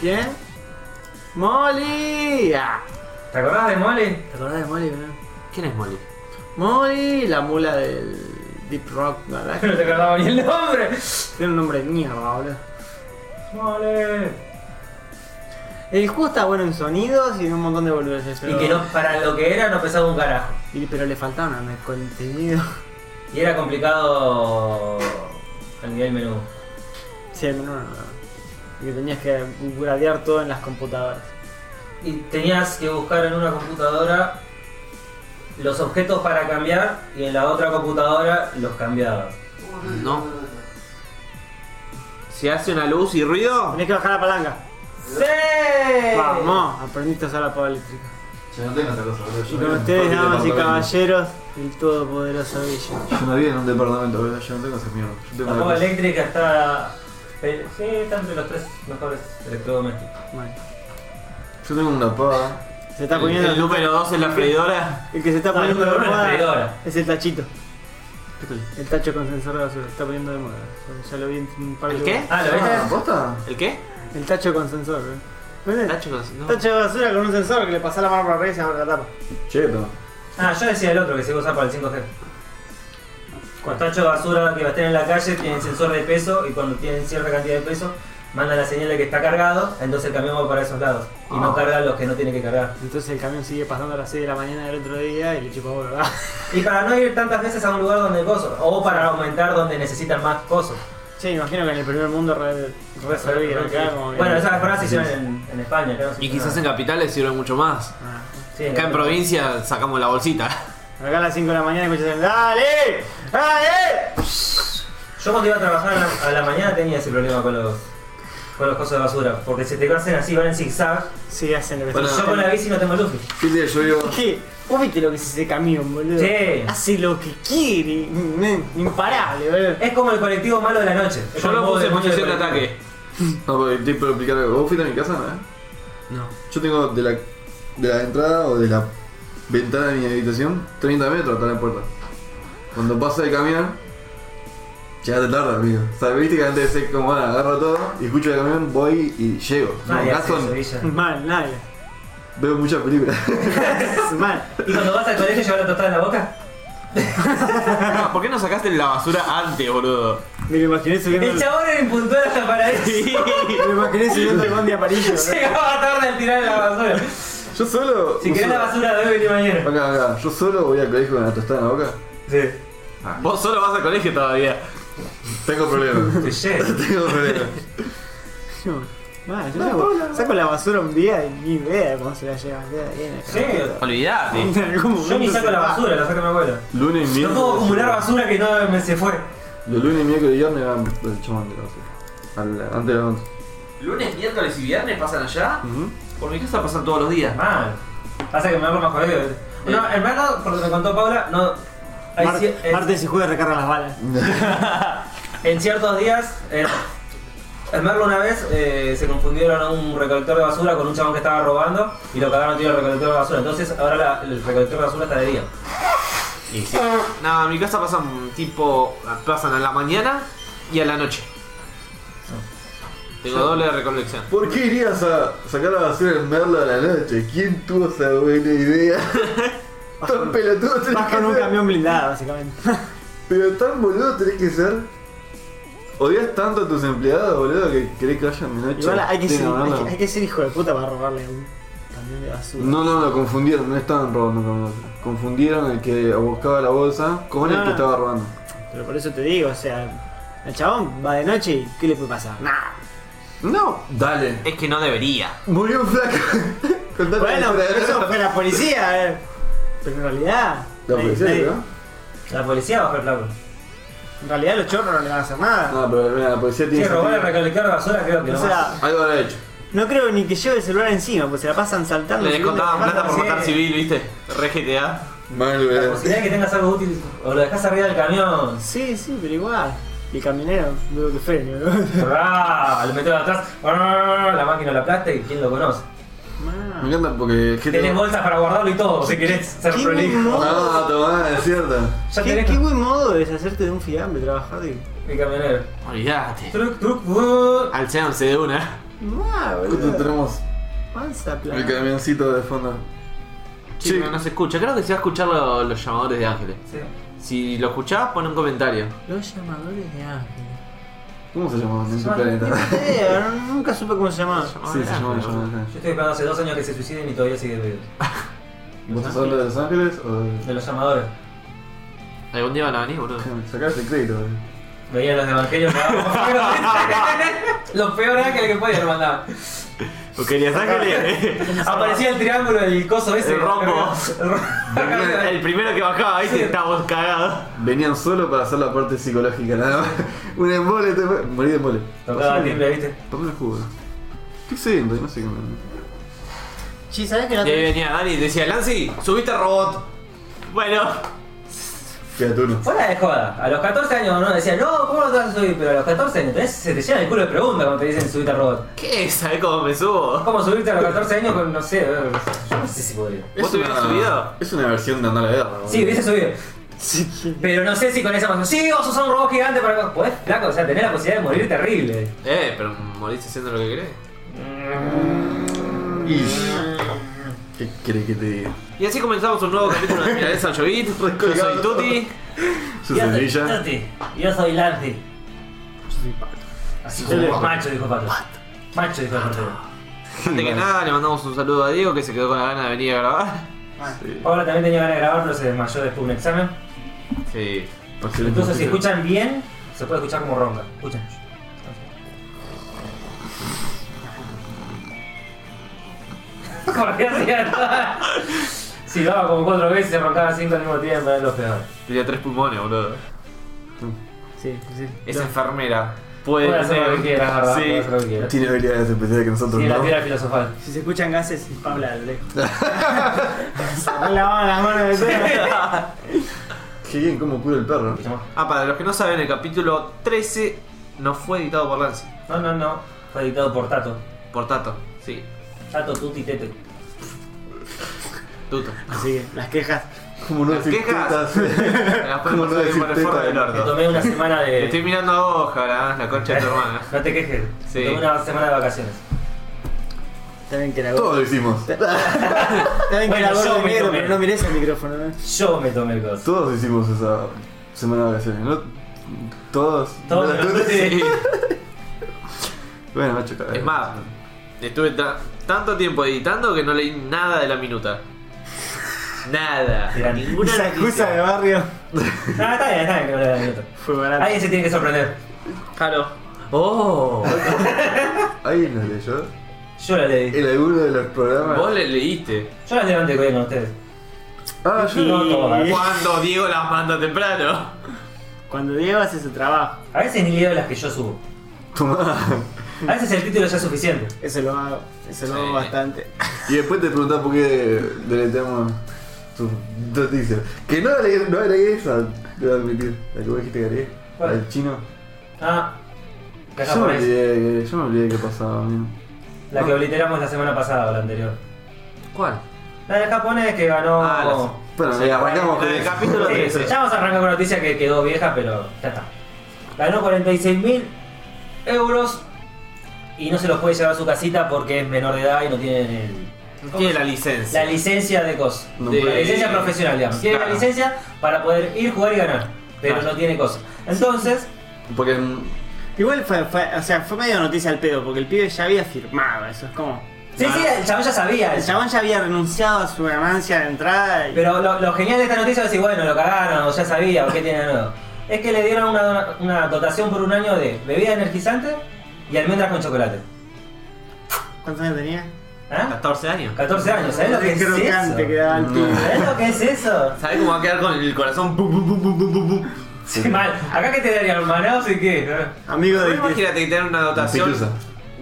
¿Quién? ¡Molly! Ah, ¿Te acordás de Molly? ¿Te acordás de Molly? bro? ¿Quién es Molly? Molly, la mula del Deep Rock, ¿verdad? No te acordaba ni el nombre. Tiene un nombre de mierda, boludo. Molly. El juego está bueno en sonidos y en un montón de boludeces. Y que no, para lo que era no pesaba un carajo. y- pero le faltaban el contenido. Y era complicado el nivel menú. Sí, no, no, no. Y que tenías que gradear todo en las computadoras. Y tenías que buscar en una computadora los objetos para cambiar y en la otra computadora los cambiabas. No. ¿Se hace una luz y ruido? Tenés que bajar la palanca. Eh. ¡Sí! Vamos, aprendiste a usar la pava eléctrica. Yo no tengo otra cosa, boludo. Y Yo con vivo en ustedes, un damas y departamento. caballeros, el todopoderoso Villa. Yo no vivo en un departamento, boludo. Yo no tengo esa mierda. Yo La tengo una pava cosa. eléctrica está. eh, Sí, está entre los tres mejores electrodomésticos. Bueno, Yo tengo una pava. se está poniendo. el número 2 en la freidora. El que se está No, el poniendo de número uno es la moda freidora. es el tachito. El tacho con sensor de basura, se está poniendo de moda. Ya lo vi en un par de ¿El qué? Ah, ¿lo Ah, ves? ¿Posta? ¿El qué? El tacho con sensor, ¿eh? ¿Ves? Tacho, no. Tacho de basura con un sensor que le pasa la mano por arriba y se abre la tapa. Cheto. Ah, yo decía el otro que se usa para el 5G. Con tacho de basura que va a estar en la calle tienen sensor de peso y cuando tienen cierta cantidad de peso mandan la señal de que está cargado, entonces cambiamos para esos lados. Y Ah. no cargan los que no tienen que cargar. Entonces el camión sigue pasando a las 6 de la mañana del otro día y le chupa bola, ¿verdad? Y para no ir tantas veces a un lugar donde hay cosas, o para aumentar donde necesitan más cosas. Che, imagino que en el primer mundo re, re servido, acá como que- Bueno, esas frases hicieron en, en España. acá no se Y hicieron quizás en nada. capitales sirve mucho más. Ah. Sí, Acá en provincia sacamos la bolsita. Acá a las 5 de la mañana escuchas el ¡Dale! ¡Dale! Yo cuando iba a trabajar a la, a la mañana tenía ese problema con los, con los cosas de basura, porque se te hacen así, van en zigzag. Sí, hacen lo que Bueno, y yo con la bici no tengo luz. Fíjate, yo vivo. ¿Qué? Vos viste lo que es ese camión, boludo. Sí. Hace lo que quiere. mm, mm, Imparable, boludo. Es como el colectivo malo de la noche. Es Yo como lo el modo puse de en noche posición de del colectivo. ataque. No, porque te puedo explicar algo. ¿Vos fuiste a mi casa, no? eh? No. Yo tengo de la, de la entrada o de la ventana de mi habitación 30 metros hasta la puerta. Cuando pasa el camión, ya te tarda, amigo. O sea, viste que antes de ser como, bueno, agarro todo y escucho el camión, voy y llego. No, Nadie acá hace son- Ah, eso, Villa. Mal, nadie. veo muchas películas. Es mal. ¿Y cuando vas al colegio llevar la tostada en la boca? No, Ah, ¿Por qué no sacaste la basura antes, boludo? Me lo imaginé subiendo. El chabón era impuntual hasta para eso. Me lo imaginé subiendo el bondi amarillo. boludo. Llegaba tarde al tirar la basura. Yo solo. Si querés la basura de hoy, vení mañana. Acá, acá, yo solo voy al colegio con la tostada en la boca. Sí. Vos solo vas al colegio todavía. Tengo problemas. Touché. Tengo problemas. No, mal, yo saco, saco la basura un día y ni idea cómo se la lleva. queda bien acá. Sí. Olvidate. En algún Yo ni momento saco se la va. basura, la saca mi abuela. Lunes y No miércoles. puedo acumular basura que no me se fue. Los lunes, miércoles y viernes van el chamán de la basura. Al- Antes de las 11. ¿Lunes, miércoles y viernes pasan allá? Ujú. Por mi casa pasan todos los días. Mal. Pasa que me hago más jodido. No, en verdad, por lo que me contó Paula, no. hay Mar- cier- en- martes y jueves recargan las balas. En ciertos días, eh, en Merlo una vez eh, se confundieron a un recolector de basura con un chabón que estaba robando y lo cagaron tío el recolector de basura. Entonces ahora la- el recolector de basura está de día. Nada, en mi casa pasan tipo. pasan a la mañana y a la noche. Tengo doble de recolección. ¿Por qué irías a sacar la basura en Merlo a la noche? ¿Quién tuvo esa buena idea? tan pelotudo tenés Vas que con un ser. camión blindado, básicamente. Pero tan boludo tenés que ser. Odias tanto a tus empleados, boludo, que querés que vayan de noche. Igual hay que, Sí, ser, no, hay, no. que, hay que ser hijo de puta para robarle a un camión de basura. No, no, lo confundieron, no estaban robando con el otro. Confundieron el que buscaba la bolsa con el Ah. que estaba robando. Pero por eso te digo, o sea, el chabón va de noche y ¿qué le puede pasar? Nada. No, dale. Es que no debería. Murió un flaco. Contate Bueno, la pero historia. eso fue la policía, eh. Pero en realidad. La eh, policía, eh, ¿no? La policía bajó el plato. En realidad los chorros no le van a hacer nada. No, Ah, pero mira, la policía Si tiene. robó el sentido. recolector de basura, creo que o no. sea, Algo habrá hecho. no creo ni que lleve el celular encima, pues se la pasan saltando. Le descontaban subiendo, plata por bajando, matar sí. civil, ¿viste? Re GTA. Mal, la boludo. posibilidad de que tengas algo útil o lo dejas arriba del camión. Sí, sí, pero igual. Y el camionero, dudo que frene, ¿no? ¡Ra! Ah, Lo metes atrás, ¡ra! la máquina la aplasta y quién lo conoce. Ah, Me encanta porque. ¿qué te- Tenés bolsas para guardarlo y todo, si querés ser Qué prolijo. mismo. No, tomá, es cierto. Ya ¿Qué, tenés qué buen modo de deshacerte de un fiambre, trabajar de. mi camionero. Olvidate. Truc, truc, uh. Al seance de una. No, Justo boludo. tenemos Panza el plana. camioncito de fondo. Sí, Sí. pero no se escucha. Creo que se va a escuchar lo- los llamadores de ángeles. Sí. Si lo escuchás, pon un comentario. Los llamadores de ángeles. ¿Cómo se llamaba en su planeta? Ni idea, Eh, no- Nunca supe cómo se llamaba. Sí, se llamaba los llamadores de Yo Ángeles. estoy esperando hace dos años que se suiciden y todavía sigue vivo. Ah, ¿Vos estás hablando de Los Ángeles o de.? De los llamadores. Algún día van a venir, boludo. Sacaste el crédito, boludo. Veían los evangelios. Lo peor era que el que podía lo mandaba. Porque Los Ángeles. Aparecía el triángulo, el coso ese. El rombo. El rombo. el primero que bajaba, ahí estábamos cagados. Venían solo para hacer la parte psicológica, nada más. Un embole, te fue- morí de embole. Tocaba el timbre, ¿viste? Pasame el jugo. Estoy sediento, no sé qué me. Sí, ¿sabes que la Y ahí otra- venía Dani y decía, Lancy, subiste al robot. Bueno, Fiatuno. Fuera de joda. A los 14 años no decían, no, ¿cómo lo vas a subir? Pero a los 14 años tenés- se te llena el culo de preguntas cuando te dicen subirte al robot. ¿qué es? ¿Sabés cómo me subo? ¿Cómo subirte a los 14 años con, no sé, eh, yo no sé si podría. ¿Vos te hubieras subido? Es una versión de andar a la guerra. boludo. Sí, hubiese subido. Sí. Pero no sé si con esa emoción, sí, vos sos un robot gigante para... Podés, flaco, o sea, tenés la posibilidad de morir terrible. Eh, pero moriste haciendo lo que querés. Ish. ¿Qué querés que te diga? Y así comenzamos un nuevo capítulo de Milanesa al Jovit. Yo soy Tuti. Su semilla. Yo soy Lanti. Así Yo le- Ah, como macho, dijo Pato. Macho, dijo Pato. Antes que nada, le mandamos un saludo a Diego que se quedó con la gana de venir a grabar. Paula también tenía ganas de grabar, pero se desmayó después de un examen. Sí. Parcial Entonces, si infantil. escuchan bien, se puede escuchar como ronca. Escuchen. Corría hacia atrás. Sí, daba como cuatro veces, se roncaba cinco al mismo tiempo, era lo peor. Tenía tres pulmones, boludo. Sí, sí. Es enfermera. Puede Puede hacer lo que quieras, ¿verdad? Sí. Puede hacer lo que quieras. Tiene habilidades especiales que nosotros Sí, la no. piedra filosofal. Si se escuchan gases, es Paula a lo lejos. Se me lavaban las manos de cuero. Qué bien, cómo cura el perro. Ah, para los que no saben, el capítulo 13 no fue editado por Lance. No, no, no. Fue editado por Tato. Por Tato. Sí. Tato, tuti, tete. Tuto. Así que las quejas. Como no Las decir quejas. tetas. Las Como podemos no subir decir por el forro tetas. del Me orto. tomé una semana Te Estoy de. mirando a vos, cabrón, la concha de tu hermana. No te quejes. Sí. Me Tomé una semana de vacaciones. También que la Todo lo hicimos. También que Bueno, la yo gorda me negro, tomé. pero no miré el micrófono. ¿eh? Yo me tomé el coso. Todos hicimos esa semana de vacaciones, ¿no? Todos. Todos Bueno, los entonces- Sí. Bueno, macho, cagada. Es más, estuve ta- tanto tiempo editando que no leí nada de la minuta. Nada. Era Ninguna Esa excusa de noticia. barrio Ah, está bien, está bien que no le hagan minuto. fue barata. Alguien se tiene que sorprender. Claro. Oh. ¿Alguien nos leyó? Yo la Eh. leí. En alguno de los programas. Vos le leíste. Yo la levanté con ustedes. Ah, yo no. No todas. Cuando Diego las manda temprano. Cuando Diego hace su trabajo, A veces ni leo las que yo subo. Tomá. A veces el título ya es suficiente. eso lo hago. Eso lo Sí. hago bastante. Y después te preguntás por qué deleteamos tus noticias. Que no agregué, no agregué esa, debo admitir. La que vos dijiste que agregué. ¿Cuál? El chino. Ah, la Yo me, japonés. olvidé, que- yo me olvidé que pasaba, amigo. La que obliteramos la semana pasada o la anterior. ¿Cuál? La del japonés que ganó. Ah, Bueno, Sí, mira, arrancamos con la del eso. capítulo Sí, 13. Ya vamos a arrancar con una noticia que quedó vieja, pero ya está. Ganó 46.000 euros y no se los puede llevar a su casita porque es menor de edad y no tiene el- Tiene la licencia. la licencia de cos. No la puede. licencia profesional, digamos. Tiene la Claro. licencia para poder ir, jugar y ganar, pero Claro. no tiene cosa. Entonces, Porque mm, Igual fue, fue- o sea, fue medio noticia al pedo, porque el pibe ya había firmado, eso es como. sí, sí, el chabón ya sabía. El chabón ya había renunciado a su ganancia de entrada y. Pero lo, lo genial de esta noticia es decir, bueno, lo cagaron, o ya sabía, o qué tiene de nuevo. Es que le dieron una, dona- una dotación por un año de bebida energizante y almendras con chocolate. ¿Cuántos años tenía? ¿Ah? 14 años. 14 años, ¿sabes lo que es eso? crocante que daba el pibe. ¿Sabes lo que es eso? ¿Sabés cómo va a quedar con el corazón? Bum, bum, bum, bum, bum, bum, bum? Sí, mal. ¿Acá qué te darían? ¿Manados y qué? Amigo Pero de. Imagínate que te dan una dotación Pitusa.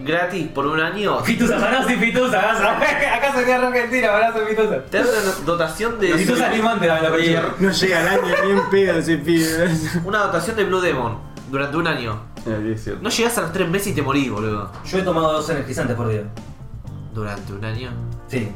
gratis por un año. Fitusa, manados y fitusa. Acá acá se queda re Argentina, manados y fitusa. Te dan una dotación de. Fitusa limante, la verdad. No llega al año ni en pedo ese pibe. Una dotación de Blue Demon durante un año. mira, qué Eh, es cierto. No llegás a los tres meses y te morís, boludo. Yo he tomado dos energizantes por día. Durante un año. Sí.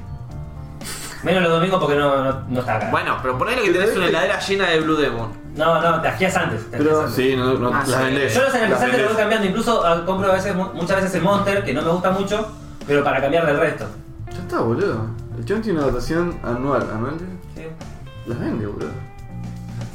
Menos los domingos porque no, no, no está acá. Bueno, pero ponele que tenés una heladera llena de Blue Demon. No, no, te ajías antes. te ajías Pero antes. sí, no, no Ah, las sí. vendés. Yo los energizantes los Las voy vendés. cambiando, incluso ah, compro a veces, mu- muchas veces el Monster, que no me gusta mucho, pero para cambiar del resto. Ya está, boludo. El chabón tiene una dotación anual, anual. Sí, Las vende, boludo.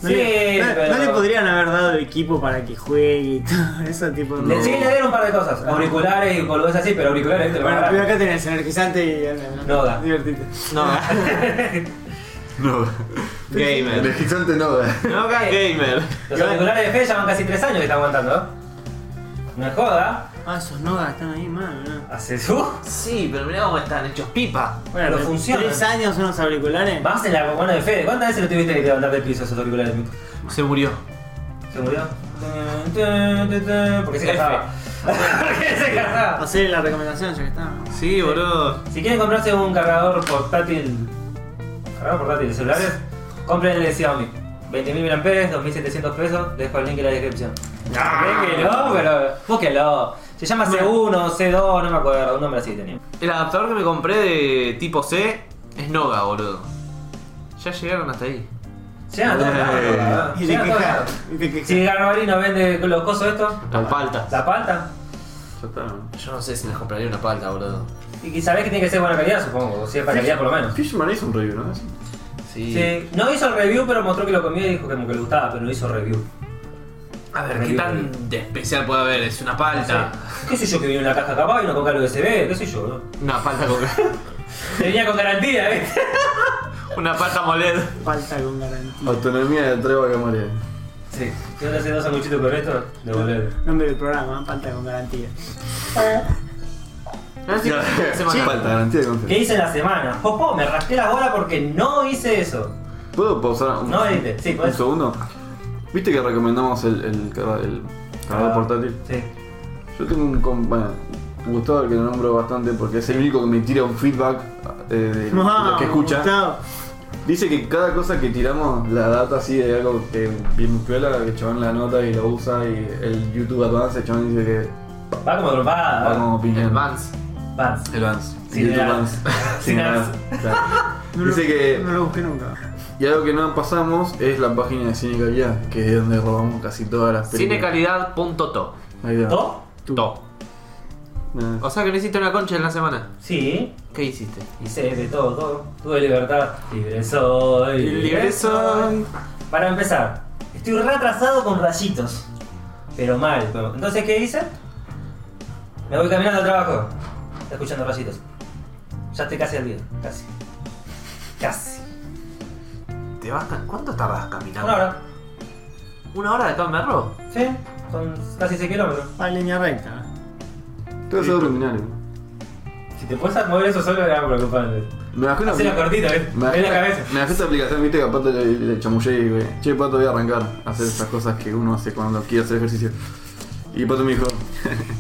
No, Sí, le, no- pero- no le podrían haber dado el equipo para que juegue y todo ese tipo de Le, sí, le dieron un par de cosas, auriculares y colores así, pero auriculares te lo van Bueno, a primero dar. acá tenés energizante y. eh, No da. Divertite. No, No. gamer. Energizante no, eh. No, gamer. Los auriculares de Fe ya van casi 3 años que están aguantando, ¿eh? No es joda, Ah, esos Noga están ahí mal, ¿no? hace su. Sí, pero mirá cómo están hechos pipa. Bueno, Pero pero funcionan. Tres años unos auriculares. Más en la buena de Fede. ¿Cuántas veces lo tuviste que levantar del piso esos auriculares, Mico? Se murió. ¿Se murió? Porque se casaba. Porque se casaba. Hacer la recomendación ya que está. ¿no? Sí, boludo. Si quieren comprarse un cargador portátil. ¿Cargador portátil de celulares? Compren el de Xiaomi. 20.000 mAh, 2.700 pesos. Dejo el link en la descripción. ¿Ven que no? Pero búsquenlo. Se llama C1, C2, no me acuerdo. Un nombre así tenía. El adaptador que me compré de tipo C es Noga, boludo. Ya llegaron hasta ahí. Llegan a todos lados, Eh, ¿verdad? Y te Llegan a todos quejas. lados. y te quejas. Si Garbarino vende los cosos estos, Las paltas. la palta. Ya está. ¿no? Yo no sé si les compraría una palta, boludo. Y que sabés que tiene que ser buena calidad, supongo, o cierta calidad por lo menos. Fishman hizo un review, ¿no? Sí. Sí, no hizo el review, pero mostró que lo comía y dijo que como que le gustaba, pero no hizo review. A ver, ¿qué tan de especial puede haber? Es una palta. Sí. ¿Qué sé yo que vino en la caja capaz y no con cable USB? ¿Qué sé yo? ¿no? Una palta con. Te venía con garantía, ¿eh? ¿viste? una palta moled. Falta con garantía. Autonomía de tres vacas María. Sí. Si no te haces dos sanguchitos con esto, devolver. Nombre del programa, ¿eh? falta con garantía. Falta, garantía de ¿Qué contenido. hice en la semana? Jopo, me raspé la bola porque no hice eso. ¿Puedo pausar un, No, viste, sí, un podés. segundo? ¿Viste que recomendamos el, el, carga- el cargador Ah. portátil? Sí. Yo tengo un compañero, Gustavo, que lo nombro bastante porque es el único que me tira un feedback eh, de lo que escucha. Gustavo. Dice que cada cosa que tiramos, la data así de algo que bien piola, que el chabón la nota y lo usa y el YouTube Advance, el chabón dice que Va como va dropada. como opinión. El Eh, Vans. Vans. El Advance. El Sin YouTube ads. Advance. Sin ads. Claro. No Dice lo, que- No lo busqué nunca. Y algo que no pasamos es la página de Cine Calidad, que es donde robamos casi todas las películas. Cinecalidad.to. Ahí va. ¿To? To. Nada. O sea que no hiciste una concha en la semana. Sí. ¿Qué hiciste? Hice de todo, todo. Tuve libertad. Libre soy. Para empezar, estoy retrasado con rayitos. Pero mal. pero- Entonces, ¿qué hice? Me voy caminando al trabajo. Escuchando rayitos. Ya estoy casi al día. Casi. Casi. ¿Te vas ca- ¿Cuánto tardás caminando? Una hora. ¿Una hora de Camerro? Sí. Son casi 6 kilómetros. Va en línea recta. ¿eh? Te vas a dominar. Si te puedes mover eso solo, era preocupante. Me bajé una Hacelo cortito, ¿eh? Me En la bajé, cabeza. me bajé esta aplicación, viste que aparte le, le chamullé y dije, che, Pato, voy a arrancar a hacer esas cosas que uno hace cuando quiere hacer ejercicio. Y Pato me dijo,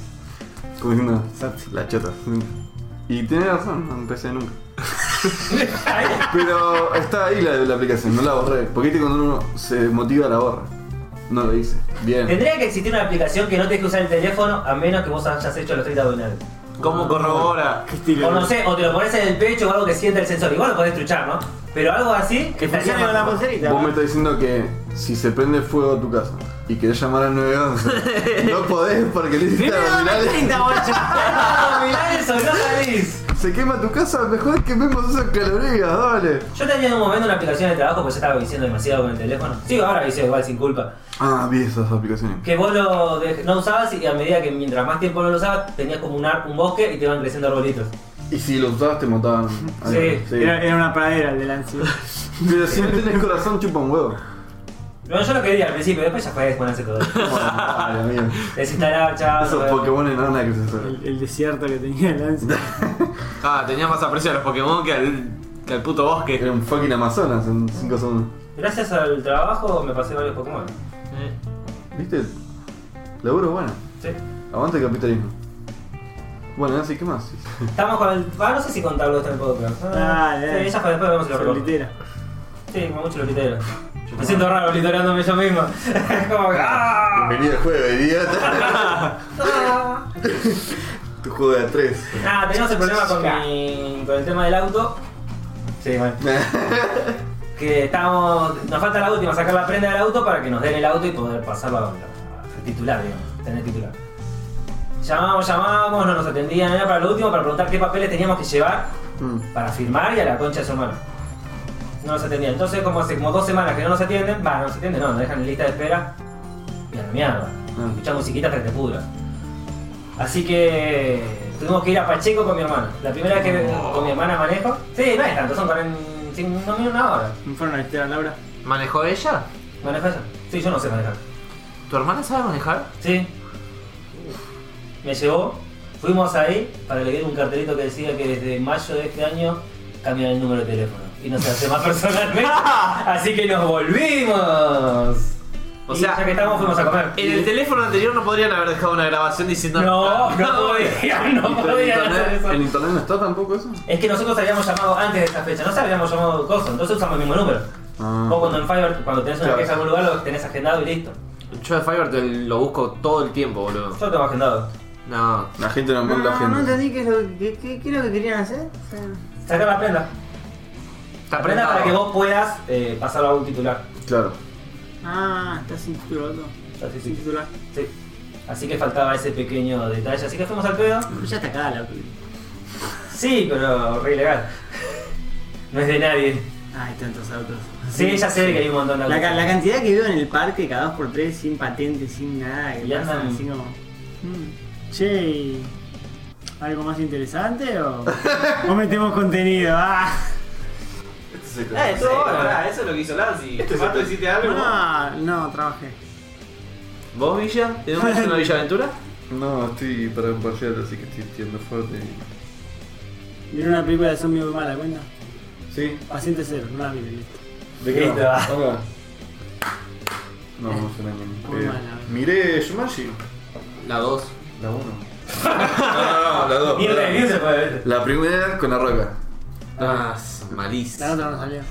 como diciendo, la chota. Y tiene razón, no empecé nunca. Pero está ahí la, la aplicación, no la borré. Porque viste cuando uno se motiva la borra. No lo hice. Bien. Tendría que existir una aplicación que no te deje usar el teléfono a menos que vos hayas hecho los 30 abdominales. ¿Cómo corrobora? Qué estilo. O no sé, o te lo pones en el pecho o algo que sienta el sensor. Igual lo podés truchar, ¿no? Pero algo así. Que estaría funcione con la más- pulserita. Vos me estás diciendo que si se prende fuego tu casa y querés llamar al 911, no podés porque le hiciste Primero dame el abdominales. 30, guacho. Ah, Mirá eso, no salís. Se quema tu casa, mejor quememos esas calorías, dale. Yo tenía en un momento una aplicación de trabajo porque yo estaba viciando demasiado con el teléfono. Sigo ahora vicio igual sin culpa. Ah, vi esas aplicaciones. Que vos lo dej- no usabas y a medida que mientras más tiempo no lo usabas, tenías como un, ar- un bosque y te iban creciendo arbolitos. Y si lo usabas te mataban. Sí. Era, era una pradera el de Lancy. Pero si no tenés corazón, chupa un huevo. No, yo lo quería al principio, después ya fue desponerse todo. Vale, amigo. Desinstalar, chao. Esos Pokémon enanas que se suelen. El, el desierto que tenía Lancy. Ah, tenía más aprecio a los Pokémon que al, que al puto bosque. Era un fucking Amazonas en 5 segundos. Gracias al trabajo me pasé varios Pokémon. ¿Viste? Laburo bueno. Sí. Aguante el capitalismo. Bueno, así, ¿qué más? Estamos con el. Ah, no sé si contarlo esto en el podcast. Ah, Dale, dale. Sí, ya fue después, vemos si lo recuerdo. Solitera. Sí, como mucho lo litero. Me siento raro literándome yo mismo. como que. ¡ah! Bienvenido al jueves, idiota. tu juego de a 3. Nada, tenemos el problema con, mi, con el tema del auto. Sí, bueno. que estamos. Nos falta la última, sacar la prenda del auto para que nos den el auto y poder pasarlo a- a titular, digamos, tener titular. Llamábamos, llamábamos, no nos atendían, era para lo último, para preguntar qué papeles teníamos que llevar Mm. para firmar y a la concha de su hermano. No nos atendían. Entonces, como hace como dos semanas que no nos atienden, va, no nos atienden, no, nos dejan en lista de espera y a la mierda. Ah. Escuchamos musiquita hasta que te pudra. Así que tuvimos que ir a Pacheco con mi hermana. La primera vez que con mi hermana manejo, sí, no es tanto, son 45 minutos, una hora. ¿Me fueron a visitar a Laura? ¿Manejó ella? ¿Maneja ella? Sí, yo no sé manejar. ¿Tu hermana sabe manejar? Sí. Me llevó, fuimos ahí para leer un cartelito que decía que desde mayo de este año cambian el número de teléfono. Y no se hace más personalmente. Así que nos volvimos. O Y sea, ya que estamos, fuimos a comer. En el teléfono anterior no podrían haber dejado una grabación diciendo. "Ah, eh". No, no podía, no Pero en, podía hacer internet, eso. en internet no está tampoco eso. Es que nosotros habíamos llamado antes de esa fecha, no habíamos llamado cosas, entonces usamos el mismo número. Ah. Vos cuando en Fiverr, cuando tenés una Claro. queja en algún lugar, lo tenés agendado y listo. Yo de Fiverr te lo busco todo el tiempo, boludo. Yo lo tengo agendado. No. La gente no No, encuentra no, no gente. entendí qué es lo que, qué- qué es lo que querían hacer. O sea, Sacar la prenda. Está La prenda para apretado. que vos puedas eh, pasarlo a un titular. Claro. ah, está sin titular. ¿no? Ya, Ah, sí, Sin sí. titular. Sí. Así que faltaba ese pequeño detalle. Así que fuimos al pedo. Pero ya está acá la Sí, pero re ilegal. No es de nadie. Ay, Ah, tantos autos. Sí, ya sé que hay un montón de La, ca- la autos. cantidad que veo en el parque, cada dos por tres, sin patente, sin nada, que Y andan- pasan así como. mm, Che, ¿y ¿algo más interesante o, o metemos contenido? Ah, Ah, Eh, estuvo bueno, pará, eso Este es lo que hizo Lancy. Pato, hiciste algo? no, no, trabajé. ¿Vos, Villa? ¿Te damos una Villa Aventura? No, estoy para un parcial, así que estoy tirando fuerte. Vieron una película de zombies muy mala, ¿cuenta? ¿Sí? Paciente cero, no la miren, listo. ¿De qué? Listo, va? va. Hola. No, no suena bien. Muy Eh, mala. Miré Shumashi. La 2. La 1. No, no, no, la 2. Ni un review se puede ver. La primera con la roca. Ah, La malísimo. otra no salió.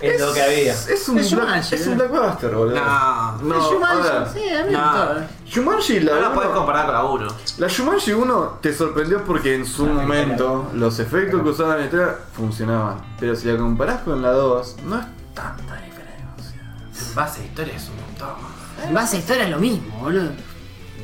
Es lo que había. Es un, Es black, Shumashi, es un eh. blockbuster, boludo. No. no, Es Jumanji, a ver. sí, a mí me No. gustó. eh. Shumanji, la No la uno- podés comparar con la 1. La Shumanji 1 te sorprendió porque en su momento los efectos que usaban en la historia funcionaban. Pero si la comparás con la 2, no es tanta diferencia. Base de historia es un montón. En base a historia es lo mismo, boludo.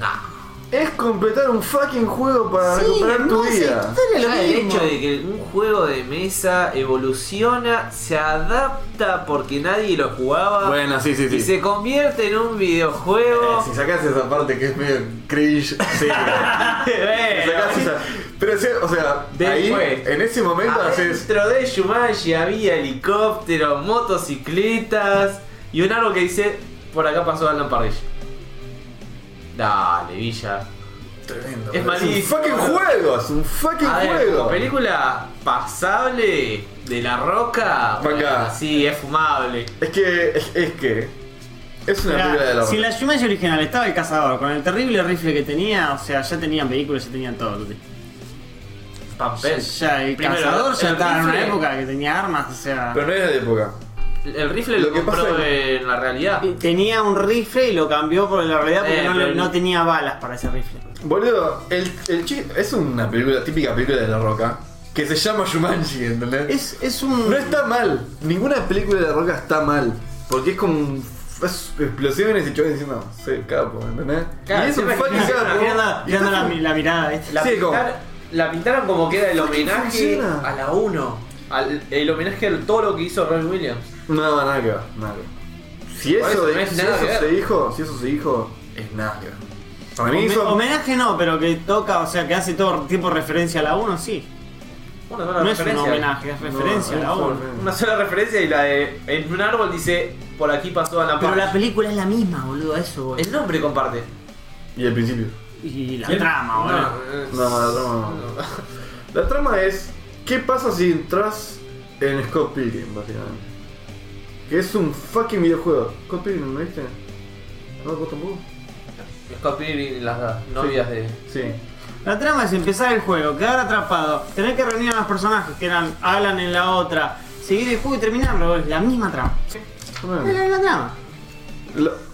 No. Es completar un fucking juego para recuperar en tu base a vida. historia es lo Ya el mismo. hecho de que un juego de mesa evoluciona, se adapta porque nadie lo jugaba Bueno, sí, sí, y sí. se convierte en un videojuego. Si sacás esa parte que es medio cringe, sí. Bueno, sacás esa- Pero, sí, o sea, ahí, Después. en ese momento haces. Ah, Dentro de Shumashi había helicópteros, motocicletas y un árbol que dice: Por acá pasó Alan Parrish. Dale, Villa. Tremendo. Es malísimo. un fucking juego, es un fucking A ver, juego. como película pasable de la roca, Pa' acá. bueno, sí, es fumable. Es que, es, es que. Es una Mirá, película de la si en la Shumanji original estaba el cazador con el terrible rifle que tenía, o sea, ya tenían vehículos, ya tenían todo. loco. Pampel. Ya el Primero, cazador ya el estaba en una rifle. época que tenía armas, o sea. Pero no era de época. El rifle Lo lo, que compró pasa en la realidad. Tenía un rifle y lo cambió por la realidad porque Eh, no, le- pero- no tenía balas para ese rifle. Boludo, el, el chi- es una película, típica película de la roca. Que se llama Shumanji, ¿entendés? Es, es un. No está mal. Ninguna película de la roca está mal. Porque es como un- es explosiones y chavales diciendo, soy el capo, ¿entendés? Claro, y es un siempre fucking que- capo. Mirando, Y mirando está- la, mi- la mirada, ¿viste? La, Sí, pintar- la pintaron como que era el homenaje funciona. a la 1. al- el homenaje a todo lo que hizo Roy Williams. No, nada que ver, nada que ver. Si Por eso eso, no es si nada que eso ver. se dijo, si eso se dijo, es nada que ver. Para mí Home- hizo- homenaje no, pero que toca, o sea, que hace todo tiempo referencia a la 1, sí. Una sola No es un referencia. homenaje, es No, referencia no, a la 1. no, Una sola referencia y la de. En un árbol dice: Por aquí pasó Alan Pero Parrish. la película es la misma, boludo, eso, boludo. El nombre comparte. Y al principio. Y la El- trama, No, boludo. eh, No, la trama no. La trama es ¿Qué pasa si entras en Scott Pilgrim, básicamente? Que es un fucking videojuego. ¿Scott Pilgrim lo viste? ¿No vos tampoco? Scott Pilgrim y las novias de. Sí. La trama es empezar el juego, quedar atrapado, tener que reunir a los personajes que eran Alan en la otra, seguir el juego y terminarlo, es la misma trama. Es la Bueno, misma trama. lo-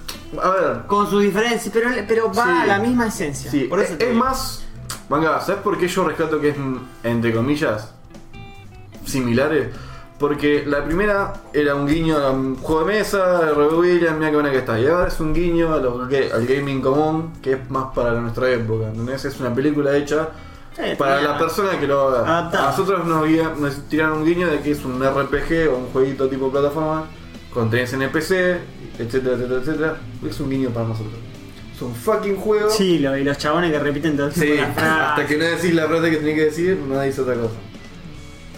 a ver. Con sus diferencias, pero, pero va Sí. a la misma esencia. Sí, Por eso es, te es digo. más. Manga, ¿sabes por qué yo rescato que es mm, entre comillas similares? Porque la primera era un guiño a un juego de mesa, de Robbie Williams, mira qué buena que está. Y ahora es un guiño a lo que- al gaming común, que es más para nuestra época. ¿entendés? Es una película hecha Sí, para Eh, está la bien. Ah, persona que lo haga. Adaptado. A nosotros nos, guía- nos tiraron un guiño de que es un RPG o un jueguito tipo plataforma, con tres NPC, etcétera, etcétera, etcétera. Es un guiño para nosotros. Es un fucking juego. Sí, lo- y los chabones que repiten todo el Sí, tiempo las frases. hasta que no decís la frase que tenés que decir, no dices otra cosa.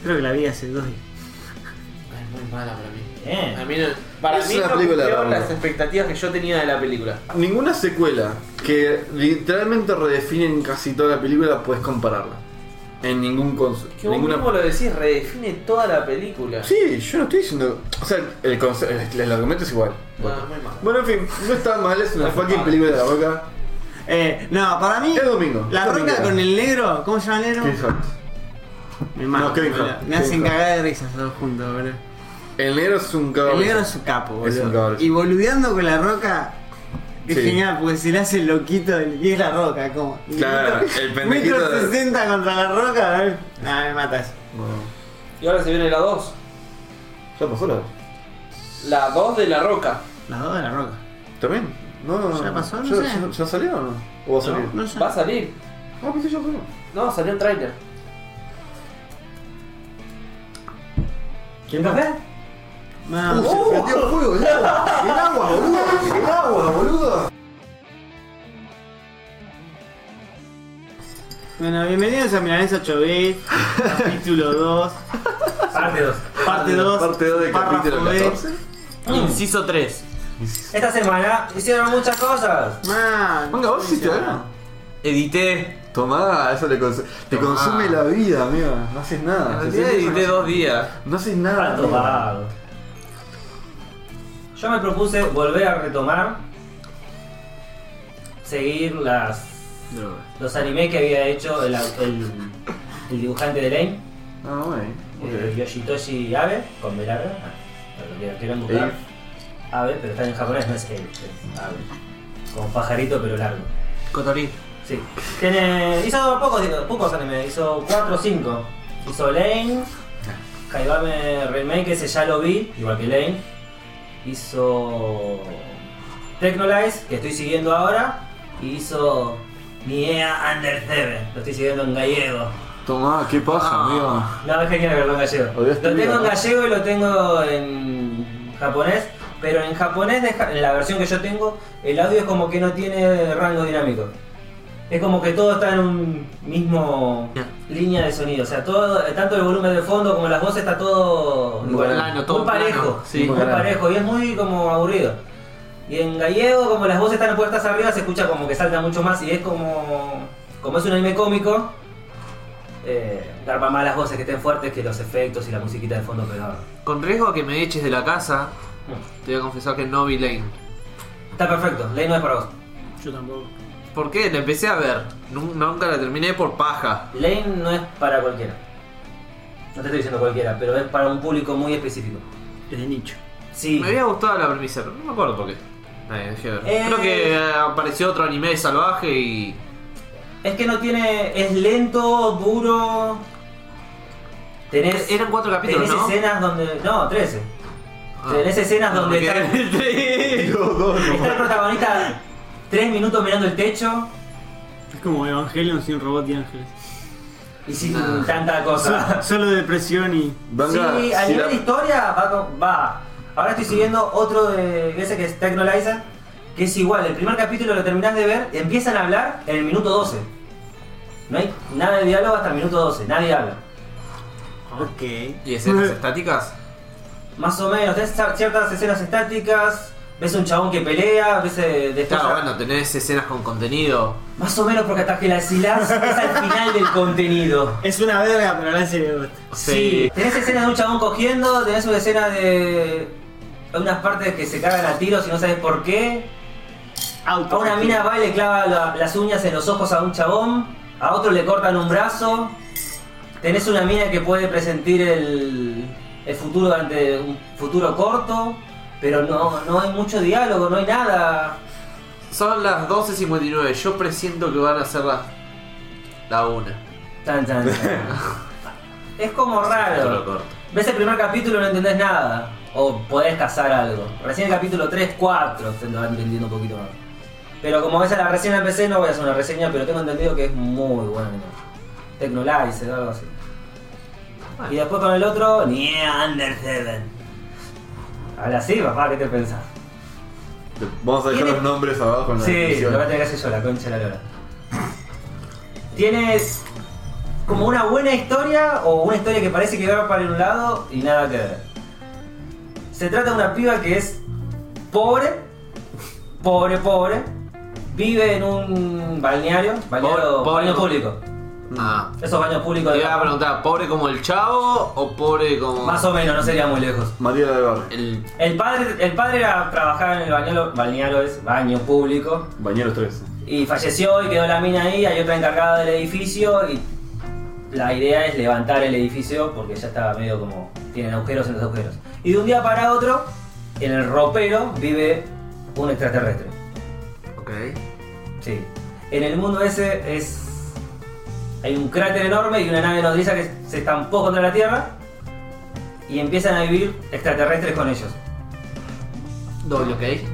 Creo que la vi hace dos días. Es muy mala para mí. Bien. A mí no- para Es mí una no película cumplió rara. las expectativas que yo tenía de la película. Ninguna secuela que literalmente redefinen casi toda la película puedes compararla. En ningún concepto. Que vos mismo lo decís, redefine toda la película. Sí, yo no estoy diciendo. O sea, el, conce- el, el argumento es igual. Ah, No, muy mal. Bueno, en fin, no está mal, es una fucking película de la boca. Eh, no, para mí. Es domingo. La Es roca domingo. con el negro. ¿Cómo se llama el negro? Chris Hemsworth. Mi hermano. No, Kevin boludo. Hart. Me hacen Kevin Hart. cagar de risas todos juntos, boludo. El negro es un cabrón. El negro es su capo, boludo. Es un cabrón. Y boludeando con la roca. Es Sí. genial, porque se le hace el loquito del- y es la roca, como. Claro, el pendejito Metro de- 60 contra la roca, a ver. Nah, me matas. Bueno, Y ahora se viene la 2. ya pasó la. La 2 de La Roca. Las dos de la roca. ¿También? No, no, no. ¿Ya pasó? No ¿Ya, sé. ya- ya salió o no? ¿O va a salir? No sé. Va a salir. Ah, pensé ya salió. No, salió un trailer. ¿Quién más? No, Uh, se prendió fuego, el agua. El agua, boludo. El agua, boludo. Bueno, bienvenidos a Milanesa 8 bit capítulo 2, Parte 2. parte 2, Parte 2 del párrafo capítulo B. 14. Inciso 3. Esta semana hicieron muchas cosas. Man, Venga, vos hiciste ahora. Edité. Tomá, eso le consume. Te Tomá. consume la vida, amiga. No haces En nada. realidad edité dos días. No haces nada. Tanto amiga. vago. Yo me propuse volver a retomar, seguir las, los animes que había hecho el, el- el dibujante de Lane, Ah, bueno. el ok. Yoshitoshi Abe, con B larga, ah, para los que lo quieran buscar. Abe. Abe, pero está en japonés, no es Abe, es Abe. Con pajarito pero largo. Cotorí. Sí. Tiene, hizo pocos, pocos anime, hizo 4 o 5. Hizo Lane, Kaibame Remake, ese ya lo vi, igual que Lane. Hizo Technolize, que estoy siguiendo ahora. Y hizo Niea Under Seven, lo estoy siguiendo en gallego. Tomá, qué paja, Ah. amigo. No, es genial verlo en gallego. Lo habías Lo tengo tenido, en ¿no? gallego y lo tengo en japonés. Pero en japonés, de ja- en la versión que yo tengo, el audio es como que no tiene rango dinámico. Es como que todo está en un mismo Ya. línea de sonido. O sea, todo, tanto el volumen del fondo como las voces está todo Muy igual. plano, todo muy parejo. plano, sí. muy Muy parejo. Y es muy como aburrido. Y en gallego, como las voces están puestas arriba, se escucha como que salta mucho más. Y es como. Como es un anime cómico, eh, garpa más las voces que estén fuertes que los efectos y la musiquita de fondo pegada. Con riesgo a que me eches de la casa, te voy a confesar que no vi Lane. Está perfecto, ley no es para vos. Yo tampoco. ¿Por qué? La empecé a ver. Nun- Nunca la terminé por paja. Lane no es para cualquiera. No te estoy diciendo cualquiera, pero es para un público muy específico. Es de nicho. Sí. Me había gustado la premisa, pero no me acuerdo por qué. Ay, dejé de ver. Eh. Creo que eh, apareció otro anime salvaje y. Es que no tiene. Es lento, duro. Tenés. e-, Eran cuatro capítulos, tenés ¿no? escenas donde. No, 13. Ah. Tenés escenas No, donde me está, quedé en el tres. Los dos, está el nomás. protagonista 3 minutos mirando el techo Es como Evangelion sin robot y ángeles. y sin Nah. tanta cosa. Solo, solo depresión y. Venga, sí, a si nivel la- de historia va, con- va. Ahora estoy siguiendo otro de ese que es Technolizer, que es igual, el primer capítulo lo terminás de ver, empiezan a hablar en el minuto 12. No hay nada de diálogo hasta el minuto 12, nadie habla. Ok. ¿Y escenas estáticas? Más o menos, tenés cier- ciertas escenas estáticas, ves un chabón que pelea, ves eh, después... Claro, bueno, tenés escenas con contenido. Más o menos porque hasta que la silás es al final del contenido. Es una verga, pero a la serie me gusta. Sí. Tenés escenas de un chabón cogiendo, tenés una escena de. unas partes que se cagan a tiros y no sabes por qué. A Auto. una mina va y le clava la- las uñas en los ojos a un chabón, a otro le cortan un brazo. Tenés una mina que puede presentir el, el futuro ante un futuro corto, pero no, no hay mucho diálogo, no hay nada. Son las 12.59. Yo presiento que van a ser las. la 1. Tan, tan, tan. es como Esto raro. lo corto. Ves el primer capítulo y no entendés nada. O podés cazar algo. Recién el capítulo 3, 4 te lo vas entendiendo un poquito más. Pero como ves a la recién empecé, no voy a hacer una reseña, pero tengo entendido que es muy bueno. Tecnolize o algo así. Y después con el otro, Yeah, Under Seven. Ahora sí, papá, ¿qué te pensás? Te- Vamos a dejar Tiene- los nombres abajo en la Sí, lo descripción. voy a tener que hacer yo, la concha de la lora. Tienes como una buena historia o una historia que parece que va para un lado y nada que ver. Se trata de una piba que es pobre, pobre, pobre, vive en un balneario, balneario, Pobre- pobre baño no. público. Ah. Esos baños públicos Te de- iba a preguntar, ¿pobre como el chavo o pobre como más o menos, no sería muy lejos. María del Barrio. el El padre, el padre era- trabajaba en el balneario, balneario es baño público, Bañeros 3. Y falleció y quedó la mina ahí, hay otra encargada del edificio y la idea es levantar el edificio porque ya estaba medio como tienen agujeros en los agujeros. Y de un día para otro, en el ropero vive un extraterrestre. Ok. Sí. En el mundo ese es hay un cráter enorme y una nave nodriza que se estampó contra la Tierra y empiezan a vivir extraterrestres con ellos. Doble ok.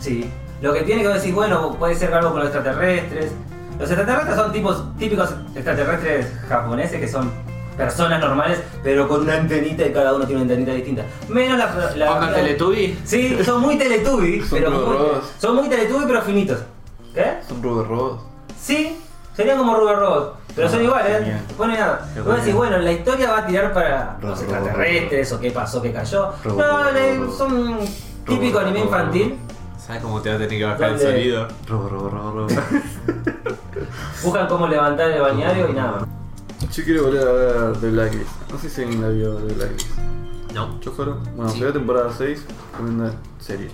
Sí. Lo que tiene que decir, bueno, puede ser algo con los extraterrestres. Los extraterrestres son tipos típicos extraterrestres japoneses que son personas normales, pero con una antenita y cada uno tiene una antenita distinta. Menos la. la Pongan la- Teletubby. Sí, son muy Teletubbies, Son pero. como muy- robots. son muy Teletubbies, pero finitos. ¿Qué? Son Robert Robots. Sí, serían como Rubber Robot, pero son Ah, iguales, ¿eh? genial. Pone nada. Qué Vos decís, genial. bueno, la historia va a tirar para Ro- los ro- extraterrestres, o qué pasó, qué cayó. Ro- No, ro- le- ro- son típico ro- anime ro- infantil. ¿Sabes cómo te va a tener que bajar el ¿Dónde? sonido? Robert Robots, Robert Robots. Buscan cómo levantar el bañario y nada más. Yo quiero volver a ver The Blacklist. No sé si alguien la vio The Blacklist. No. ¿Yo fueron? Bueno, Sí. fue la temporada 6 con una serie.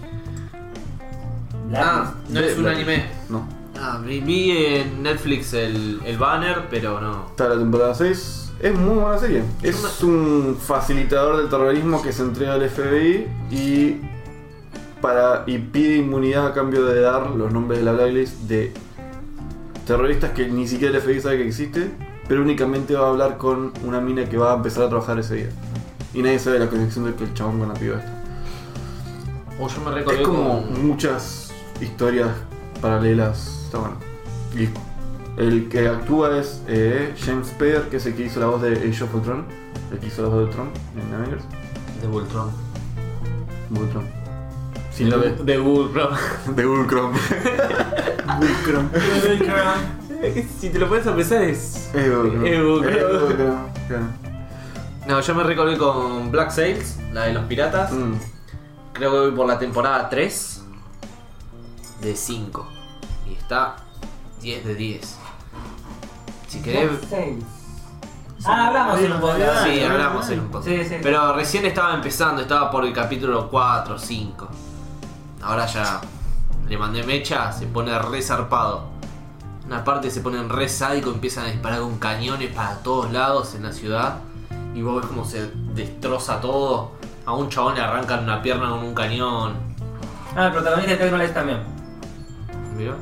Ah, no es un Blacklist. anime. No. Ah, vi, vi en Netflix el, el banner, pero no. Está la temporada 6. Es muy buena serie. Es un facilitador del terrorismo que se entrega al FBI y, para, y pide inmunidad a cambio de dar los nombres de la blacklist de terroristas que ni siquiera el FBI sabe que existe, pero únicamente va a hablar con una mina que va a empezar a trabajar ese día. Y nadie sabe la conexión del el chabón con la piba esta. O Oh, yo me Es recordé como con- muchas historias paralelas. Está bueno. Y el que actúa es eh, James Spader, que es el que hizo la voz de Age of Ultron. El que hizo la voz de Ultron en Avengers. De Voltron. Ultron. Sí, lo de, de Voltron. De Ultron. si te lo puedes empezar es. Es Ultron. Es Ultron. claro. No, yo me recordé con Black Sails, la de los piratas. Mm. Creo que voy por la temporada 3 de 5. Y está 10 de 10. Si querés. Ah, hablamos en un podcast. Sí, hablamos en un poco. Sí, sí. Pero recién estaba empezando, estaba por el capítulo 4, 5. Ahora ya le mandé mecha, se pone re zarpado. Una parte se ponen re sádico, empiezan a disparar con cañones para todos lados en la ciudad. Y vos ves cómo se destroza todo. A un chabón le arrancan una pierna con un cañón. Ah, el protagonista de Tecnolife también. ¿Miró?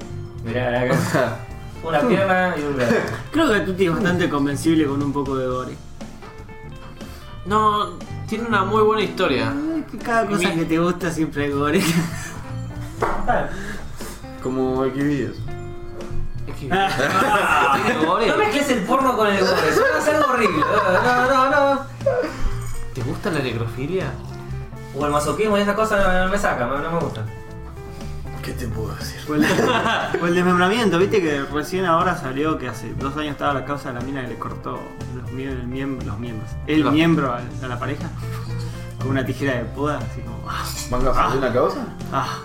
Mirá, acá. Una pierna y un brazo. Creo que Tuti es bastante convencible con un poco de gore. No, tiene una muy buena historia. Ay, que Cada cosa Mi- que te gusta siempre hay gore. Ah, Como Xvideos. Es que. ah. ¿Tiene gore? No mezcles el porno con el gore, eso va a ser horrible. No, no, no. ¿Te gusta la necrofilia? O el masoquismo y esas cosas no, no me sacan, no, no me gustan. ¿Qué te puedo decir? O el, o el desmembramiento, viste que recién ahora salió que hace dos años estaba la causa de la mina que le cortó los, mie- el miemb- los miembros. El Los- miembro a, a la pareja con una tijera de poda, así como. ah, ¿Manga a una causa? ah.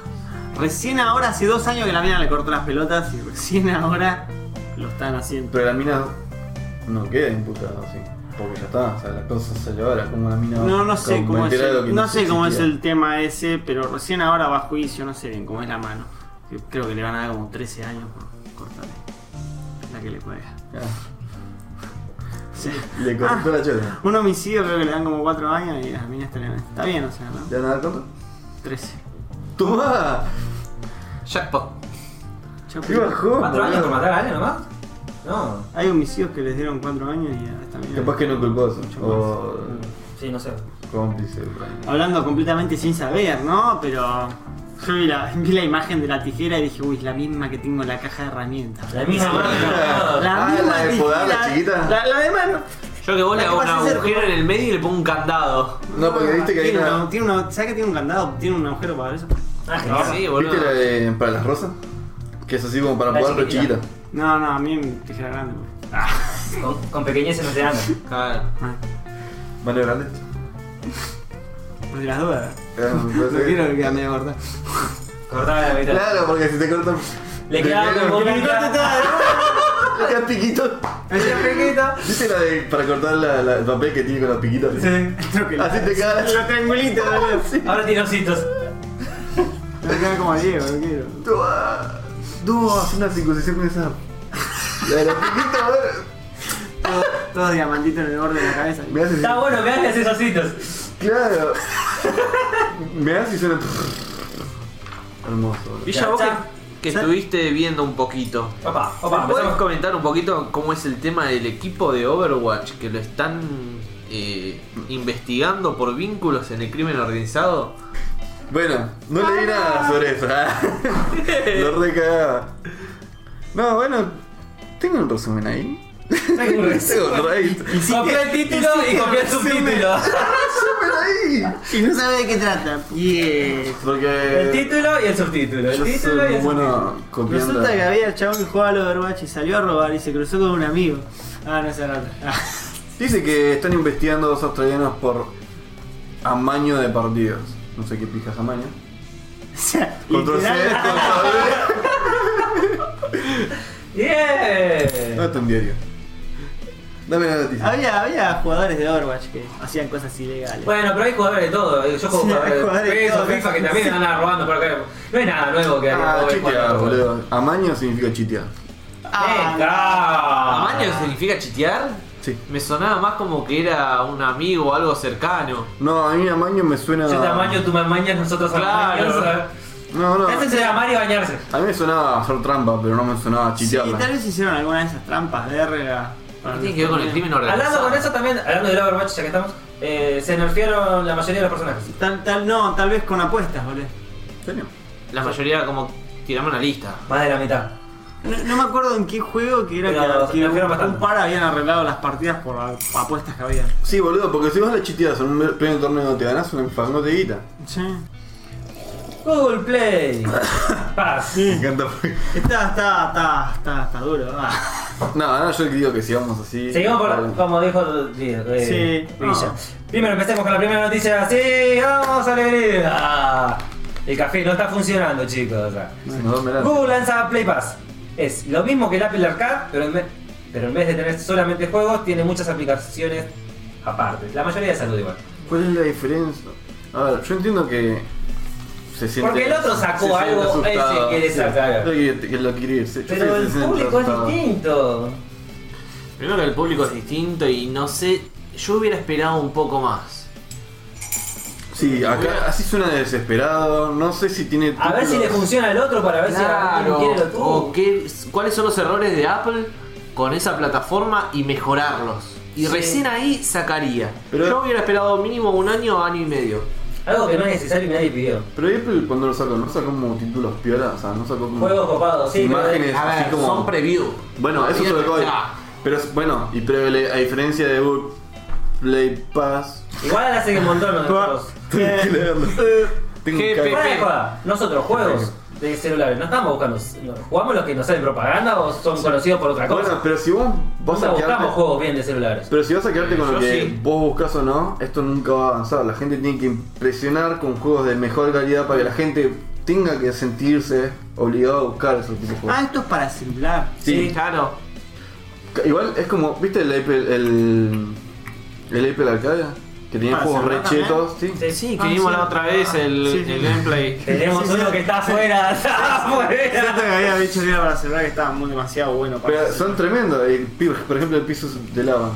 Recién ahora, hace dos años que la mina le cortó las pelotas y recién ahora lo están haciendo. Pero la mina no queda imputada así. Porque ya está, o sea, la cosa se le va, era como la mina. No, no sé como cómo es, enterado que el, no sé cómo es existía. el tema ese, pero recién ahora va a juicio, no sé bien cómo es la mano. Que Creo que le van a dar como 13 años por cortarle. La que le juega. Ah, Sí. Le cortó la chota. Un homicidio creo que le dan como 4 años y las minas están Está bien, o sea, ¿no? ¿Le van a dar cuánto? 13. ¡Toma! Jackpot. Yo ¡Qué bajón! ¿Cuatro años por boludo! matar a alguien nomás? No. Hay homicidios que les dieron 4 años y ya está bien. Capaz que no culposo. Mucho O Sí, no sé. cómplice. Hablando completamente sin saber, ¿no? Pero yo vi la, vi la imagen de la tijera y dije, uy, es la misma que tengo en la caja de herramientas. La misma mano. La Ah, misma la de podar, la chiquita. La, la de mano. Yo que vos le ¿Qué hago un vas a hacer? agujero en el medio y le pongo un candado. No, porque viste que hay tiene una. una- tiene una- ¿Sabes que tiene un candado? Tiene un agujero para eso. Ah, No, genial. sí, boludo. ¿Viste la de para las rosas? Que es así como para La podar pero chiquita. chiquita. No, no, a mí me tijera grande. pues. Con, con pequeñeces no se anda. Claro. Ah, Mano grande. por si las dudas. Eh, me No parece que- quiero que quede medio corta. Cortaba la mitad. Claro, porque si te cortan. Le quedaba te- con te- boca Me corta chica. toda, ¿no? Le quedan piquitos. Esa pequeñita. ¿Viste la de para cortar la, la- el papel que tiene con los piquitos? Creo que la- Así te queda. Los triangulitos, boludo. Ahora tiene ositos. Me queda como Diego, no quiero. Tú, ah, tú haces una circuncisión con esa. La de los piquitos, boludo. Todo- Todos diamantitos en el borde de la cabeza. Me hace. Está bueno que hagas esos ositos. Claro. Me hace y suena. Hermoso, boludo. Villa, vos que, Ya. que Ya. estuviste viendo un poquito. Papá, papá, ¿Puedes empezamos con. comentar un poquito cómo es el tema del equipo de Overwatch que lo están eh, investigando por vínculos en el crimen organizado? Bueno, no leí nada sobre eso. ah. Lo recagaba. No, bueno, tengo un resumen ahí. Tengo un raid. Copié el título y copié el subtítulo. ¡Resumen ahí! Y no sabe de qué trata. eh, Yeah. Porque. El título y el subtítulo. El yo soy título y el subtítulo. bueno copiando. Resulta que había el chabón que jugaba al Overwatch y salió a robar y se cruzó con un amigo. Ah, no se nota. Dice que están investigando a dos australianos por amaño de partidos. No sé qué pijas amaño. O sea, Control C, literal, control V. No ¡Yeah! está en diario. Dame la noticia. había, había jugadores de Overwatch que hacían cosas ilegales. Bueno, pero hay jugadores de todo. eh, Yo juego Sí, hay jugadores jugadores de de peso, todo. FIFA, que también andan robando por acá. No hay nada nuevo que Ah, haya chitear, boludo. Amaño significa chitear. Ah, ¡Venga! ¿Amaño significa chitear? Sí. Me sonaba más como que era un amigo o algo cercano. No, a mí amaño me suena. Yo te amaño, tú me amañas, nosotros Claro. amaños. ¿sabes? No, no. Este se amar y bañarse. A mí me sonaba hacer trampa, pero no me sonaba sí, chitearla. tal vez hicieron alguna de esas trampas de RGA. ¿Qué tiene que ver con el crimen organizado? Ah, Hablando con eso también, hablando del Overwatch, ya que estamos, eh, se nerfearon la mayoría de los personajes. Tal, tal, no, tal vez con apuestas, boludo. ¿En serio? La mayoría como tiramos una lista. Más de la mitad. No, no me acuerdo en qué juego que era Pero que, que me refiero un, bastante. un par habían arreglado las partidas por a- apuestas que había. Sí, boludo, porque si vas a la chiteas en un pleno torneo te ganas una no te guita. Sí. Google Play. Paz. Me encanta. pues. Está, está, está, está, está duro. ah. No, no, yo digo que sigamos así. Seguimos por, como dijo eh, Sí. Villa. No. Primero empecemos con la primera noticia. ¡Sí! ¡Vamos, alegría! El café no está funcionando, chicos. Se nos duerme la- Google lanza Play Pass. Es lo mismo que el Apple Arcade, pero en, vez, pero en vez de tener solamente juegos, tiene muchas aplicaciones aparte. La mayoría de salud igual. ¿Cuál es la diferencia? A ver, yo entiendo que se siente. Porque el otro sacó se siente algo, él se asustado. quiere Sí, sacar. yo que- que lo quiere irse. Yo sé que Pero el se siente público es asustado. distinto. Primero que el público es distinto y no sé, yo hubiera esperado un poco más. Sí, acá así suena desesperado. No sé si tiene. A ver si le títulos. funciona al otro para ver si a- quiere lo tuyo. o qué- cuáles son los errores de Apple con esa plataforma y mejorarlos. Y Sí. recién ahí sacaría. Pero- yo hubiera esperado mínimo un año o año y medio. Algo que no es necesario y nadie pidió. Pero Apple cuando lo sacó, no sacó como títulos piola, o sea, no sacó como. Juegos copados, sí, pero- Imágenes A así ver, como. son preview. Ah, Bueno, eso Preview sobre todo. ya. Pero es- bueno, y pero le- a diferencia de Google Play Pass. Igual hace que un montón nosotros. Tengo que leerlo. Tengo un GP. cago. Fuera de joda, nosotros juegos de celulares no estamos buscando. no, ¿Jugamos los que nos salen propaganda o son conocidos por otra Bueno, cosa? pero si vos vas Nunca a buscamos quedarte. juegos bien de celulares. Pero si vas a quedarte Eh, con lo yo que sí. vos buscas o no, esto nunca va a avanzar. La gente tiene que impresionar con juegos de mejor calidad para que la gente tenga que sentirse obligado a buscar esos tipos de Ah, juegos. esto es para celular. Sí. claro. Igual es como, ¿viste el Apple, el, el Apple Arcade? Que tenía Ah, juegos ¿se re nota, chetos, sí. Sí, Sí, que Ah, vimos sí. la otra vez el, Ah, sí, sí. el gameplay. Tenemos Sí, sí, uno sí. que está afuera, está afuera. Cierto que había dicho que era para celular que estaba muy demasiado bueno para Pero celular. son tremendos. El pi- Por ejemplo, el piso es de lava.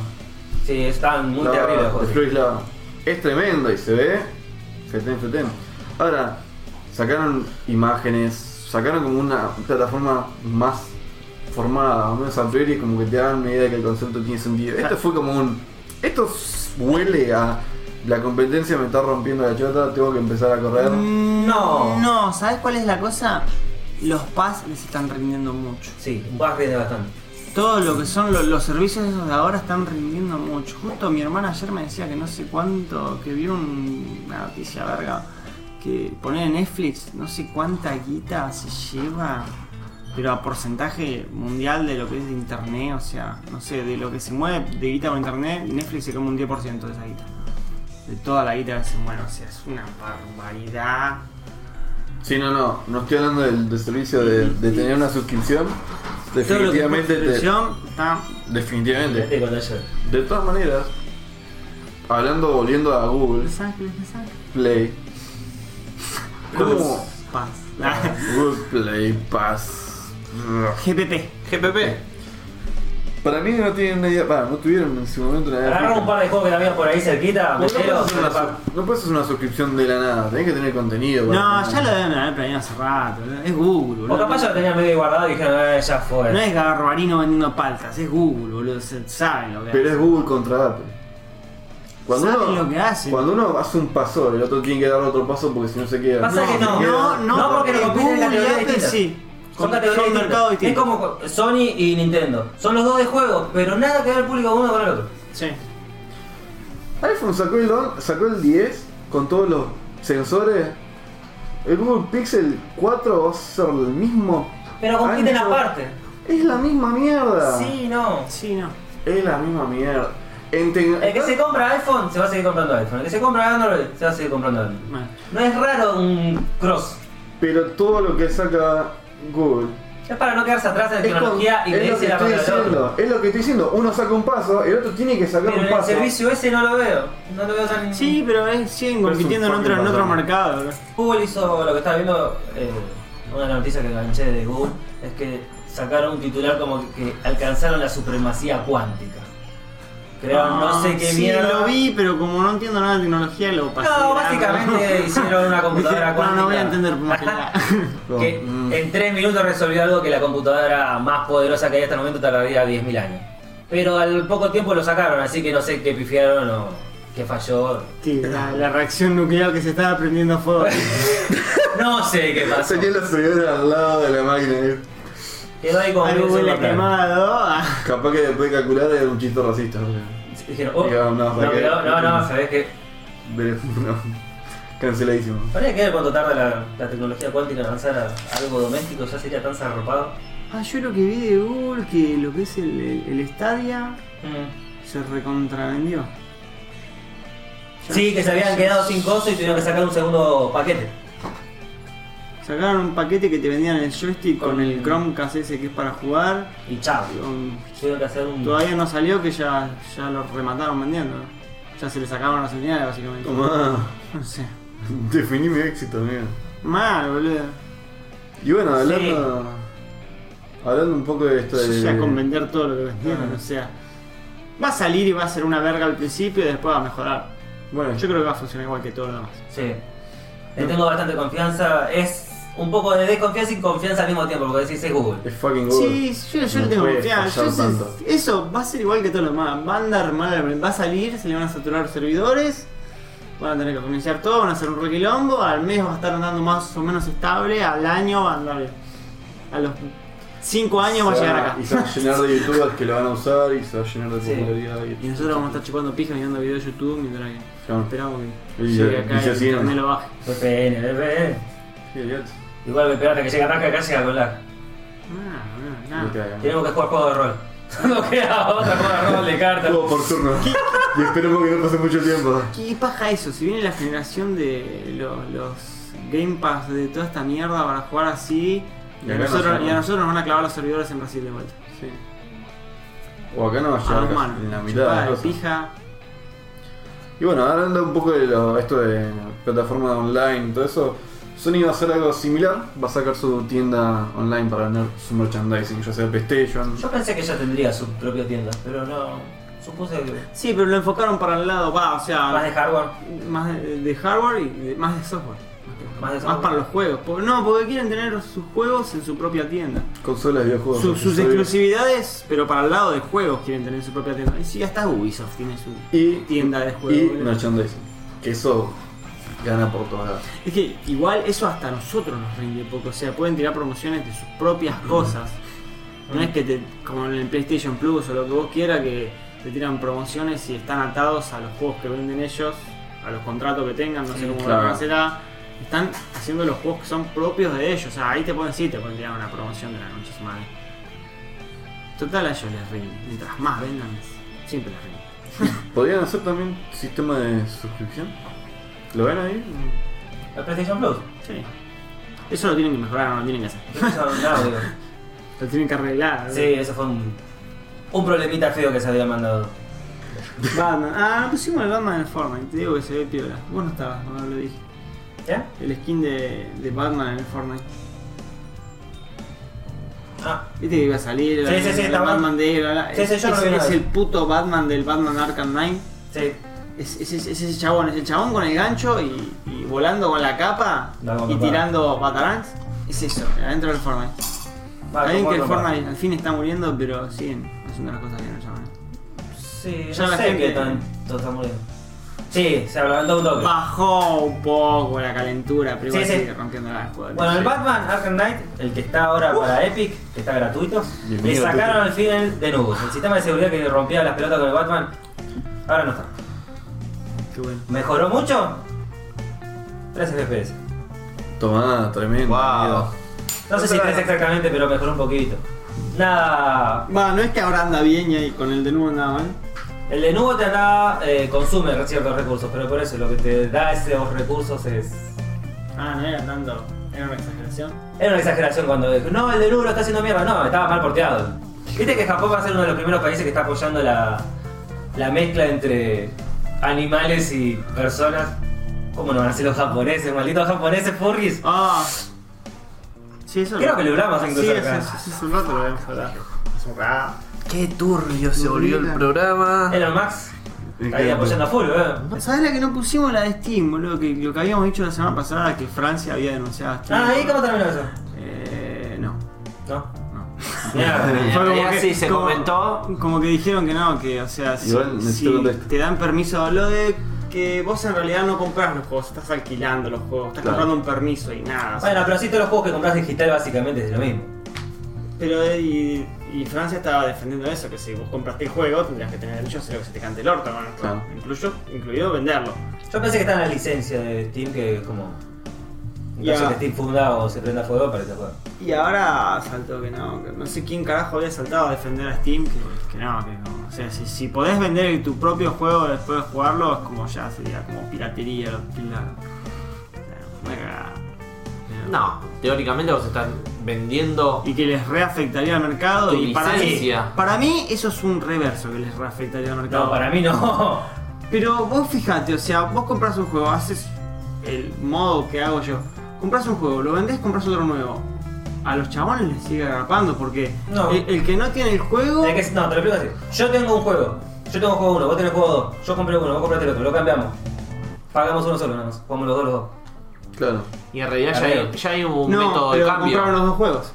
Sí, están muy Lava, terribles los de juegos. Fluid Lava. Es tremendo y se ve. Fetén, fetén. Ahora, sacaron imágenes, sacaron como una plataforma más formada, al menos a priori, como que te dan medida de que el concepto tiene Ah. sentido. Esto fue como un. Esto s- huele a. La competencia me está rompiendo la chota, tengo que empezar a correr. Mm. No. No, ¿sabes cuál es la cosa? Los PAS les están rindiendo mucho. Sí, un vas rinde bastante. Todo lo que son lo- los, servicios esos de ahora están rindiendo mucho. Justo mi hermana ayer me decía que no sé cuánto, que vio un- una noticia verga, que poner en Netflix no sé cuánta guita se lleva, pero a porcentaje mundial de lo que es de internet, o sea, no sé, de lo que se mueve de guita por internet, Netflix se come un 10% de esa guita. De toda la guita que se mueve, o sea, es una barbaridad. Sí, no, no, no estoy hablando del, del servicio de, de tener una suscripción. Todo lo que es Definitivamente, te- suscripción está... definitivamente. Vete Este con ellos. De todas maneras, hablando, volviendo a Google Los Ángeles, Los Ángeles. Play. ¿Cómo? Ah. Paz. Google Play Pass. GPP. GPP. Para mí no tienen una idea, para, no tuvieron en su momento una idea. Agarrar un fija. par de juegos que también por ahí cerquita, Vos no puedes meteros. hacer una su- No puedes hacer una suscripción de la nada, tenés que tener contenido. para No, ya tener- lo deben haber planeado hace rato. ¿no? Es Google, boludo. O capaz ya lo tenían medio guardado y dijeron, eh, ya fue. No es Garbarino vendiendo paltas, es Google, boludo. se- Saben lo que Pero es hacen. Google contra Apple. Saben lo que hacen. cuando uno hace un paso, el otro tiene que dar otro paso porque si no se queda. Pasa que no. No, no, No, porque porque lo compiten en Google y categorías Apple distintas. sí. Son Con- categorías son mercados distintas. Es distintos. como Sony y Nintendo. Son los dos de juegos, pero nada que ver el público uno con el otro. Sí. iPhone sacó el, on- sacó el 10 con todos los sensores. El Google Pixel 4 va a ser el mismo. Pero compiten ancho. aparte. Es la misma mierda. Sí, no. Sí, no. Es la misma mierda. En tec- El que se compra iPhone se va a seguir comprando iPhone. El que se compra Android se va a seguir comprando Android. Bueno. No es raro un cross. Pero todo lo que saca Google. Es para no quedarse atrás en Es, con- tecnología y es lo creerse que la estoy mano del otro. diciendo. Es lo que estoy diciendo. Uno saca un paso, el otro tiene que sacar Pero un en el paso. servicio ese no lo veo. No lo veo tan. Sí, pero es, siguen Pero es compitiendo en un otro, en fucking otro patán. mercado, boludo. Google hizo lo que estaba viendo, eh, una de las noticias que enganché de Google, es que sacaron un titular como que, que alcanzaron la supremacía cuántica. Crearon Ah, no sé qué sí, mierda. lo vi, pero como no entiendo nada de tecnología, lo pasé. No, básicamente hicieron una computadora No, cuántica. no voy a entender por más que nada. Que Mm. en 3 minutos resolvió algo que la computadora más poderosa que hay hasta el momento tardaría 10.000 años. Pero al poco tiempo lo sacaron, así que no sé qué pifiaron o qué falló. Sí, la, la reacción nuclear que se estaba prendiendo fuego. No sé qué pasó. Saqué la freidora al lado de la máquina. eh. Quedó ahí como Algo medio huele a soplado. quemado. ah. Capaz que después de calcular era un chiste racista. ¿no? Dijeron, oh, Dijeron, no, mm. no, saqué. pero no, no, sabés que. Pero, no. Canceladísimo. Habría que ver cuánto tarda la, la tecnología cuántica en avanzar a algo doméstico, ya sería tan zarpado. Ah, yo lo que vi de Google, que lo que es el, el, el Stadia se recontravendió. Ya- Sí, que se habían ya- quedado sin cosas y tuvieron que sacar un segundo paquete. Sacaron un paquete que te vendían el joystick con, Con- el Chromecast ese que es para jugar. Y chao. Con- Tuvieron que hacer un. Todavía no salió que ya, ya lo remataron vendiendo. ¿no? Ya se le sacaron las unidades básicamente. Tomá. No sé. Definí mi éxito, amigo. Mal, boludo. Y bueno, hablando. Hablando un poco de esto de. Ya con vender todo lo que vendieron, Ah. o sea. Va a salir y va a ser una verga al principio y después va a mejorar. Bueno, Yo creo que va a funcionar igual que todo lo demás. Sí. Le tengo bastante confianza. Es un poco de desconfianza y confianza al mismo tiempo, porque decís es Google. es fucking Google. Sí, yo, yo No le tengo puede confianza. Yo fallar sé- tanto. eso va a ser igual que todo lo demás. Va a andar mal, va a salir, se le van a saturar servidores, van a tener que reiniciar todo, van a hacer un requilombo, al mes va a estar andando más o menos estable, al año va a andar bien. A los 5 años va a Se llegar acá. Y se va a llenar de youtubers que lo van a usar y se va a llenar de Sí. popularidad. Y nosotros vamos a estar chupando pija mirando videos de YouTube mientras que Claro. esperamos que Y- llegue y acá se y el siguen. internet lo baje. VPN, VPN. Sí, olvidate. Igual VPN hasta que llega acá, acá llega con lag. Ah, No, no, No no. te hagan. Tenemos que jugar juego de rol. No queda otra juego de rol de cartas. Juego por turno. y esperemos que no pase mucho tiempo. ¿Qué paja eso? Si viene la generación de lo- los, Game Pass de toda esta mierda para jugar así, Y y a, acá nosotros, no y a nosotros nos van a clavar los servidores en Brasil de vuelta. Sí. O acá no va a A llegar dos casi manos. en la mitad. de Chupada las de cosas. pija. Y bueno, hablando un poco de lo- esto de plataformas online y todo eso, Sony va a hacer algo similar, va a sacar su tienda online para vender su merchandising, ya sea PlayStation. Yo pensé que ya tendría su propia tienda, pero no. Supuse que. Sí, pero lo enfocaron para el lado, va, o sea, Más de hardware. más de, de hardware y de- más de software. Más, Más para los juegos. Po- No, porque quieren tener sus juegos en su propia tienda. Consolas, videojuegos. Su- sus accesorios. exclusividades, pero para el lado de juegos quieren tener su propia tienda. Y si hasta Ubisoft tiene su Y- tienda de Y juegos. merchandising. Que eso gana por todas lados. Es que igual eso hasta a nosotros nos rinde poco. O sea, pueden tirar promociones de sus propias cosas. No es que te, como en el PlayStation Plus o lo que vos quieras, que te tiran promociones y están atados a los juegos que venden ellos, a los contratos que tengan, no sé cómo claro. la será. ah, Están haciendo los juegos que son propios de ellos. O sea, ahí te pueden sí, te pueden tirar una promoción de la noche su madre. Total, a ellos les rinde. Mientras más vendan, siempre les rinde. ¿Podrían hacer también sistema de suscripción? ¿Lo ven ahí? ¿La PlayStation Plus? Sí. Eso lo tienen que mejorar, no lo tienen que hacer. Eso es un audio. Lo tienen que arreglar. Sí, eso fue un, un problemita feo que se había mandado. Batman. Ah, no pusimos el Batman en Fortnite, te digo que se ve piola. Vos no estabas cuando lo dije. ¿Ya? El skin de, de Batman en el Fortnite. Ah, Viste que iba a salir el, Sí, sí, sí, el está mal. Batman de bla, bla. Sí, sí, es, yo lo es- vi una es vez. el puto Batman del Batman Arkham Knight. sí. Es, es- es- es ese chabón, es el chabón con el gancho y, y volando con la capa No, no, y no, tirando batarangs. Es eso, adentro del Fortnite. Va, Está bien ¿cómo que el lo va? Fortnite al fin está muriendo, pero siguen haciendo las cosas bien el chabón. Sí, Ya no la sé gente- qué tanto está muriendo. Sí, se habló un toque. Bajó un poco la calentura, pero Sí, igual sí. sigue rompiendo la escuadra. Ah, Bueno, el Batman Arkham Knight, el que está ahora para Epic, que está gratuito, le Bienvenido sacaron al fin el de nuevo. El sistema de seguridad que rompía las pelotas con el Batman, ahora no está. Qué bueno. ¿Mejoró mucho? 3 FPS. Tomá, tremendo. Wow. amigo. No sé si 3 exactamente, pero mejoró un poquito. Nada. Va, no es que ahora anda bien y ahí con el de nuevo andaba mal. El de nuevo te andaba, eh, consume ciertos recursos, pero por eso lo que te da esos recursos es Ah, no era tanto. Era una exageración. Era una exageración cuando dijo, no, el de Luro está haciendo mierda. No, estaba mal porteado. Viste que Japón va a ser uno de los primeros países que está apoyando la, la mezcla entre animales y personas. ¿Cómo no van a ser los japoneses, malditos japoneses furries? Ah. Sí, eso Creo que lo hablamos sí, incluso acá. hace- hace- hace un rato lo habíamos hablado. Hace un rato. Qué turbio se volvió el programa. Elon Max está ahí Increíble. apoyando a full, ¿eh? ¿Sabés la que no pusimos la de Steam, boludo? Que, lo que habíamos dicho la semana pasada que Francia había denunciado a Steam. Ah, ¿y cómo terminó eso? Eh, no. No. no. Mierda. En realidad sí, se comentó. Como que dijeron que no, que, o sea, si, Igual necesito si contexto. te dan permiso, lo de que vos en realidad no compras los juegos, estás alquilando los juegos, estás Claro. comprando un permiso y nada. o sea, Bueno, pero sí todos los juegos que compras digital básicamente es lo mismo. Pero eh, y, y Francia estaba defendiendo eso, que si vos compraste el juego tendrías que tener derecho a hacer lo que se te cante el orto, con el juego, Claro. incluyo, incluido venderlo. Yo pensé que está en la licencia de Steam que es como... En Ya. caso que Steam funda o se prenda fuego para ese juego. Y ahora saltó que no, que no sé quién carajo había saltado a defender a Steam, que, que no, que no. O sea, si, si podés vender tu propio juego después de jugarlo, es como ya sería como piratería, pila- o sea, una cagada. Pero- No, teóricamente vos estás vendiendo. Y que les reafectaría al mercado Tu y para mí, licencia. para mí eso es un reverso que les reafectaría al mercado. No, para mí no. Pero vos fijate, o sea, vos compras un juego, haces el modo que hago yo. Compras un juego, lo vendés, compras otro nuevo. A los chabones les sigue agarrapando porque No. el, el que no tiene el juego. Tenés que- no, te lo explico así. Yo tengo un juego. Yo tengo juego uno, vos tenés juego dos. Yo compré uno, vos compraste el otro. Lo cambiamos. Pagamos uno solo, nada más. Jugamos los dos, los dos. Claro. Y en realidad ya hay, ya hay un no, método de pero cambio. compraron los dos juegos.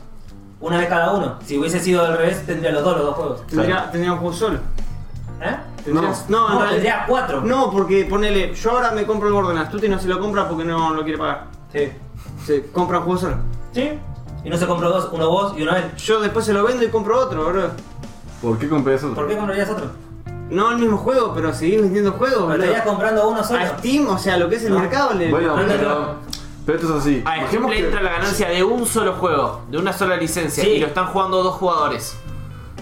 Una vez cada uno. Si hubiese sido al revés, tendría los dos, los dos juegos. Tendría, tendría un juego solo. ¿Eh? Tendrías- No, en realidad- tendría cuatro. No, porque ponele, yo ahora me compro el Borderlands, tú no se lo compra porque no lo quiere pagar. Sí. Se compra un juego solo. ¿Sí? Y no se compró dos, uno vos y uno él. Yo después se lo vendo y compro otro, bro. ¿Por qué compré eso? ¿Por qué comprarías otro? No el mismo juego, pero seguís vendiendo juegos, Pero boludo. estarías comprando uno solo. A Steam, o sea, lo que es el No. mercado le. Bueno, No, Ah, no, pero, no. pero esto es así. A Imaginemos ejemplo, que- entra la ganancia de un solo juego, de una sola licencia, Sí. y lo están jugando dos jugadores.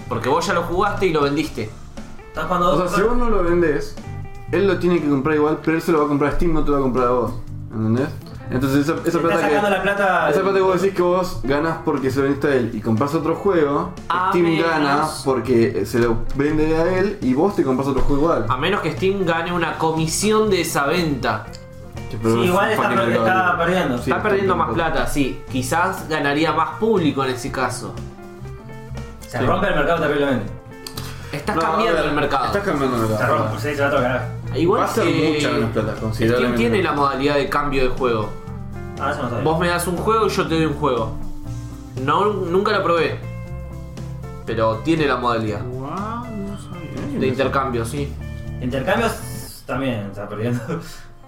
Porque vos ya lo jugaste y lo vendiste. Estás jugando dos. O sea, si vos no lo vendés, él lo tiene que comprar igual, pero él se lo va a comprar a Steam, no te lo va a comprar a vos. ¿Entendés? Entonces esa, esa Estás plata que. sacando la plata. Esa plata que vos decís que vos ganás porque se lo vendiste a él y compras otro juego, Ah, A Steam menos- gana porque se lo vende a él y vos te compras otro juego igual. A menos que Steam gane una comisión de esa venta. Pero Sí, es igual un está fucking pro- está regalo. perdiendo. Sí, Está perdiendo más perdiendo. plata, sí. Quizás ganaría más público en ese caso. Se Sí. rompe el mercado terriblemente. Estás No, cambiando a ver, el mercado. Estás cambiando el Se mercado. rompe, sí, se va a tocar. Igual Va a ser que mucha menos plata, Steam considerablemente. tiene la modalidad de cambio de juego. Ah, eso no sabía. Vos me das un juego y yo te doy un juego. No, nunca lo probé. Pero tiene la modalidad Guau, no sabía. de intercambio, sí. Intercambios también, o sea, perdiendo.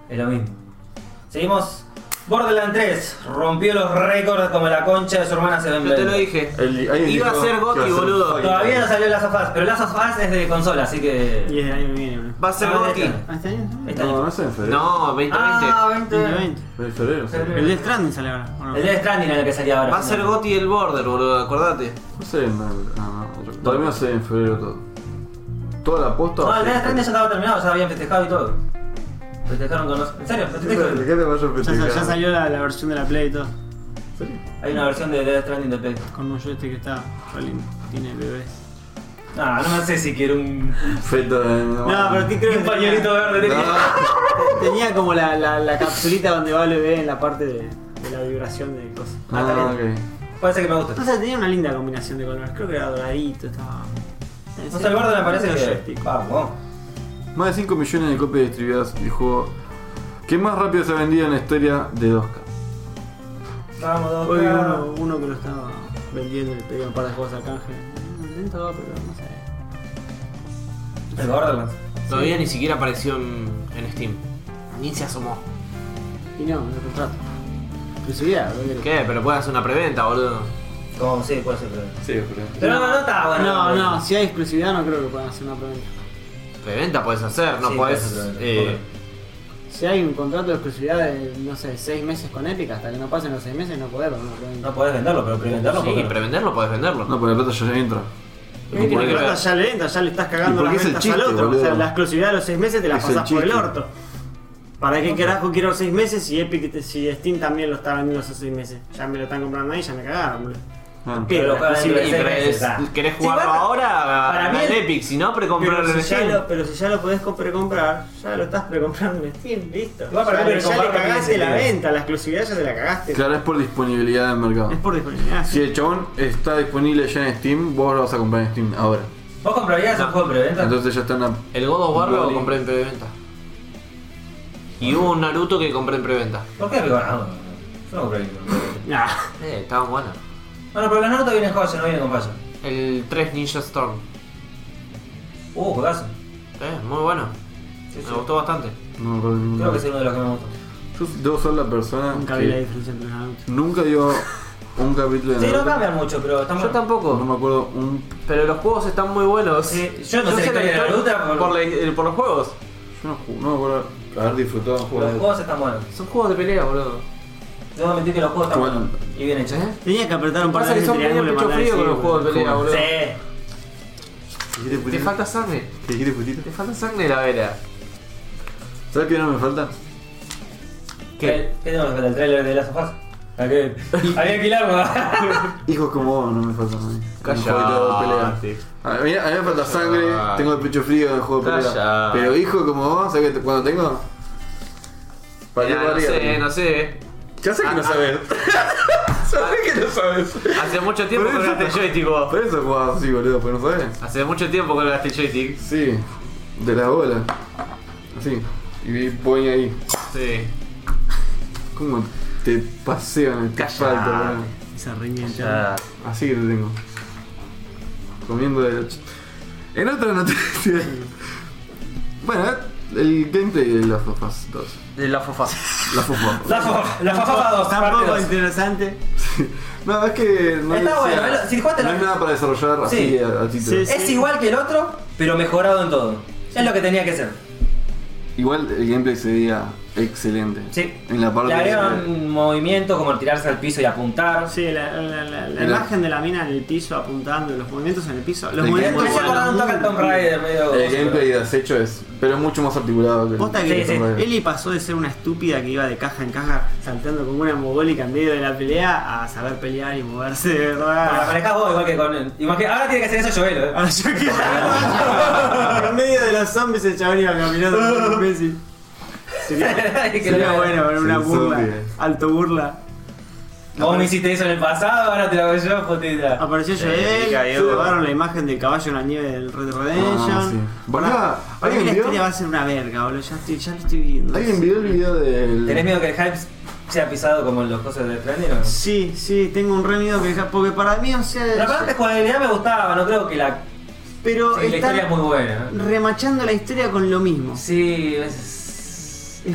es lo mismo. Seguimos. Borderlands 3 rompió los récords como la concha de su hermana se Yo te lo dije. El- hay un Iba a tipo ser que Gotti, va a ser boludo. fucking- Todavía no salió Last of Us, pero Last of Us es de consola, así Y que. es del año que viene, bro. Va a ser Ah, Gotti. está. ¿Ah, este año sale? Está No, no es en febrero. No, 2020. Ah, 20. 2020. No. En febrero, sí. El de Stranding sale ahora. ¿o no? El de Stranding era el que salía ahora. Va a ser Gotti el border, boludo, acordate. No sé, no, no, no. Para mí va a ser en febrero todo. Toda la posta. No, va a el ser de en Stranding ya febrero. estaba terminado, ya habían festejado y todo. Festejaron con los. ¿En serio? ¿De ¿Festejaron? qué te vas a Ya, sa- festejar? ya salió la, la versión de la Play y todo. ¿Sí? Hay una versión de Death Stranding de Play. Con un joystick que está re lindo. Tiene bebés. Ah, no sé si quiero un. Feto de. No, pero ¿qué creo que Un pañuelito verde. No, tenía. tenía? Tenía como la, la, la capsulita donde va el bebé en la parte de, de la vibración de cosas. Ah, ok. Puede ser que me guste. O sea, tenía una linda combinación de colores. Creo que era doradito, estaba. No sé, el verde me parece que. joystick. Vamos. Más de 5 millones de copias distribuidas el juego que más rápido se ha vendido en la historia de 2K. Vamos, dos. Hoy vi K. uno, uno que lo estaba vendiendo le pedía un par de juegos a canje. Dentro va, pero no sé. El Borderlands. Todavía ni siquiera apareció en, en Steam. Ni se asomó. Y no, me lo contrato. Pero subía, ¿no? ¿Qué? Pero puedes hacer una preventa, boludo. Como sí, puede ser, pero. Sí, pero. Pero no, no está bueno. No, no, si hay exclusividad no creo que puedan hacer una preventa. Preventa puedes hacer, no Sí, podés puedes hacer eh, Si hay un contrato de exclusividad de, no sé, seis meses con Epic, hasta que no pasen los seis meses no podés poner una preventa. No podés venderlo, pero preventarlo sí, prevenderlo podés venderlo. No, pero la plata ya entra. Porque ¿por qué? la plata ya le venta, ya le estás cagando ¿Y por las qué es el ventas al chiste, otro. O sea, boludo? la exclusividad de los seis meses te la Es el pasás por el chiste. orto. ¿Para qué carajo quiero los seis meses si Epic, te- si Steam también lo está vendiendo hace seis meses? Ya me lo están comprando ahí, ya me cagaron, boludo. Ah. ¿Qué? Pero La cada exclusividad- vez Y seis querés, meses, ah. querés Sí, jugarlo bueno, ahora para para mí en el- Epic, si no, precomprarlo Pero en si, ya Steam. lo, pero si ya lo podés co- precomprar, ya lo estás precomprando en Steam, listo. Igual para ya, mí le- ya precomprarlo le tiene cagaste la sentido. venta, la exclusividad ya se la cagaste. Claro, es por disponibilidad del mercado. Es por disponibilidad. Si el chabón está disponible ya en Steam, vos lo vas a comprar en Steam ahora. ¿Vos comprarías un juego en preventa? Entonces ya está en la. El God of War lo Goblin. compré en preventa. Y hubo un Naruto que compré en preventa. ¿Por qué? Porque, bueno, no, no, yo no compraría. uno en preventa. Nah. Eh, estaban buenas. Bueno, pero la Naruto viene en joya, no viene con paso. El 3 Ninja Storm. Uh, juegazo. Eh, muy bueno. Sí, Me sí. gustó bastante. No me acuerdo de ningún Creo que nombre. es uno de los que me gustó. Yo debo ser la persona Nunca vi la que diferencia entre una y otra. nunca dio un capítulo de Sí, no Naruto. cambian mucho, pero estamos. Yo No tampoco. me acuerdo un. Pero los juegos están muy buenos. Sí, yo no sé la historia de historia Naruto, por, por- la- eh, por los juegos. Yo no, ju- no me acuerdo haber disfrutado de un juego Los de juegos están buenos. Son juegos de pelea, boludo. Debo admitir que los juegos están Bueno. buenos. Y bien hechos. ¿Eh? Tenías que apretar un par de Pasa que veces son el triángulo medio y pecho mandar frío el con los sí, juegos de boludo. pelea, boludo. Sí. ¿Dijiste Te putito? falta sangre. ¿Dijiste putito? Te falta sangre de la vera. ¿Sabes qué no me falta? ¿Qué? ¿Qué tenemos que ver? ¿El trailer de Last of Us? ¿A qué? Había que alquilarlo. Hijos como vos no me faltan a mí. Callate. En el juego de pelea. A mí, a mí me falta sangre, Callate. tengo el pecho frío en el juego de pelea. Callate. Pero hijos como vos, ¿sabes que cuando tengo? Para Mirá, Eh, no sé, no sé. Ah, Ya sé que no sabes. sabés que no sabes. Hace mucho tiempo Por eso colgaste el te- joystick vos. Por eso jugabas así, boludo, porque no sabes. Hace mucho tiempo colgaste el joystick. Sí, de la bola. Así. Y vi Boing ahí. Sí. ¿Cómo te pasean el Callate. asfalto, boludo? Se riñe el Ya. Así que lo Ah, tengo. Comiendo de la ch- En otra noticia. bueno, el gameplay de Last of Us 2. De la fofas. Last of Us. Last of Us, Last of Us 2, parte Tampoco 2. interesante. no, es que no, Está o sea, bueno, pero si jugaste no la- es nada para desarrollar así Sí. a, a título. Sí. Es igual que el otro, pero mejorado en todo. Es lo que tenía que ser. Igual el gameplay se veía excelente. Sí. En la parte Le de- agregaron movimientos como tirarse al piso y apuntar. Sí, la, la- la- la Mira. imagen de la mina en el piso apuntando, los movimientos en el piso. Los El movimientos gameplay- Me hizo eran acordar un toque muy al Tomb Raider medio. El gameplay de acecho es. Pero es mucho más articulado que el. Posta Sí, que sí. Eli pasó de ser una estúpida que iba de caja en caja saltando como una mogólica en medio de la pelea a saber pelear y moverse de Bueno, verdad. aparezcás vos igual que con él. Imagina- ahora tiene que hacer eso Joel, ¿eh? Ah, yo que- en medio de los zombies el chabón iba caminando como un imbécil. Sería, Ay, que sería no- bueno ver una Sí, burla, zombie. alto burla. Vos me hiciste eso en el pasado, ahora te lo hago yo, putita. Apareció Joel, cayó. robaron la imagen del caballo en la nieve del Red Redemption. Ah, sí. Boludo, para mí ¿alguien la vio? historia va a ser una verga, boludo. Ya, estoy, ya lo estoy viendo. ¿Alguien vio el video del. ¿Tenés miedo que el hype se ha pisado como en los cosas de Trendy, ¿no? Sí, sí, tengo un remedio que ya. Porque para mí, o La parte de sea. jugabilidad me gustaba, no creo que la. Pero sí, la están historia es muy buena. ¿no? remachando la historia con lo mismo. Sí, es...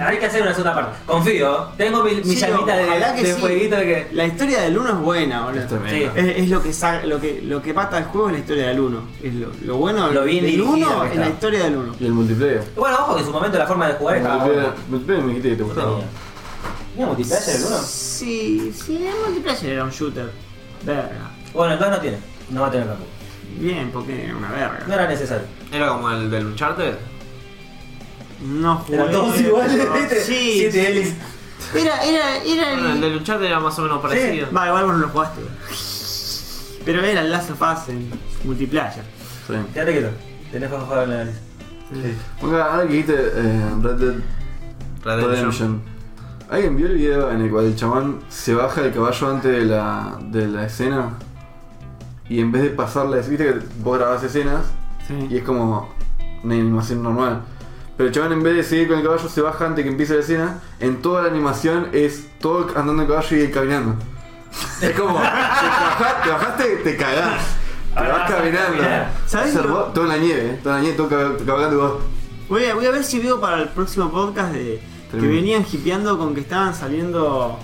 hay que hacer una segunda parte. Confío, tengo mi, mi Sí, llamita ojalá de, que de sí. jueguito de que. La historia del 1 es buena, Es boludo. tremendo. Sí. Es, es lo que saca, lo que lo que mata el juego es la historia del 1. Es lo, lo bueno Lo bien del dirigida 1 que es está. la historia del 1. Y el multiplayer. Bueno, ojo que en su momento la forma de jugar El estaba buena. multiplayer, multiplayer me dijiste que te No gustaba. tenía. ¿Tenía multiplayer el uno? Sí, sí, el multiplayer era un shooter. Verga. Bueno, el 2 no tiene. No va a tener tampoco. Bien, porque era una verga. No era necesario. Era como el del Uncharted. No jugué. Eran todos iguales, ¿viste? Sí, Siete sí. hélices. Era, era, era Bueno, el el. del Uncharted era más o menos parecido. Va, igual vos no lo jugaste. Pero era el Last of Us en multiplayer. Sí. Quédate quieto. Tenés que jugar en la nariz. Oiga, ahora que dijiste eh, Red Dead Red Dead Redemption. Redemption. ¿Alguien vio el video en el cual el chamán se baja del caballo antes de la, de la escena? Y en vez de pasarla, viste que vos grabás escenas y Sí. es como una animación normal. Pero el chabón en vez de seguir con el caballo se baja antes que empiece la escena. En toda la animación es todo andando en caballo y él caminando. Es como, te, baja- te bajaste, te cagás. Te Ahora vas vas a caminando. caminar. Ah, ¿Sabés Se lo- robó- Todo en la nieve, eh, todo en la nieve, todo cab- cabalgando y vos. Voy a, voy a ver si veo para el próximo podcast de. Que Tremendo. venían hipeando con que estaban saliendo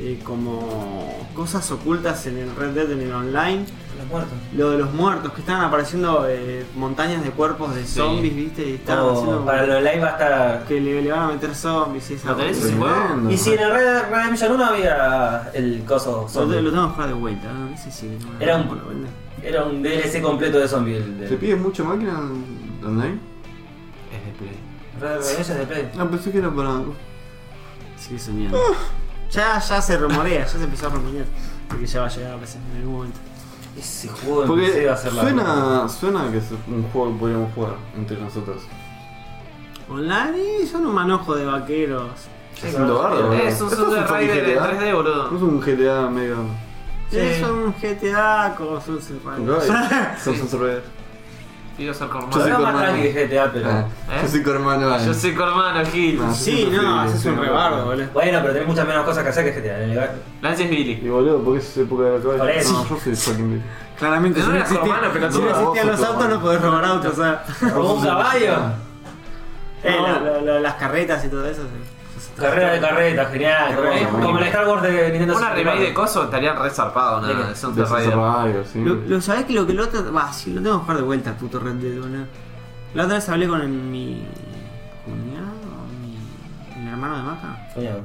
eh, como cosas ocultas en el Red Dead en el online. Los muertos. Lo de los muertos, que estaban apareciendo eh, montañas de cuerpos de zombies, ¿viste? Y estaban Como haciendo Oh, para lo online va a estar. que le, le van a meter zombies y esa ¿Lo tenés? boludez. Tremendo. Y si en el Red Dead Redemption 1 había el coso Lo, te- zombie. lo tengo que jugar de vuelta, ¿no? Ese sí. no- Era un- no lo venden. Era un DLC completo de zombie el de ¿Te Red pides mucha máquina online? Es de Play. Dead Redemption de Play. Ah, pensé que era para. Sigue soñando. ya, ya se rumorea, ya se empezó a rumorear. Porque ya va a llegar a PC en algún momento. Ese juego empecé a Porque hacer la suena, suena que es un juego que podríamos jugar entre nosotros. Online y son un manojo de vaqueros. Sí, es claro. un dobardo, Eh, boludo. Es un Esto Super fucking Raider en GTA. 3D, boludo. Ah. Es un GTA medio. Sí. Sí. Son un GTA como son cerrados. Son un survivor. Quiero ser Yo soy Habrá cormano. más Superman. tranqui que GTA, pero. Ah, Yo soy cormano. eh. Yo soy cormano, Gil. Ah. Sí, no, haces un rebardo, boludo. Bueno, pero tenés muchas menos cosas que hacer que GTA. en el- Lance es Billy. Y boludo, porque es época de la Por cabeza. eso. No, yo soy fucking Billy. Claramente, No si no, eras existía- romano, pero si no tú- existían vos los sos autos, romano. no podés robar autos. O sea, Robó un caballo. Eh, No. la- la- la- las carretas y todo eso. sí. Carrera de carreta, genial. Como, Carrera. como el Star Wars de Nintendo Una 64. remake de coso estaría re zarpado, Sí. nada. Es un De Super Raider. Survivor, sí. Lo, lo sabés que lo que el otro. Va, si lo tengo que jugar de vuelta, el puto Red Dead, boludo. La otra vez hablé con mi. cuñado, mi. el hermano de Maca. Soñado.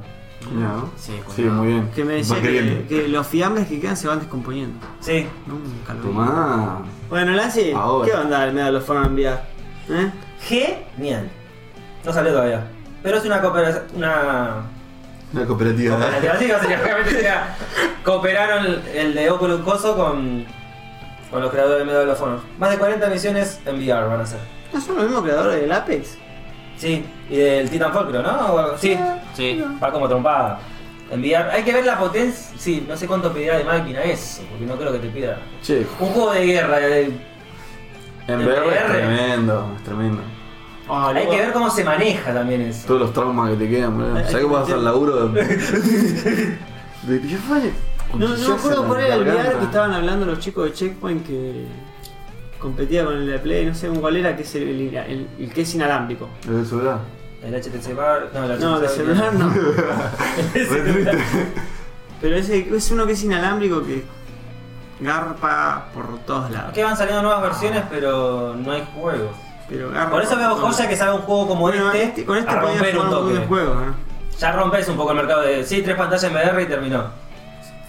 No. Sí, Sí, cuidado. muy bien. Que me decía Va que, queriendo. que los fiambres que quedan se van descomponiendo. Sí. Nunca lo vi. Tomá. Bueno, Lancy, Ahora. ¿qué onda el Medal of Honor enviar? ¿Eh? Genial. No salió todavía. Pero es una cooperación. Una. Una cooperativa. ¿eh? cooperativa, sí, básicamente, o sea, cooperaron el, el de Oculus Coso con. con los creadores de Medal of Honor. Más de 40 misiones en VR van a ser. ¿No son los mismos creadores del Apex? Sí. Y del Titanfall, creo, ¿no? O- Sí. Sí. Va como trompada. En VR. Hay que ver la potencia. Sí, no sé cuánto pedirá de máquina eso. Porque no creo que te pida. Che, Un juego de guerra. de- en En VR es VR. tremendo, es tremendo. Hay que ver cómo se maneja también eso. Todos los traumas que te quedan, boludo. Hay- hay ¿Sabes que cómo vas a hacer el meter- laburo de.? de yo fallé. No, no me acuerdo cuál era el VR que estaba estaban hablando los chicos de Checkpoint que competía con el de Play, no sé cuál era, que es el, el- el- el que es inalámbrico. ¿Lo de celular? El HTC Bar. No, el HTC No, de celular no. Pero ese es uno que es inalámbrico que garpa por todos lados. Que van saliendo nuevas versiones, pero no hay juegos. Pero garpa Por eso veo todos joya que sabe un juego como Bueno, este, este- con este a podías romper jugar un un montón de toque. juegos, ¿no? Ya rompes un poco el mercado de. Sí, tres pantallas en VR y terminó.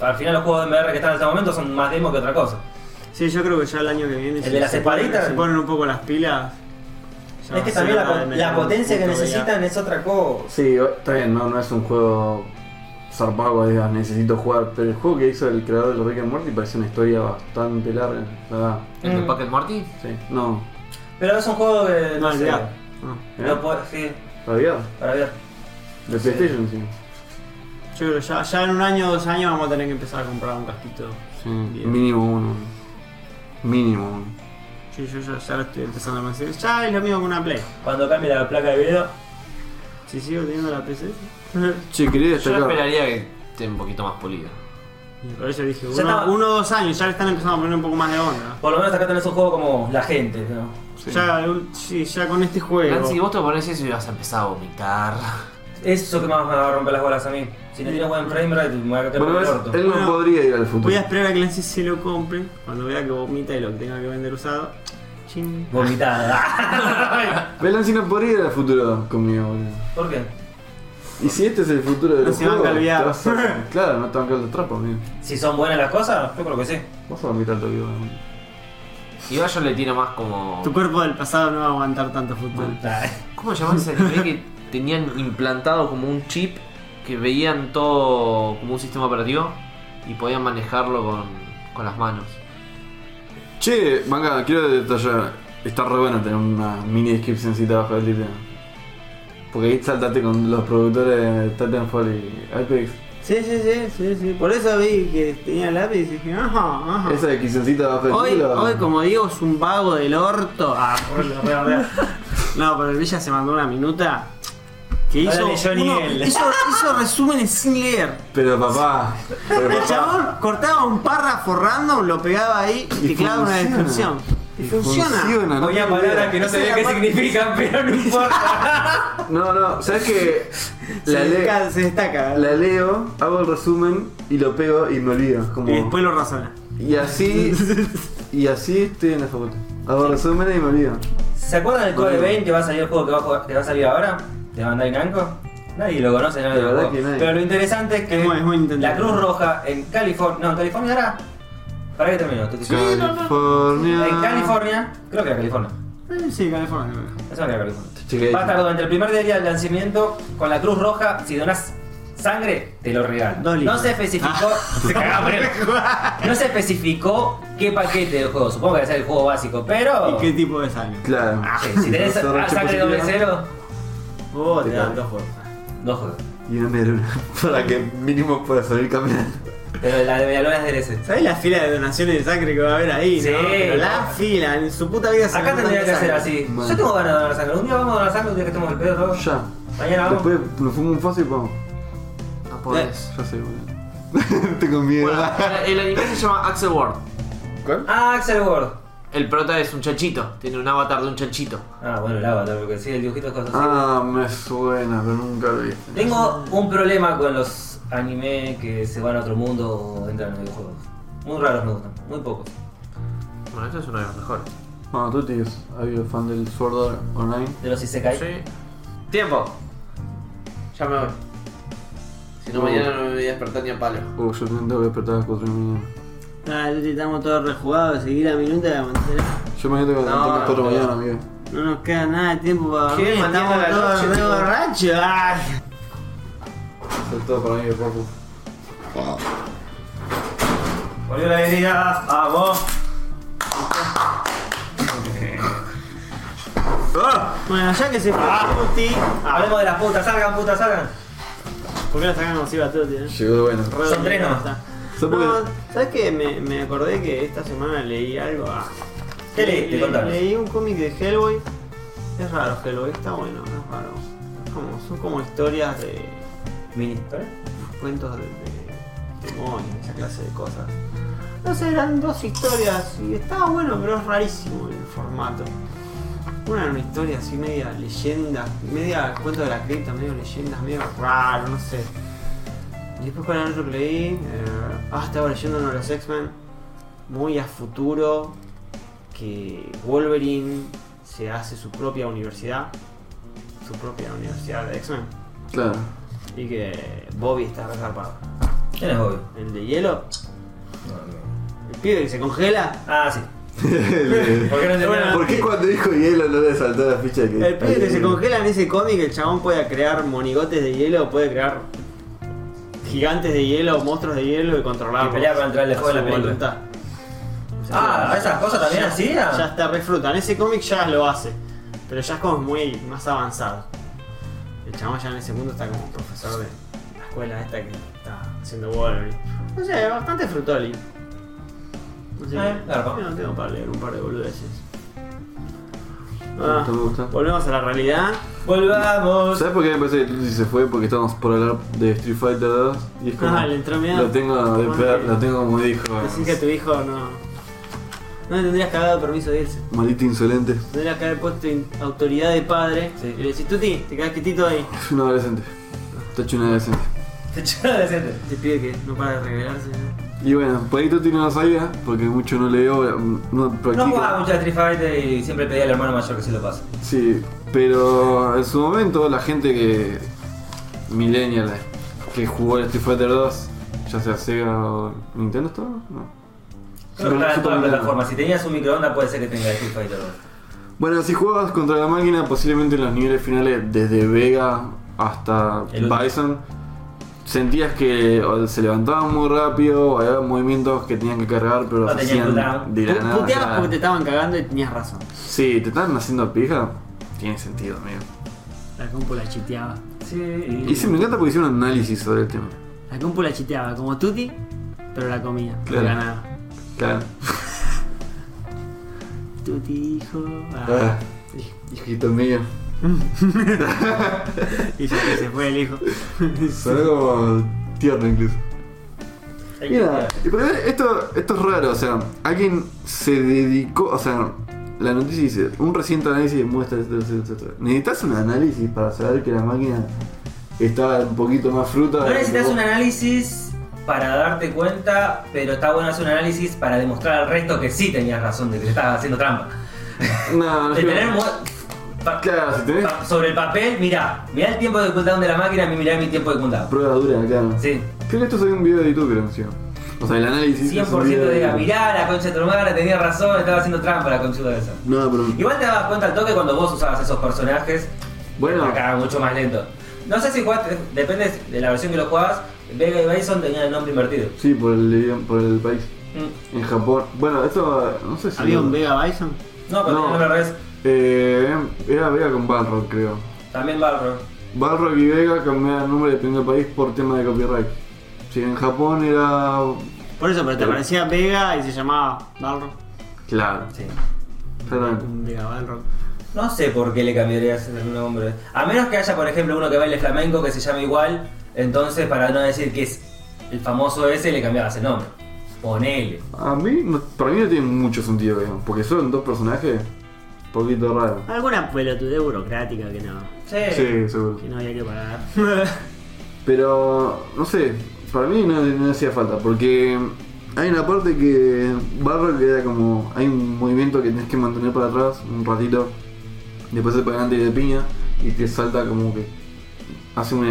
Al final, los juegos de VR que están en este momento son más demos que otra cosa. Sí, yo creo que ya el año que viene. ¿El si de las se ponen- espaditas? Se ponen un poco las pilas. ya es que va también a ser la, hora po- de la meter un potencia que punto de necesitan es otra cosa. Sí, está bien, no, no es un juego zarpado, que digas, necesito jugar. Pero el juego que hizo el creador de Rick and Morty parece una historia bastante larga, la verdad. ¿El de Mm. Pocket Morty? Sí, no. Pero es un juego que. No, No, el sé. VR. No. Lo puedo- sí, ¿Para VR? para ver. De PlayStation, sí. Yo creo que ya, ya en un año o dos años vamos a tener que empezar a comprar un casquito. Sí, Bien. Mínimo uno. Mínimo uno. Yo, yo, yo ya lo estoy empezando a pensar. Ya es lo mismo que una Play. Cuando cambie la placa de video. Si sigo teniendo la PC, Che, quería Yo destacar. esperaría que esté un poquito más pulido. por eso dije, Ya estaba- uno uno o dos años, ya le están empezando a poner un poco más de onda. Por lo menos acá tenés un juego como la gente, ¿no? Sí. Ya, un- sí, ya con este juego. Nancy, vos te pones eso y vas a empezar a vomitar. Eso que más me va a romper las bolas a mí. Si no tienes buen frame rate, me va a quedar Bueno, muy ves, corto. él no Bueno, podría ir al futuro. Voy a esperar a que Lancy se lo compre. Cuando vea que vomita y lo tenga que vender usado. Chin. Vomitada. Belancy no podría ir al futuro conmigo, boludo. ¿Por qué? Y si este es el futuro de No los se van a juegos, te calviar. vas a- Claro, no te van a calviar los trapos, amigo. Si son buenas las cosas, yo creo que sí. Vas a vomitar todo vivo. Igual yo le tiro más como. Tu cuerpo del pasado no va a aguantar tanto fútbol. ¿Cómo llamás ese nivel que tenían implantado como un chip que veían todo como un sistema operativo y podían manejarlo con, con las manos? Che, manga, quiero detallar. Está re bueno tener una mini descripcióncita abajo del título. Porque ahí saltaste con los productores de Titanfall y Apex. Sí, sí, sí, sí, sí. Por eso vi que tenía lápiz y dije, ajá, ajá. Esa descripcióncita abajo del Hoy, título. hoy, como digo, es un vago del orto. Ah, No, pero el Villa se mandó una minuta que No la hizo, leyó ni uno- él. hizo, hizo resúmenes sin leer. Pero papá. Pero El papá. chabón cortaba un párrafo random, lo pegaba ahí y, te clavaba una funciona. descripción. Y funciona. funciona no Ponía tengo palabras idea. que no Esa sabía es qué la parte- significan, pero no importa. No, no, sabes que Se, la, le- destaca, se destaca. la leo, hago el resumen y lo pego y me olvido. Como... Y después lo razona. Y así. y así estoy en la facultad. Hago resúmenes y me olvido. ¿Se acuerdan del Code 20 que va a salir el juego que va a, jugar- que va a salir ahora? ¿De Bandai Namco? Nadie lo conoce, nadie La lo verdad jugó. que nadie. Pero lo interesante es que Es muy- es muy la intentable. Cruz Roja en California. No, en California era. ¿Para qué terminó? Te- California. En California, creo que era California. Eh, Sí, California. Eso no era California. Chequea. Va a estar durante el primer día del lanzamiento con la Cruz Roja. Si donás sangre, te lo regalan. Dos litros. No se especificó. Se cagaba, pero- No se especificó qué paquete de juego. Supongo que va a ser el juego básico, pero. Oh. ¿Y qué tipo de sangre? Claro. Sí, si tenés Zorro ah, sangre chupa doble chiquita. cero, Oh, te Te dan cago. dos juegos. dos juegos. Y una meruna. Para que mínimo pueda salir caminando. Pero la de Medialuna es del S. ¿Sabés la fila de donaciones de sangre que va a haber ahí? Sí. no? Pero la fila, en su puta vida se Acá mandan tendría que sangre. ser así. Bueno. Yo tengo ganas de donar sangre. Un día vamos a donar sangre, un día que estemos el pedo todo. Ya. Mañana vamos. Después nos fumo un fósil y vamos. No podés. Ya sé, boludo. Tengo miedo. El anime se llama Axel Ward. ¿Cuál? Ah, Axel Ward. El prota es un chanchito, tiene un avatar de un chanchito. Ah, bueno, el avatar, porque sí, el dibujito es cosa así. Ah, me suena, pero nunca lo vi. Tengo un problema con los anime que se van a otro mundo o entran en videojuegos. Muy raros me gustan, muy pocos. Bueno, este es uno de los mejores. Bueno, tú tíos, ¿has habido fan del Sword Art Online? De los Isekai. Sí. Tiempo. Ya me voy. Si no, Uh. mañana no me voy a despertar ni a palo. Oh, yo tengo que despertar a las 4 de la mañana. Ah, Luti, estamos todos rejugados, seguir la minuta de la mantener. Yo mañana tengo que levantarme a las 4 de la mañana, amigo. No nos queda nada de tiempo para ¿Qué? dormir, Mañana estamos a la todos noche, re tío. borrachos. Ay. Eso es todo para mí, papu. Volvió la alegría, vamos. Bueno, ya que se fue Tuti, Hablemos de las putas, salgan, putas, salgan. ¿por qué la sacamos así a Tuti? eh? Llegó bueno. Re Son tres bonito nomás. está. Son No, porque- ¿sabes qué? Me, me acordé que esta semana leí algo. ah. ¿Qué leíste? Contanos. leí un cómic de Hellboy. Es raro, Hellboy está bueno, es raro. Es como- son como historias de. Mini, ¿vale? cuentos de, de demonios, esa clase de cosas. No sé, eran dos historias y estaba bueno, pero es rarísimo el formato. Una era una historia así media leyenda, media cuento de la cripta, medio leyendas, medio raro, no sé. Y después con el otro que leí, eh, ah, estaba leyendo uno de los X-Men, muy a futuro, que Wolverine se hace su propia universidad, su propia universidad de X-Men, Claro. y que Bobby está resarpado. ¿Quién es Bobby? El de hielo. No, no. El pibe que se congela. Ah, sí. ¿Por qué no entendieron? Bueno, ¿Por qué cuando dijo hielo no le saltó la ficha que.? El pibe que se congela en ese cómic, el chabón puede crear monigotes de hielo, puede crear gigantes de hielo, monstruos de hielo y controlarlos. Y pelear contra el de a fuego en la su película. voluntad. Ah, esas cosas también hacía. Ya está refruta. En ese cómic ya lo hace. Pero ya es como muy más avanzado. El chabón ya en ese mundo está como profesor de la escuela esta que está haciendo Wolverine. No sé, bastante frutoli. No sé, Eh, garpa. yo no tengo para leer un par de boludeces. Me gusta, me gusta. Ah, Volvemos a la realidad. Volvamos. ¿Sabes por qué me parece que Lucy se fue? Porque estamos por hablar de Street Fighter 2 y es como. Ah, le entró miedo. Lo tengo de Como pegar, que- lo tengo como dijo. Así que a tu hijo no. No le tendrías que haber dado permiso de irse. Maldito insolente. Tendrías que haber puesto in- autoridad de padre. Sí. Y le decís, Tuti, te quedas quietito ahí. Es un adolescente. Está hecho un adolescente. Te echó la decente. Te pide Este que no para de revelarse. ¿no? Y bueno, por ahí tú tiene una salida, porque mucho no leo, no No practica. jugaba mucho a Street Fighter y siempre pedía al hermano mayor que se lo pase. Sí, pero en su momento la gente que. Millennial, eh, que jugó el Street Fighter 2, ya sea Sega o Nintendo, ¿estaba? No. Creo que está en Super- Super todas las Nintendo. plataformas. Si tenías un microondas puede ser que tenga Street Fighter 2. Bueno, si jugabas contra la máquina, posiblemente en los niveles finales, desde Vega hasta El último. Bison, sentías que o se levantaban muy rápido, o había movimientos que tenían que cargar, pero No se tenían hacían cooldown. de la Pu- nada. Puteabas claro. porque te estaban cagando y tenías razón. Sí, te están haciendo pija, tiene sentido, amigo. La compu la chiteaba. Sí. Y sí, me encanta porque hicieron un análisis sobre el tema. La compu la chiteaba como Tuti, pero la comía. No Claro. ganaba. Claro. Tuti, hijo. Ah. Ah, hijito mío. Y ya que se fue el hijo. Sonó como tierno incluso. Mira, y por ver, esto, esto es raro, o sea, alguien se dedicó, o sea, la noticia dice, un reciente análisis demuestra, etcétera, etcétera, etcétera. Necesitas un análisis para saber que la máquina estaba un poquito más fruta. No de lo que necesitas eh, vos- un análisis para darte cuenta, pero está bueno hacer un análisis para demostrar al resto que sí tenías razón de que le estabas haciendo trampa. No, no De yo- tener mu- pa- Ah, Claro, si tenés pa- sobre el papel, mirá, mirá el tiempo de cooldown de la máquina, mirá mi tiempo de cooldown. prueba dura, claro. Sí, Creo que esto salió en un video de YouTube, creo, encima. O sea, el análisis. es 100% un video de la YouTube. mirá, la concha de tu hermana tenía razón, estaba haciendo trampa la conchuda de esa. No, pero. Igual te dabas cuenta al toque cuando vos usabas esos personajes. Bueno. Acá mucho más lento. No sé si jugaste, depende de la versión que lo jugabas. Vega y Bison tenían el nombre invertido. Sí, por el, idioma- por el país. Mm. En Japón. Bueno, esto. No sé si. Había un Vega Bison. No, pero No. tenían el nombre al revés. Eh, era Vega con Balrog, creo. También Barro. Balrog y Vega cambiaron el nombre dependiendo del país por tema de copyright. Si en Japón era. Por eso, pero te Pero- parecía Vega y se llamaba Balrog. Claro. Sí. Exactamente. Un Vega Balrog. No sé por qué le cambiarías el nombre. A menos que haya, por ejemplo, uno que baile flamenco que se llame igual. Entonces, para no decir que es el famoso ese, le cambiabas el nombre. Ponele. A mí, no- para mí no tiene mucho sentido, digamos, porque son dos personajes un poquito raros. Alguna pelotudez burocrática que no, Sí, seguro. que no había que pagar. Pero, no sé, para mí no, no hacía falta, porque hay una parte que Barro que era como, hay un movimiento que tenés que mantener para atrás un ratito, después se para adelante y de piña, y te salta como que hace un,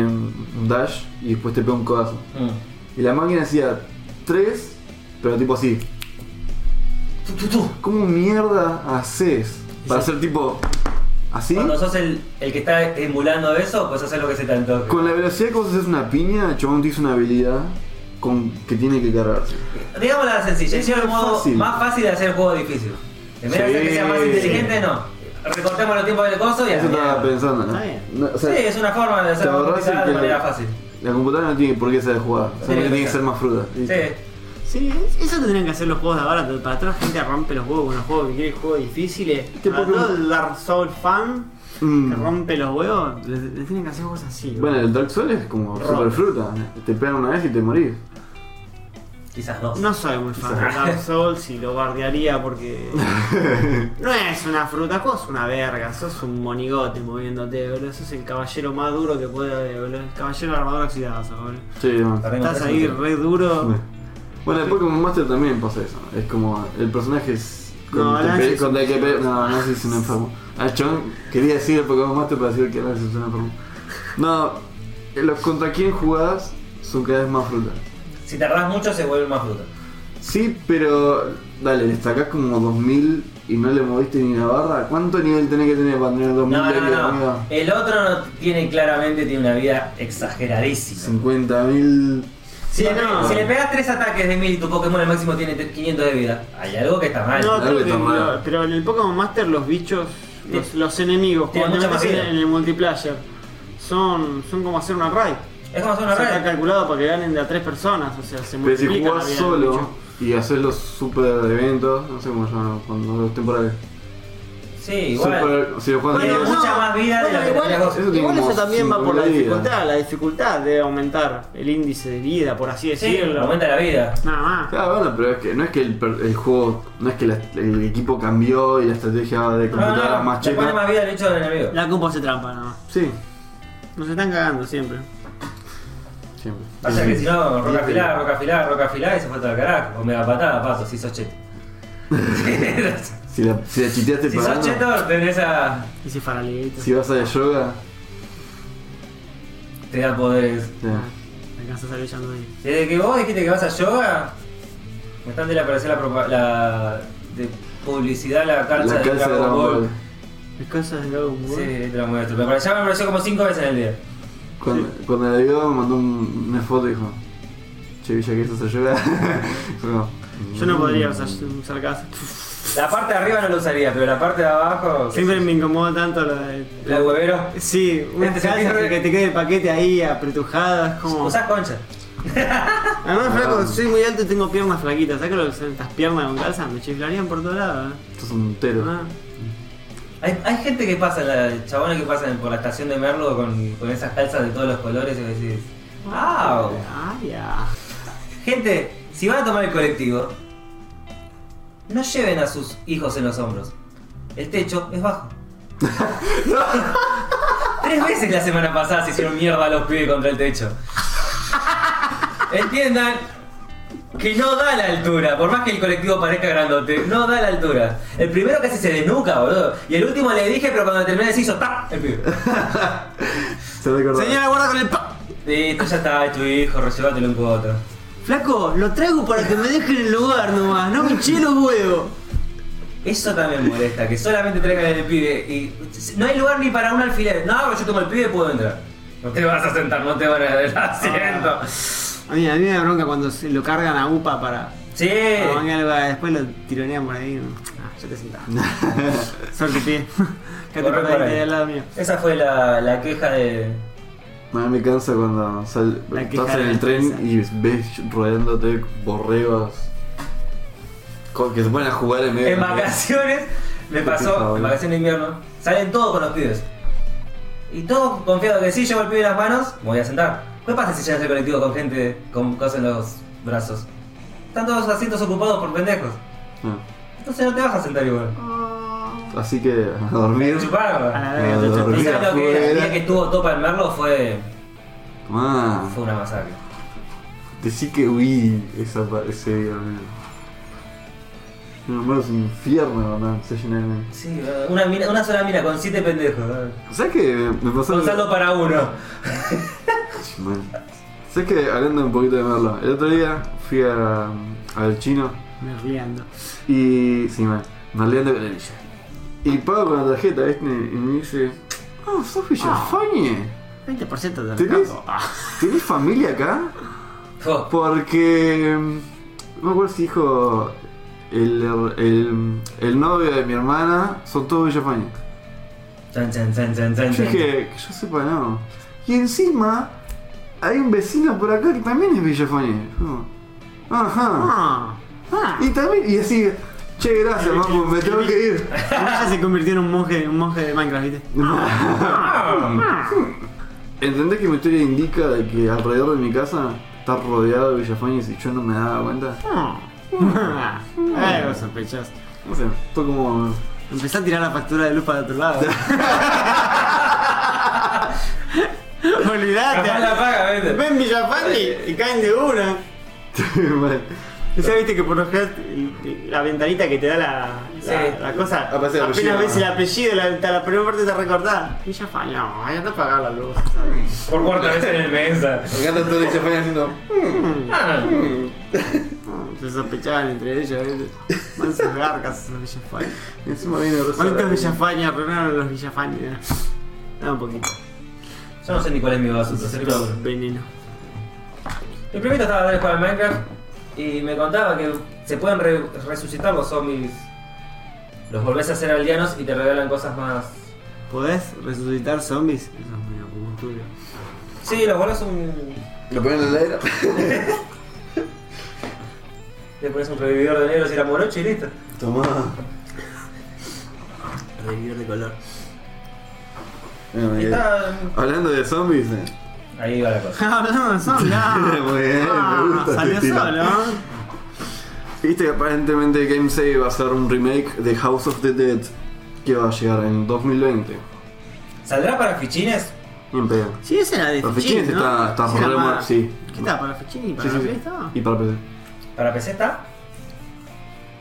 un dash y después te pega un codazo. Mm. Y la máquina hacía tres, pero tipo así. Tu, tu, tu. ¿Cómo mierda haces para hacer tipo así? Cuando sos el, el que está emulando eso, pues haces lo que se te antoje. Con la velocidad que vos haces una piña, el chabón te hizo una habilidad con, que tiene que cargarse. Digamos la sencilla, Es hicieron el modo fácil. más fácil de hacer el juego difícil. En vez de hacer que sea más Sí. inteligente, no. Recortemos los tiempos del coso y Eso así. estaba pensando, ¿no? Está bien. No, o sea, sí, es una forma de te hacerlo ahorrás el complicado de que manera la- fácil. La computadora no tiene por qué ser jugada, Sí, solo que tiene que exacto. ser más fruta. listo. Sí. Sí, eso tendrían que hacer los juegos de ahora. Para atrás la gente rompe los huevos con los juegos que quiere juegos difíciles. Tipo Para que- todo el Dark Souls fan Mm. que rompe los huevos, le, le tienen que hacer cosas así. Bueno, el Dark Souls es como Rompe. super fruta, te pegan una vez y te morís. Quizás no. No soy muy fan de Dark Souls y lo bardearía porque. No es una fruta, vos sos una verga, sos un monigote moviéndote, boludo. Sos el caballero más duro que puede haber, boludo. El caballero de armadura oxidada, sos, boludo. Sí, no. Perdemos Estás tres ahí minutos. re duro. Bueno, el Pokémon Master también pasa eso, es como el personaje es... Con, No, te Alan pe- es con un el que pe- enfermo. No, no sé si es un enfermo. Ah, chabón, quería decir el Pokémon Master para decir que no es un enfermo. No, los contra quién jugás son cada vez más frutas. Si tardás mucho, se vuelve más fruta. Sí, pero dale, destacás como 2000 y no le moviste ni una barra. ¿Cuánto nivel tenés que tener para tener 2000 No, de que no, no. tenga El otro no tiene claramente tiene una vida exageradísima. 50.000? Si Sí, le- no. Si le pegas tres ataques de mil y tu Pokémon al máximo tiene 500 de vida, hay algo que está mal. No, Algo creo que está mal. lo- pero en el Pokémon Master los bichos, los, los enemigos, Tiene cuando te mucha más metes vida. en el multiplayer, son, son como hacer una raid. Es como hacer una Está red. calculado para que ganen de a tres personas, o sea, se Pero si multiplica jugás la vida del solo bicho. y haces los super eventos, no sé cómo se llaman, cuando los temporales. Sí, igual. Super- si lo juegan Bueno, todos. no, mucha más vida de la que igual, tenés vos. Eso tiene igual como eso también va por la 5.000 vidas. dificultad. La dificultad debe aumentar el índice de vida, por así Sí, decirlo. aumenta la vida. Nada más. Claro, Ah, bueno, pero es que no es que el, per- el juego, no es que la- el equipo cambió y la estrategia de No, computadoras no, más le pone checa. más vida al hecho del enemigo. La compa se trampa, nada más. Sí, Nos están cagando siempre. siempre. Pasa que si no, Sí, sí. roca afilada, roca afilada, roca afilada y se falta al carajo. O me da patada, paso, si sos cheto. Si la, si la chiteaste si sos parando, cheto, tenés a. Y se faralito. si vas a la yoga, te da poderes. ya. Alcanza a salir echando ahí. Desde que vos dijiste que vas a yoga, me están de la aparecer la, propa- la de publicidad la calza la de calza de Dragon Ball. Las cosas de Dragon Ball. Sí, te la muestro. Me apareció, me apareció como 5 veces en el día. Cuando, cuando la vio me mandó un- una foto y dijo, che, Villa, que esto se yoga. Fue como, Yo no mm. podría usar, usar casa. La parte de arriba no lo usaría, pero la parte de abajo. Siempre me incomoda tanto lo de. La de huevero. Sí, una Este se casa pierde. que te quede el paquete ahí apretujado, es como. Usás concha. Además, flaco, soy muy alto y tengo piernas flaquitas. ¿Sabes lo que son estas piernas con calza? Me chiflarían por todos lados. ¿eh? Esto es un tero. Ah, Hay, hay gente que pasa, la, chabones que pasan por la estación de Merlo con, con esas calzas de todos los colores y decís, ¡Au! Ah, ya. Gente, si van a tomar el colectivo, no lleven a sus hijos en los hombros. El techo es bajo. Tres veces la semana pasada se hicieron mierda los pibes contra el techo. Entiendan que no da la altura, por más que el colectivo parezca grandote, no da la altura. El primero casi se desnuca, boludo. Y el último le dije, pero cuando terminé se hizo ¡tap! El pibe. Se recordó. Señora, guarda con el pa. Listo, ya está, es tu hijo, rellévatelo un cuota. Flaco, lo traigo para que me dejen el lugar nomás, no me eché los huevos. Eso también molesta, que solamente traigan el pibe y no hay lugar ni para un alfiler. No, pero yo tomo el pibe y puedo entrar. No te vas a sentar, no te van a dar el asiento. A mí, a mí me da bronca cuando se lo cargan a UPA para. Sí. para bangar algo, después lo tironean por ahí. ¿no? Ah, ya te sentás. Suerte, pie. Que te Corre por ahí. perdiste al lado mío. Esa fue la, la queja de... A mí me cansa cuando sal- La queja estás en de el la tren prensa. y ves rodeándote borregas con- que se ponen a jugar en medio En de la- vacaciones me Por pasó, favor. en vacaciones de invierno, salen todos con los pibes. Y todos confiados que si llevo el pibe en las manos, me voy a sentar. ¿Qué pasa si llegas al colectivo con gente con cosas en los brazos? Están todos los asientos ocupados por pendejos. Ah, Entonces no te vas a sentar igual. Así que a dormir. Chuparla. A la Ah, verga, te lo echaste. ¿Y Mira, sabes lo que el fuera. día que estuvo Topa en Merlo fue, Tomá, fue una masacre? decí que huí esa, pa- ese día, amigo. No, bueno, es un infierno, ¿no? Se llena de- Sí, una, mina- una sola mina con siete pendejos. ¿Sabes qué? Me pasó Un saldo para uno. Man. ¿Sabes qué? Hablando un poquito de Merlo, el otro día fui a, al chino Me riendo. y. Sí, man, merleando con el DJ. Y pago con la tarjeta, ¿viste? Y me dice. Ah, sos Villafañe. 20% del ¿Tenés? campo. Ah. ¿Tenés familia acá? Oh, Porque. mm, No me acuerdo si dijo. El, el, el novio de mi hermana son todos Villafañe. chan, chan, chan, chan, chan, Yo chan. dije, que yo sepa, no. Y encima, hay un vecino por acá que también es Villafañe. Como, Ajá. Ah. Ah. Y también, y así, che, gracias, mamu, me tengo que ir. Ya se convirtió en un monje, un monje de Minecraft, ¿viste? ¿Entendés que mi historia indica de que alrededor de mi casa está rodeado de villafañes y yo no me daba cuenta? Ah. Eh, vos sospechás. No sé, todo como. Empezá a tirar la factura de luz para el otro lado. Capaz la Olvidate. paga, vende. Ven Villafani y caen de una. mal. Ya viste que por lo general el- la ventanita que te da la, la, Sí. la cosa, Aparece el apenas apellido, ves Ah, el ¿no? apellido, la, te- la primera parte te recortada. Villafani, no, hay que apagar la luz. Por cuarta vez en el mensa. Me encanta todo villafañe haciendo. Ah, Se sospechaban entre ellos, ¿viste? Van sus garcas esos Villafaña. Y encima viene el resto de- ¿Cuántos Villafaña arruinaron los Villafaña? No, un poquito. Yo no sé ni cuál es mi vaso, te acerco a uno. Veneno. El primero estaba dando para Minecraft y me contaba que se pueden re- resucitar los zombies. Los volvés a hacer aldeanos y te regalan cosas más. ¿Podés resucitar zombies? Eso es medio como tuyo. Sí, los volvés un. Lo ponen en la heladera. Le pones un revividor de negros y la morocha y listo. Tomá. Para vivir de color. Bueno, me quedé. Está- Hablando de zombies. eh. Ahí va la cosa. Hablando de Sol, no. Muy bien, Ah, me gusta Salió ese tiro. solo. Viste que aparentemente Game Save va a hacer un remake de House of the Dead que va a llegar en 2020. ¿Saldrá para fichines? Ni en pedo. Sí, esa era de Para Fichini, Fichini ¿no? está- está Esa era re más- mal, sí. ¿Qué está? ¿Para Fichini? ¿Para Sí, la sí, sí. fiesta? Y para PC. ¿Para PC está?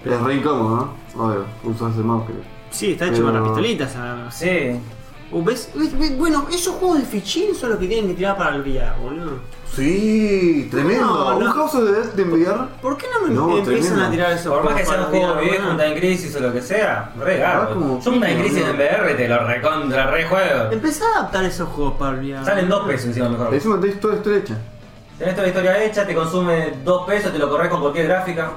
Es re incómodo, ¿no? Obvio, usas el mouse, creo. Sí, está hecho Pero- con las pistolitas. esa verga. Sí. Uh, ¿ves? ¿Ves? ¿Ves? Bueno, esos juegos de fichín son los que tienen que tirar para el VR, boludo. Sí, tremendo. No, un no. House of the Dead de enviar. ¿por qué no me No, empiezan tremendo. a tirar esos Por más que sea un para juego VR, viejo, un boludo? Time Crisis o lo que sea, Ah, regar. como Yo un Time piña, Crisis boludo. en VR te lo recontra rejuego. Empezá a adaptar esos juegos para el VR. Salen dos pesos encima mejor. Encima tenés toda historia hecha. Tenés toda la historia hecha, te consume dos pesos, te lo corres con cualquier gráfica.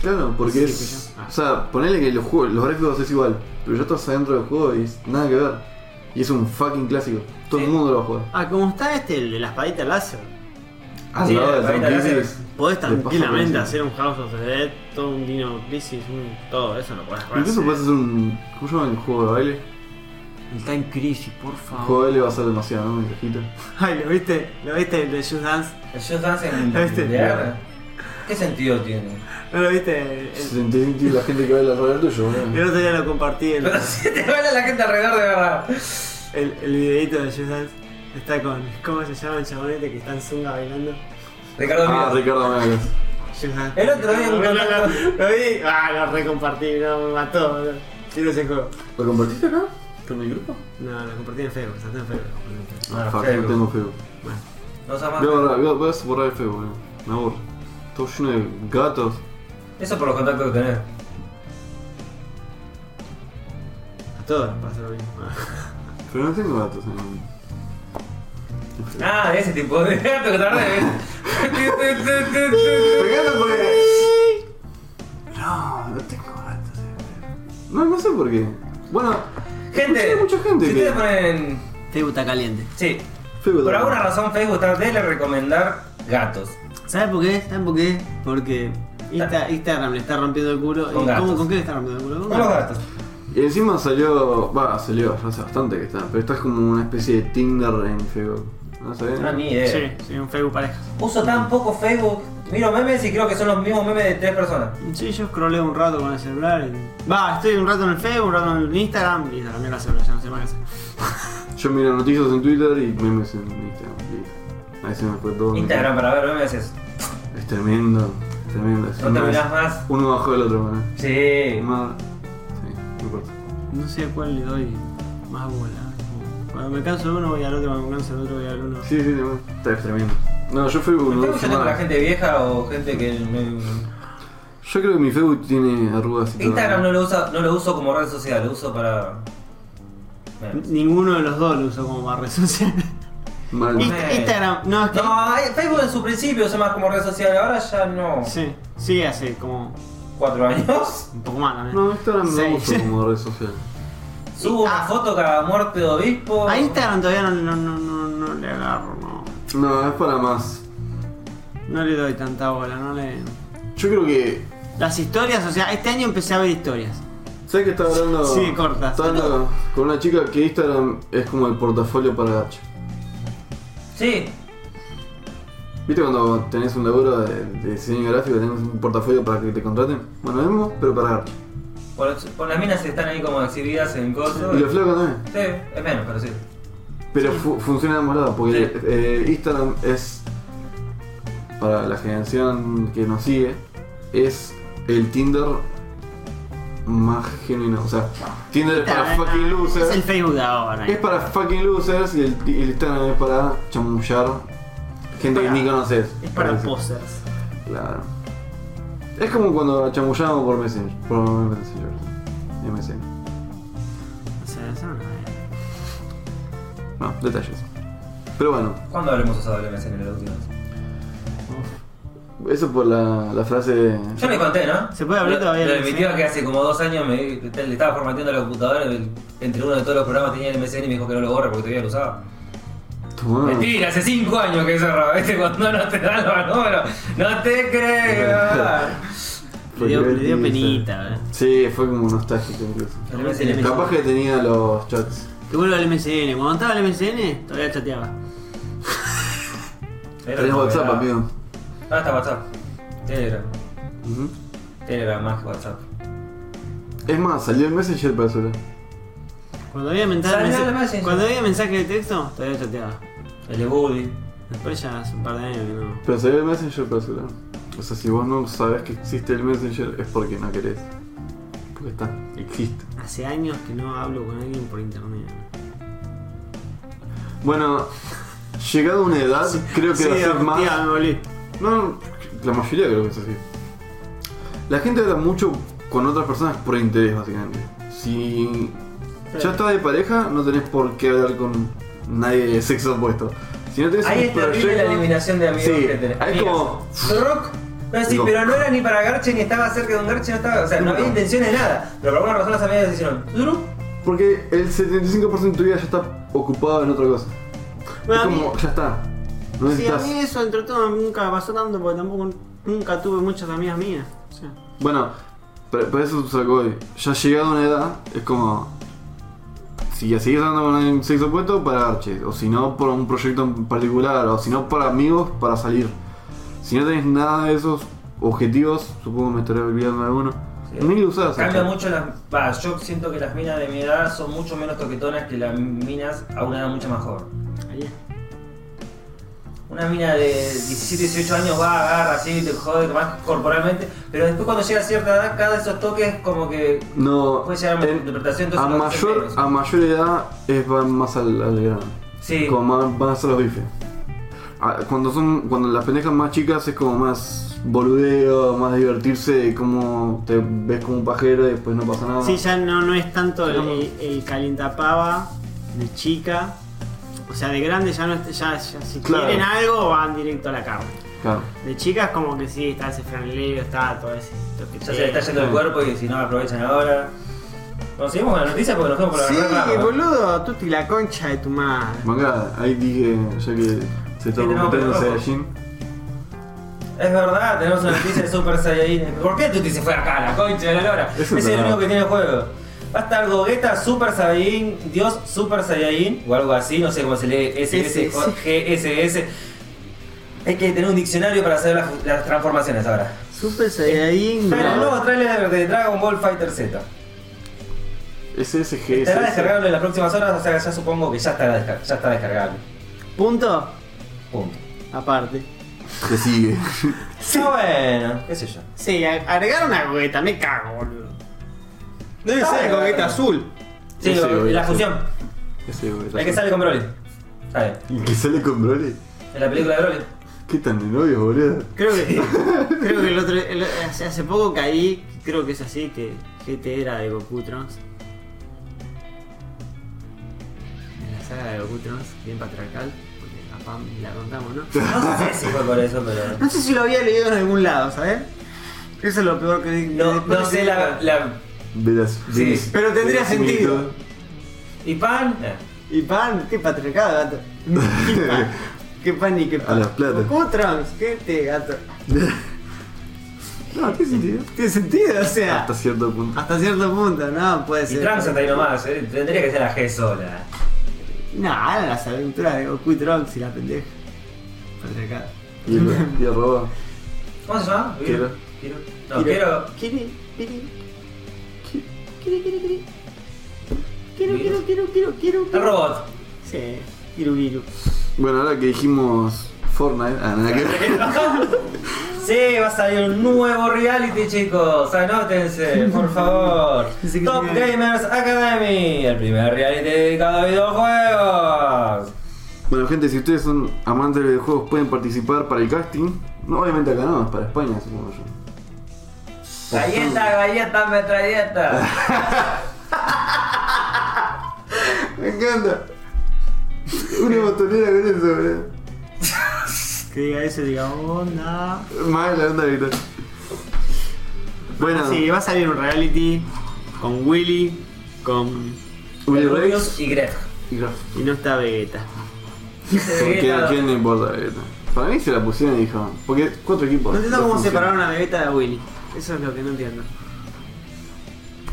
Claro, porque Sí, es. que ya- ah. O sea, ponele que los, juegos, los gráficos es igual, pero ya estás adentro del juego y es nada que ver. Y es un fucking clásico. Todo Sí. el mundo lo va a jugar. Ah, como está este, el de la espadita láser. Ah, Al Sí, lado la del Tom varita láser. Crisis, Podés le pasa por tranquilamente encima. hacer un House of the Dead, todo un Dino Crisis, un- todo eso lo podés hacer. Incluso puedes hacer un. ¿Cómo se llama el juego de baile? El Time Crisis, por El favor. juego de baile va a ser demasiado, ¿no? Mi cajita. Ay, ¿lo viste? ¿Lo viste el de Just Dance? El Just Dance en Este. VR. ¿Qué sentido tiene? ¿No lo viste? El, Sentí la gente que baila alrededor tuyo, el boludo. otro día lo compartí, el, Pero si te baila la gente alrededor de verdad. el, el videito de Just Dance. Está con, ¿cómo se llama el chabonete que está en zunga bailando? Ricardo, Ah, mira. Ricardo Megas. Just Dance. El otro día un Lo- lo- contacto- lo- Lo vi, ah, lo recompartí, no, me mató, boludo. Quiero ese juego. ¿Lo compartiste acá? ¿Con el grupo? No, lo compartí en Facebook, está en Facebook. Ah, Fuck, Facebook. Ah, no tengo Facebook. No usas más. Voy a borrar, voy a- voy a borrar el Facebook, boludo. Me aburro. Todo lleno de gatos. Eso por los contactos que tenés. A todos nos pasa lo mismo. Pero no tengo gatos eh. en. Ah, de ese tipo de gato que tardé. Pegando porque. No, no tengo gatos. eh. No, no sé por qué. Bueno, gente, Hay mucha gente si que- ustedes ponen. Facebook está caliente. Sí, Facebook. por alguna razón Facebook está de recomendar gatos. ¿Sabes por qué? ¿Sabes por qué? Porque Insta- Instagram le está rompiendo el culo. Con ¿Y gatos. cómo, con qué le está rompiendo el culo? Con Con los gatos. Y encima salió. Va, salió, ya hace bastante que está. Pero está como una especie de Tinder en Facebook. ¿No sabés? No, Ah, ni idea. Sí, sí, un Facebook pareja. Uso tan poco Facebook. Miro memes y creo que son los mismos memes de tres personas. Sí, yo scrolleo un rato con el celular. y- Va, estoy un rato en el Facebook, un rato en el Instagram. Y también la celular, ya no sé más qué hacer. Yo miro noticias en Twitter y memes en Instagram. listo. Ahí se me fue todo. Instagram para ver memes es. Es tremendo, es tremendo. Es No una- terminás más. Uno bajo del otro, man. Sí. Una- Sí, no importa. No sé a cuál le doy más bola. Cuando me canso de uno voy al otro, cuando me canso del otro voy al uno. Sí, sí, no, está es tremendo. No, yo ¿Me Facebook no estoy uso escuchando con la nada. gente vieja o gente que. no- Yo creo que mi Facebook tiene arrugas y todo. Instagram no lo, usa, no lo uso como red social, lo uso para. memes. Ninguno de los dos lo uso como más red social. Mal. Y- Inst- Instagram, no, es que. No, eh, Facebook en su principio usé más como red social, ahora ya no. Sí, sí, hace como Cuatro años. un poco más también. No, Instagram no Sí. uso como red social. Subo una Ah. foto cada muerte de obispo. A Instagram todavía no, no, no, no, no le agarro, no. No, es para más. No le doy tanta bola, no le. Yo creo que. Las historias, o sea, este año empecé a ver historias. ¿Sabes que estaba hablando? Sí, corta. Estaba hablando con una chica que Instagram es como el portafolio para gacha. Sí. ¿Viste cuando tenés un laburo de, de diseño gráfico, tenés un portafolio para que te contraten? Bueno, lo mismo, pero para gacha. Por, por las minas están ahí como exhibidas en cosas. Y los flacos también. Sí, es menos, pero sí. Pero fu- funciona de ambos lados, porque Sí. eh, Instagram es. Para la generación que nos sigue, es el Tinder más genuino. O sea, Tinder es para fucking Es el losers. Facebook de ahora. Es para fucking losers y el, y el Instagram es para chamullar gente para- que ni conoces. Es para Parece. posers. Claro. Es como cuando chamullábamos por Messenger. Por Messenger. MSN. O sea, eso no No, detalles. Pero bueno, ¿Cuándo habremos usado el MSN en la última vez? eso por la, la frase. Yo le conté, ¿no? ¿Se puede abrir todavía Lo el de mi MSN? tío que hace como dos años me, le estaba formateando la computadora. el- entre uno de todos los programas tenía el MSN y me dijo que no lo borre porque todavía lo usaba. Tu mamá. Mentira, hace cinco años que cerraba. ¿Viste? Cuando no te dan los números, no te creo. Le dio, le dio divertido, penita, ¿eh? ¿verdad? Sí, fue como nostálgico incluso. El MSN. Capaz que tenía los chats. Que vuelva al MSN. Cuando estaba el MSN, todavía chateaba. Era Tenés como WhatsApp, era- amigo. Ah, está WhatsApp. Telegram. Ujú. Telegram más que WhatsApp. Es más, salió el Messenger para eso. Cuando había, mensaje, Salió el Messenger. cuando había mensaje de texto, todavía chateaba. El de Woody. Después ya hace un par de años que no. Pero salió el Messenger para celular. O sea, si vos no sabés que existe el Messenger es porque no querés. Porque está, existe. Hace años que no hablo con alguien por internet. Bueno, llegado a una edad, creo que Sí, va a ser tía, más. me volví. No, la mayoría creo que es así. La gente habla mucho con otras personas por interés, básicamente. Si ya estás de pareja, no tenés por qué hablar con nadie de sexo opuesto. Si no tenés Ahí un es terrible la proyecto- eliminación de amigos Sí, que tenés. ahí es como- Rock. No, sí, Digo- pero no era ni para Garche ni estaba cerca de un Garche, no estaba. O sea, no había No. intención de nada. Pero por alguna razón las amigas hicieron. "Zuru". Porque el 75% de tu vida ya está ocupado en otra cosa. Bueno, es a mí- como, ya está. No sí, a necesitas. mí eso entre todo nunca pasó tanto porque tampoco nunca tuve muchas amigas mías. O sea, Bueno, pero, pero eso es algo hoy. Ya llegado a una edad, es como. Si ya sigues andando con el sexo opuesto, para Arches. O si no, por un proyecto en particular. O si no, para amigos, para salir. Si no tenés nada de esos objetivos, supongo que me estaré olvidando de alguno. Sí. Ni lo usás. Cambia Arches. mucho las. Va, yo siento que las minas de mi edad son mucho menos toquetonas que las minas a una edad mucho más joven. ahí es. Una mina de 17, 18 años va, agarra así, te jode más corporalmente. Pero después cuando llega a cierta edad, cada de esos toques como que. No. Puede llegar a en- interpretación, a, entonces lo hacen mayor, menos. a mayor edad es, van más al, al grano. Sí. Como más, van a ser los bifes. Ah, Cuando son cuando las pendejas más chicas es como más boludeo, más divertirse, como te ves como un pajero y después no pasa nada. Sí, ya no, no es tanto el, el- el calientapava de chica. O sea, de grande ya no es- ya, ya si Claro. quieren algo van directo a la carne. Claro. De chicas como que sí, está ese franelero, está todo ese toqueteo. Ya se le está yendo el cuerpo y si no aprovechan ahora. Nos seguimos con la noticia porque nos fuimos por la Sí, rama. boludo, tú te la concha de tu madre. Manga, ahí dije ya que se está Sí, tenemos convirtiendo en pelo rojo. Saiyajin. Es verdad, tenemos una noticia de Super Saiyajin. ¿Por qué tú te se fue acá, la concha de la lora? Eso es es el verdad. único que tiene el juego. Va a estar Gogeta Super Saiyajin, Dios Super Saiyajin, o algo así, no sé cómo se lee, SS, SS. GSS. Hay que tener un diccionario para saber las, las transformaciones ahora. Super Saiyajin. Pero el bro. nuevo trailer de Dragon Ball Fighter Z. SSG. Estará SS. descargable en las próximas horas, o sea ya supongo que ya estará, desca- ya está descargable. Punto Punto. aparte. Se sigue. Ah, bueno, qué sé yo. Sí, a- agregar una coqueta, me cago, boludo. Debe Ah, ser claro. coqueta azul. Sí, Sí, obvio, la sí. fusión. Ese, güey, La que sale con Broly. Está bien. ¿Y que sale con Broly? En la película de Broly. ¿Qué tan de novios, boludo? Creo que, creo que el otro, el- hace, hace poco caí, creo que es así, que GT era de Goku Trunks. En la saga de Goku Trunks, bien patriarcal, porque a Pam la contamos, ¿no? No sé si fue por eso, pero. No sé si lo había leído en algún lado, ¿sabes? Eso es lo peor que... No, después no sé que- la. la... De las. Sí, de las- pero tendría de las similitudes. sentido. ¿Y pan? Eh, Y pan, qué patriarcado, gato. Qué pan, qué pan y qué pan. A las platas. Goku Trunks, GT, gato. no, ¿qué sentido? Tiene sentido, o sea... Hasta cierto punto. Hasta cierto punto, no, puede Y ser. Trunks está ahí nomás, eh, tendría que ser la G sola. No, ahora las aventuras de Goku y Trunks y la pendeja. Patriarcado. Y el, y el robot. ¿Cómo se llama? Quiero. Quiero. No, quiero. Kiri, Kiri. Kiri, Kiri, Kiri. Quiero, quiero, quiero, quiero, quiero. El robot. Sí, Kiru, Kiru. Bueno, ahora que dijimos Fortnite, ah, nada que ver. Sí, va a salir un nuevo reality, chicos. Anótense, por favor. Dice que Top sí. Gamers Academy, el primer reality dedicado a videojuegos. Bueno, gente, si ustedes son amantes de videojuegos, pueden participar para el casting. No, obviamente acá no, es para España, supongo yo. Galleta, galleta, metralleta. Me encanta. Una botonera con eso, boludo. Que diga eso, diga onda. Más la onda ahorita. Bueno, Sí, va a salir un reality con Willy, con. Willy Rubius Rex y Greg. y Graf. Y no está Vegeta. Porque a quién le importa Vegeta. Para mí se la pusieron y dijo. Porque cuatro equipos. No entiendo dos cómo funcionan. separaron a Vegeta de Willy. Eso es lo que no entiendo.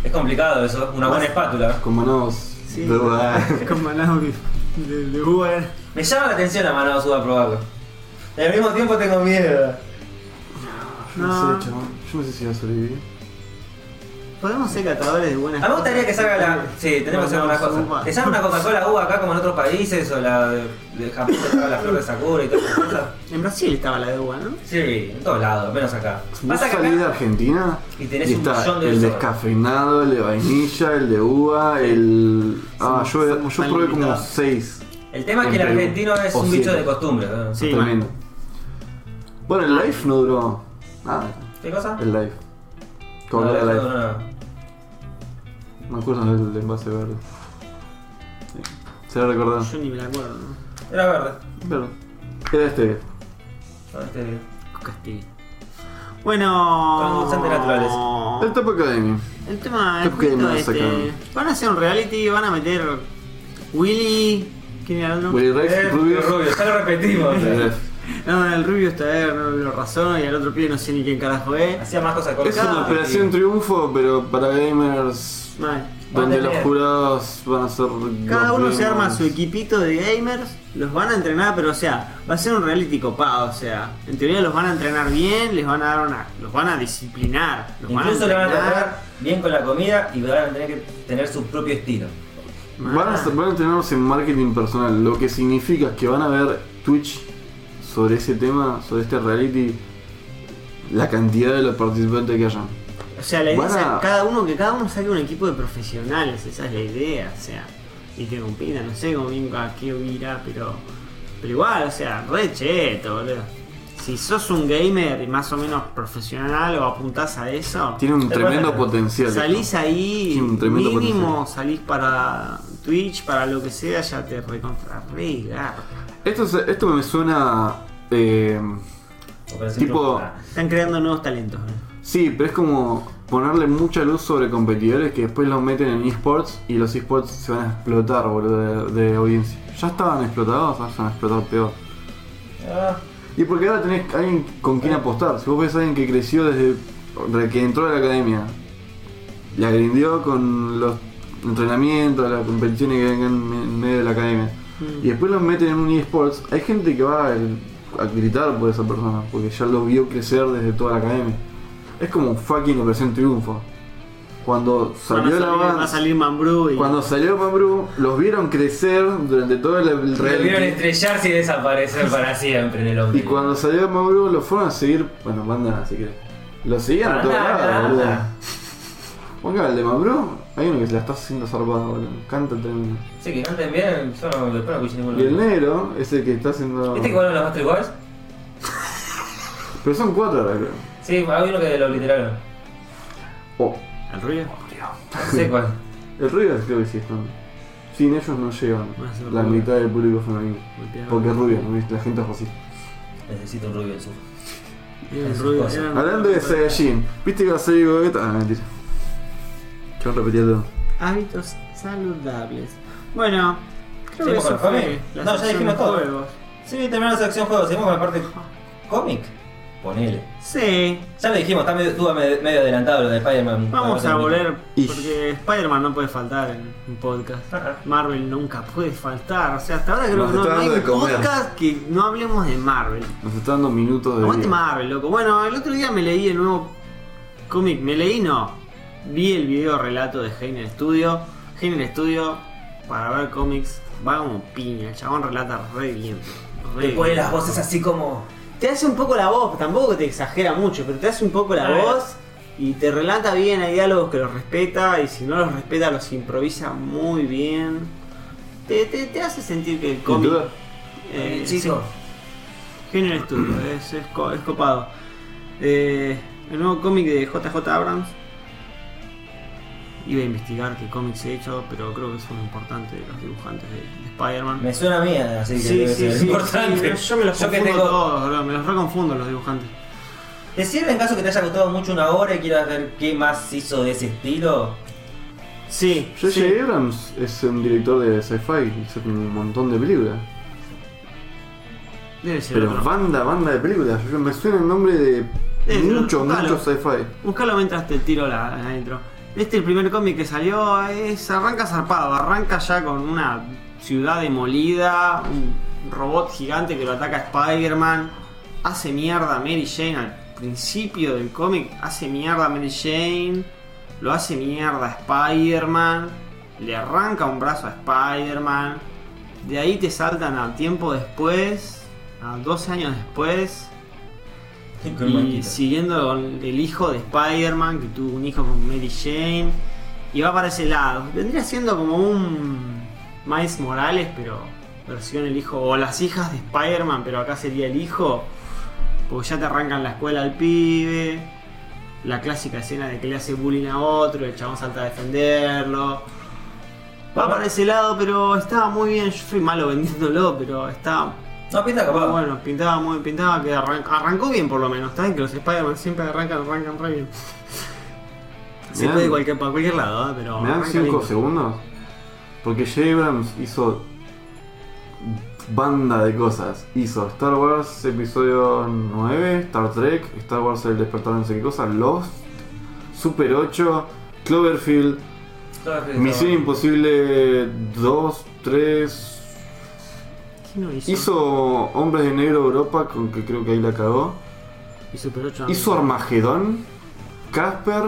Es complicado eso, una buena espátula. Con manos Sí, de verdad. con banano que- de, de Uber. Me llama la atención a mano suda probarlo. Y al mismo tiempo tengo miedo. Yo no sé, chabón. Yo no sé si va a sobrevivir. Podemos ser catadores de buenas A mí me gustaría que salga la. Sí, tenemos que hacer una cosa. Que salga una Coca-Cola uva acá como en otros países, o la de, de Japón, que estaba la flor de Sakura y todas esas cosas. En Brasil estaba la de uva, ¿no? Sí, en todos lados, menos acá. Vos Pasa que salís de acá. Argentina Y tenés un está millón de el besos. descafeinado, el de vainilla, el de uva, el. Ah, Somos- yo, somos yo tan probé como limitados. seis. El tema es que el en Perú. argentino es O un bicho siete. de costumbre. ¿no? Sí, Tremendo. man. Bueno, el live no duró nada. ¿Qué cosa? El live. ¿Cómo No, era el no, live? no, no. Me acuerdo del del envase verde. Sí. Se lo recordado. Yo ni me la acuerdo, ¿no? Era verde. Pero. Era este. No, este- Castillo. Bueno. Con endulzantes naturales. El Top Academy. El tema es Top Game justo Massacre. este. Van a hacer un reality, van a meter Willy. ¿Quién era el otro? Willy Eh, Rex, Rubius. Rubio, ya lo repetimos. y Rex. No, el rubio está ahí, no lo razón, y al otro pibe no sé ni quién carajo es. Hacía más cosas con Es una operación triunfo, pero para gamers. Mal. Donde Van a los tener- jurados van a ser. Cada los uno se arma gamers. su equipito de gamers, los van a entrenar, pero o sea, va a ser un reality copado, o sea, en teoría los van a entrenar bien, les van a dar una, los van a disciplinar, los van a Incluso le van a entrenar. tratar bien con la comida y van a tener que tener su propio estilo. Ah. Van a, ser- van a tenernos en marketing personal, lo que significa que van a ver Twitch sobre ese tema, sobre este reality, la cantidad de los participantes que hayan. O sea, la idea Van es a- a cada uno, que cada uno saque un equipo de profesionales, esa es la idea, o sea, y que compitan, no sé cómo bien a qué huirá, pero. Pero igual, o sea, re cheto, boludo. Si sos un gamer y más o menos profesional o apuntás a eso, Tiene un Es tremendo bueno. potencial. salís ahí, Tiene un tremendo mínimo potencial. salís para Twitch, para lo que sea, ya te recontrarregar. Esto, es- esto me suena. eh, Operación Tipo- triunfo. Ah, Están creando nuevos talentos. ¿eh? sí, pero es como ponerle mucha luz sobre competidores que después los meten en esports y los esports se van a explotar, boludo, de, de audiencia. Ya estaban explotados, ahora se van a explotar peor. ah, Y porque ahora tenés alguien con quien apostar. Si vos ves a alguien que creció desde, desde que entró a la academia, la grindió con los entrenamientos, las competiciones que vengan en me- en medio de la academia, y después los meten en un eSports, hay gente que va a, a gritar por esa persona, porque ya lo vio crecer desde toda la academia. Es como un fucking operación triunfo. Cuando Van a salió la salir- va a banda, salir Mambrú y. cuando salió Pambrú, los vieron crecer durante todo el, el Lo vieron reality. estrellarse y desaparecer para siempre en el hombre. Y cuando salió Mauro lo fueron a seguir. Bueno, banda, si querés. Lo seguían a todos Pará, pará. lados, boludo. Ponga el de Mauro, hay uno que se la está haciendo zarpada, boludo. Canta tremendo. Sí, que canten bien, yo no, después no escuché ninguno. Y el negro es el que está haciendo. ¿Viste que volaron los Astro Boys? Pero son cuatro ahora, creo. Sí, hay uno que lo obliteraron. Oh, ¿El ruido? No sé cuál. el Rivers creo que sí están. Sin ellos no llegan Bueno, se lo la pongo. mitad del público femenino. Golpeaba. Porque es rubio, ¿no viste? La gente es racista. Necesito un rubio en su. Era el ruido, Esas era- Hablando de Saiyajin, ¿viste que va a salir Gogeta? Ah, mentira. Yo repetía todo. Hábitos saludables. Bueno, creo que ¿Seguimos eso con el fue cómic? la No, ya sección dijimos de todo. juegos. Sí, terminamos la sección juegos, seguimos con la parte cómic. Ponele. Sí, Ya lo dijimos, está medio, estuvo medio medio adelantado lo de Spider-Man. vamos a volver Ish. porque Spider-Man no puede faltar en un podcast. Ajá. Marvel nunca puede faltar. O sea, hasta ahora creo Nos que no, está no hay dando un de comer. podcast que no hablemos de Marvel. Nos está dando minutos de. Aguante vida. Marvel, loco. Bueno, el otro día me leí el nuevo cómic. Me leí, no. Vi el video relato de Heiner Studio. Heiner Studio, para ver cómics, va como piña. El chabón relata re bien. re Le pone bien. las voces así como. Te hace un poco la voz, tampoco te exagera mucho, pero te hace un poco la Ah, voz y te relata bien, hay diálogos que los respeta y si no los respeta los improvisa muy bien. Te, te- te hace sentir que el Sin cómic... duda. eh, chico. sí, Género estudio, es, es co- es copado. Eh, el nuevo cómic de JJ Abrams. Iba a investigar qué cómics he hecho, pero creo que son importantes los dibujantes de, de Spider-Man. Me suena a mí, así que Sí, debe sí, ser sí, importante. sí, yo me los Yo que confundo tengo- todos, bro, me los reconfundo los dibujantes. ¿Te sirve en caso que te haya gustado mucho una obra y quieras ver qué más hizo de ese estilo? Sí, J.J. sí. Abrams es un director de sci-fi, hizo un montón de películas. Debe ser Pero otro. banda, banda de películas. Yo- me suena el nombre de Este, Mucho, buscalo. mucho sci-fi. Buscalo mientras te tiro la, la intro. Este el primer cómic que salió, es arranca zarpado, arranca ya con una ciudad demolida, un robot gigante que lo ataca a Spider-Man, hace mierda a Mary Jane al principio del cómic, hace mierda a Mary Jane, lo hace mierda a Spider-Man, le arranca un brazo a Spider-Man, de ahí te saltan a tiempo después, a dos años después, Con y Marquita. siguiendo con el hijo de Spider-Man, que tuvo un hijo con Mary Jane. Y va para ese lado. Vendría siendo como un Miles Morales, pero versión el hijo. O las hijas de Spider-Man, pero acá sería el hijo. Porque ya te arrancan la escuela al pibe. La clásica escena de que le hace bullying a otro, el chabón salta a defenderlo. Va para ese lado, pero estaba muy bien. Yo soy malo vendiéndolo, pero estaba No, pinta Ah, capaz. Bueno, pintaba muy, pintaba que arranca- arrancó bien por lo menos. Está bien que los Spider-Man siempre arrancan, arrancan re bien. Se Mirá. puede de cualquier, para cualquier lado, ¿eh? pero. ¿Me dan arranca 5 lindo. segundos? Porque J. Abrams hizo banda de cosas. Hizo Star Wars Episodio 9, Star Trek, Star Wars El Despertar de no sé qué cosa, Lost, Super 8, Cloverfield, Todo es que- Misión Imposible 2, 3... ¿Qué no hizo? Hizo Hombres de Negro Europa, con que creo que ahí la cagó. Y Super 8. Hizo Armagedón, Casper...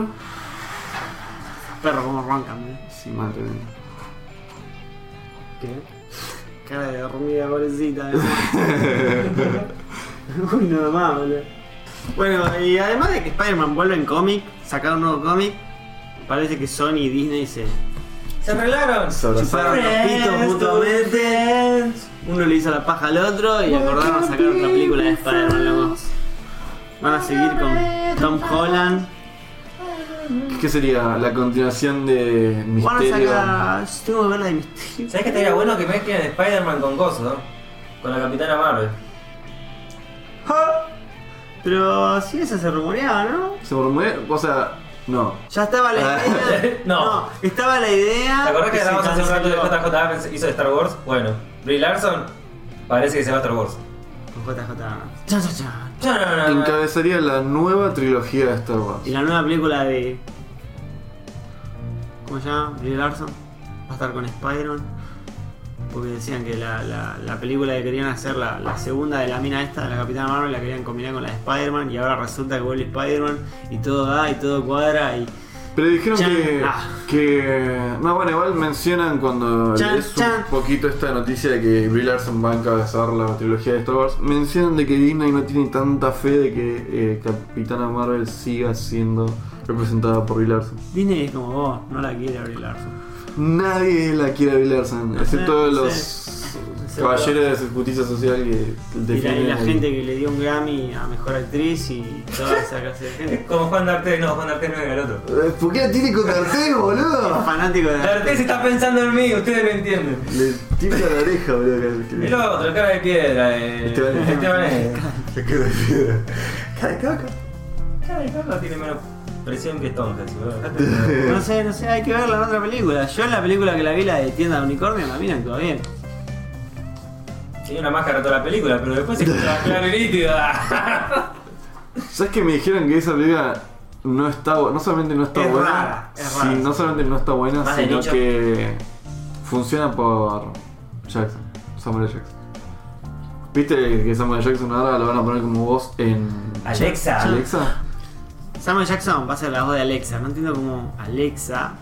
Perro, como arrancan, ¿eh? Sí, madre mía. ¿Qué? Cara de hormiga pobrecita. ¿eh? Uno más, boludo. Bueno, y además de que Spider-Man vuelve en cómic, sacaron un nuevo cómic, parece que Sony y Disney se Se arreglaron. Se abrazaron. Chuparon los pitos mutuamente. Uno le hizo la paja al otro y acordaron sacar otra película de Spider-Man, loco. Van a seguir con Tom Holland. ¿Qué sería la continuación de Van a Misterio? sacar. Tengo que ver la de Misterio. ¿Sabes que estaría bueno que mezclen Spider-Man con Gozo, no? Con la Capitana Marvel. Ja. Pero sí, esa se rumoreaba, ¿no? Se murmuró, o sea, no. Ya estaba la Ah. idea. No. estaba la idea. ¿Te acordás que y se grabamos hace un rato de canceló. JJ Abrams hizo de Star Wars? Bueno, Brie Larson parece que se va a Star Wars. Con JJ. Chan, chan, chan. Encabezaría la nueva trilogía de Star Wars. Y la nueva película de. ¿Cómo se llama? Brie Larson. Va a estar con Spider-Man. Porque decían que la, la- la película que querían hacer, la, la segunda de la mina esta, de la Capitana Marvel, la querían combinar con la de Spider-Man. Y ahora resulta que vuelve Spider-Man y todo da y todo cuadra. Y Pero dijeron Chan. que, Ah. que. No, bueno, igual mencionan cuando Chan, es chan. un poquito esta noticia de que Brie Larson va a encabezar la trilogía de Star Wars. Mencionan de que Disney no tiene tanta fe de que eh, Capitana Marvel siga siendo representada por Brie Larson. Disney es como vos, no la quiere Brie Larson. Nadie la quiere a Brie Larson, excepto Eh, los sí. Excepto- caballeros de justicia social que Y la, y defienden la el- gente que le dio un Grammy a mejor actriz y toda esa clase de gente. Como Juan D'Artes, no, Juan D'Artes no era el otro. Eh, ¿Por qué la tiene con D'Artes, boludo? Fanático de la D'Artes está pensando en mí, ustedes lo entienden. Le tira la oreja, boludo. que- que- El otro, el cara de piedra, eh, Esteban. Esteban es. que- que- Cara de caca. Cara de caca tiene menos presión que Stonehenge, boludo. No sé, no sé, hay que verla en otra película. Yo en la película que la vi, la de tienda de unicornio, la miran todo bien. Tiene una máscara toda la película, pero después se escucha claro y nítido. ¿Sabes que me dijeron que esa película no está bu- No solamente no está Es buena. rara, es sí, rara. no solamente no está buena, Más de sino nicho. que funciona por Jackson, Samuel L. Jackson. ¿Viste que Samuel L. Jackson ahora lo van a poner como voz en. Alexa. Alexa? Samuel Jackson va a ser la voz de Alexa. No entiendo cómo Alexa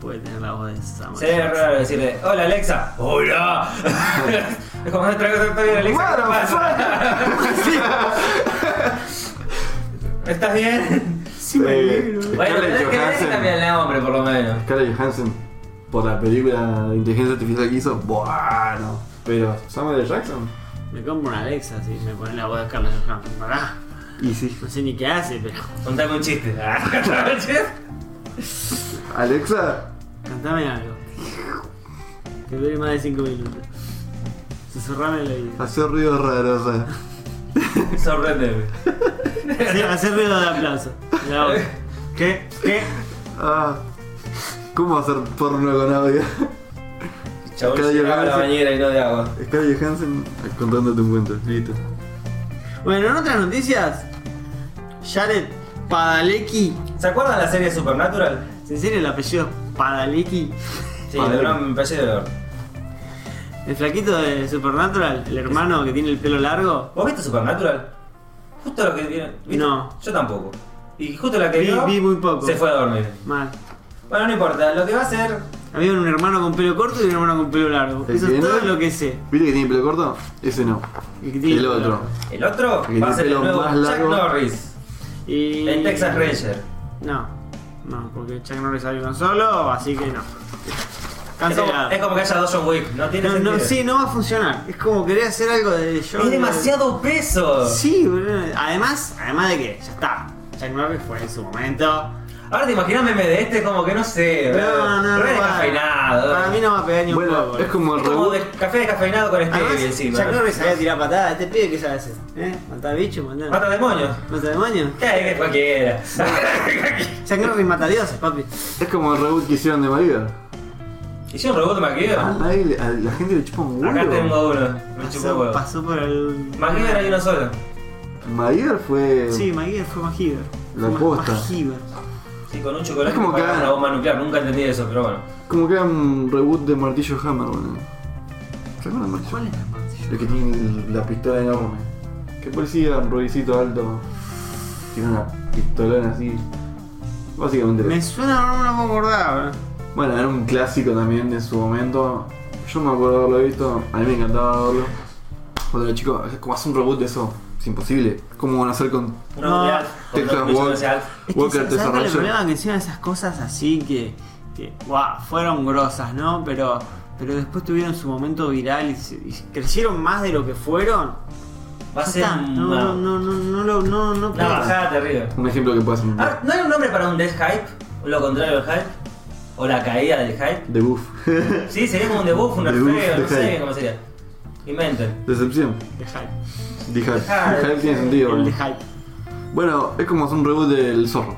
puede tener la voz de Samuel. Sería Jackson. raro decirle, hola Alexa, hola. es como otra cosa está bien, Alexa. ¿qué pasa? ¿Estás bien? Sí, me Eh, alegro. Bueno, Scarlett tenés que decir Johansson. también el nombre, por lo menos. Scarlett Johansson por la película de inteligencia artificial que hizo, bueno. Pero Samuel L. Jackson. Me compro una Alexa si me ponen la voz de Carlos Johansson. Pará. Y sí. No sé ni qué hace, pero. Contame un chiste. Alexa, Cantame algo. Que dure más de 5 minutos. Susurrame el oído. hace ruidos raros. eh. Sorpréndeme. Hacer, hacer ruido de aplauso. La voz. ¿Qué? ¿Qué? Ah, ¿Cómo hacer porno con audio? Chabón Cada llenaba día la más- bañera y no de agua. Scarlett Johansson contándote un cuento, listo. Bueno, en otras noticias, Jared Padalecki. ¿Se acuerdan de la serie Supernatural? ¿En serio el apellido es Padalecki? Sí, Padre. pero no me parece de ver. El flaquito de Supernatural, el hermano que tiene el pelo largo. ¿Vos viste Supernatural? Justo lo que vi- ¿viste? No. Yo tampoco. Y justo la que Vi, vio, vi muy poco. se fue a dormir. Mal. Bueno, no importa, lo que va a hacer. Había un hermano con pelo corto y un hermano con pelo largo. ¿El Eso que es todo no? lo que sé. ¿Viste que tiene pelo corto? Ese no. El, que tiene El pelo otro. largo. El otro El va a ser el pelo nuevo más Chuck largo. Norris, Y... el Texas Ranger. No, no, porque Chuck Norris salió con solo, así que no. Es como, Cancelado. es como que haya dos John Wick, no tiene No, sentido. no, sí, no va a funcionar. Es como querer hacer algo de yo. es demasiado peso. Sí, boludo. Además, además de que ya está. Chuck Norris fue en su momento. Ahora te imaginas meme de este, como que no sé. No, no, no. re va- descafeinado. Para mí no va a pegar ni un Bueno, poco. es como el Es como reboot. de café descafeinado con Además, Stevie encima. Chuck Norris sabía tirar patadas. Este pibe, ¿qué sabe hacer? ¿Eh? Matar bicho, matar. Mata demonios. ¿Mata demonios? Eh, que cualquiera. Chuck Norris mata dioses, papi. Es como el reboot que hicieron de María. Hicieron robot MacGyver. A nadie le- a la gente le chupa un huevo. Acá tengo uno. Me chupó Pasó, huevo. pasó por el. MacGyver hay uno solo. Maguire fue. Sí, MacGyver fue MacGyver. La Fue posta. MacGyver. Sí, con un chocolate Es como que que- paraba una bomba nuclear. Nunca entendí eso, pero bueno. Como que era un reboot de Martillo Hammer, boludo. ¿Se acuerdan de Martillo? ¿Cuál es la martillo? El que tiene la pistola enorme. Que parecía un rubiecito alto. Tiene una pistolona así. Básicamente. Me suena, pero no me lo puedo acordar. bro. Bueno, era un clásico también de su momento. Yo me acuerdo de haberlo visto. A mí me encantaba verlo. Cuando era chico, es como hacer un reboot de eso. Es imposible. ¿Cómo van a hacer con Una No. nuclear. con Texas una fusión Walk? nuclear. Es que, ¿sabes cuál Walker es el desarrolló. problema? Que encima esas cosas así que, que guau, fueron grosas, ¿no? Pero, pero después tuvieron su momento viral y, se- y crecieron más de lo que fueron. Va a Ya ser está. un- no, una, no, no, no, no, lo- no, no, una pega. bajada terrible. Un ejemplo que puedas A hacer. ver, ¿No hay un nombre para un death hype? ¿Lo contrario del hype? ¿O la caída del hype? The Buff. Sí, sería como un debuff, un Debuff, refreo, no death sé hype. cómo sería. Inventen. Decepción. De hype. Dije, Dejá, dejá, tiene sentido. El de boludo. hype. Bueno, es como hacer un reboot del zorro.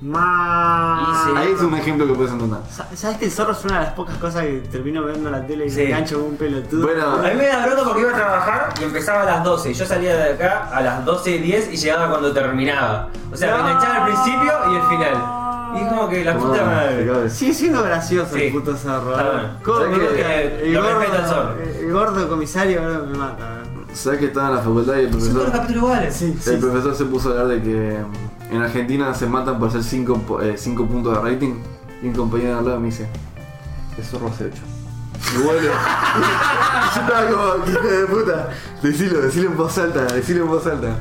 Más. Ah, Y sí. Ahí es un ejemplo que puedes entender. Sa- ¿Sabes que el zorro es una de las pocas cosas que termino viendo en la tele y Sí. me engancho con un pelotudo? Bueno, A mí me da brota porque iba a trabajar y empezaba a las 12. Yo salía de acá a las 12 y 10 y llegaba cuando terminaba. O sea, me enganchaba al principio y el final. Y es como que la como- puta madre. fíjate. Sigue siendo gracioso Sí. el puto zorro. Está ¿no? bueno. ¿Cómo ¿Sabes me que- gusta? eh, lo respeto al zorro. el gordo comisario bro, me mata. bro. ¿Sabes que estaba en la facultad y Son el todos los profesor, capítulos iguales. Sí, sí. el profesor se puso a hablar de que mm, en Argentina se matan por hacer 5 puntos de rating? Y un compañero de al lado me dice, el zorro hace 8. Y bueno, yo estaba como, "Qué hijo de puta, decilo, decilo en voz alta, decilo en voz alta.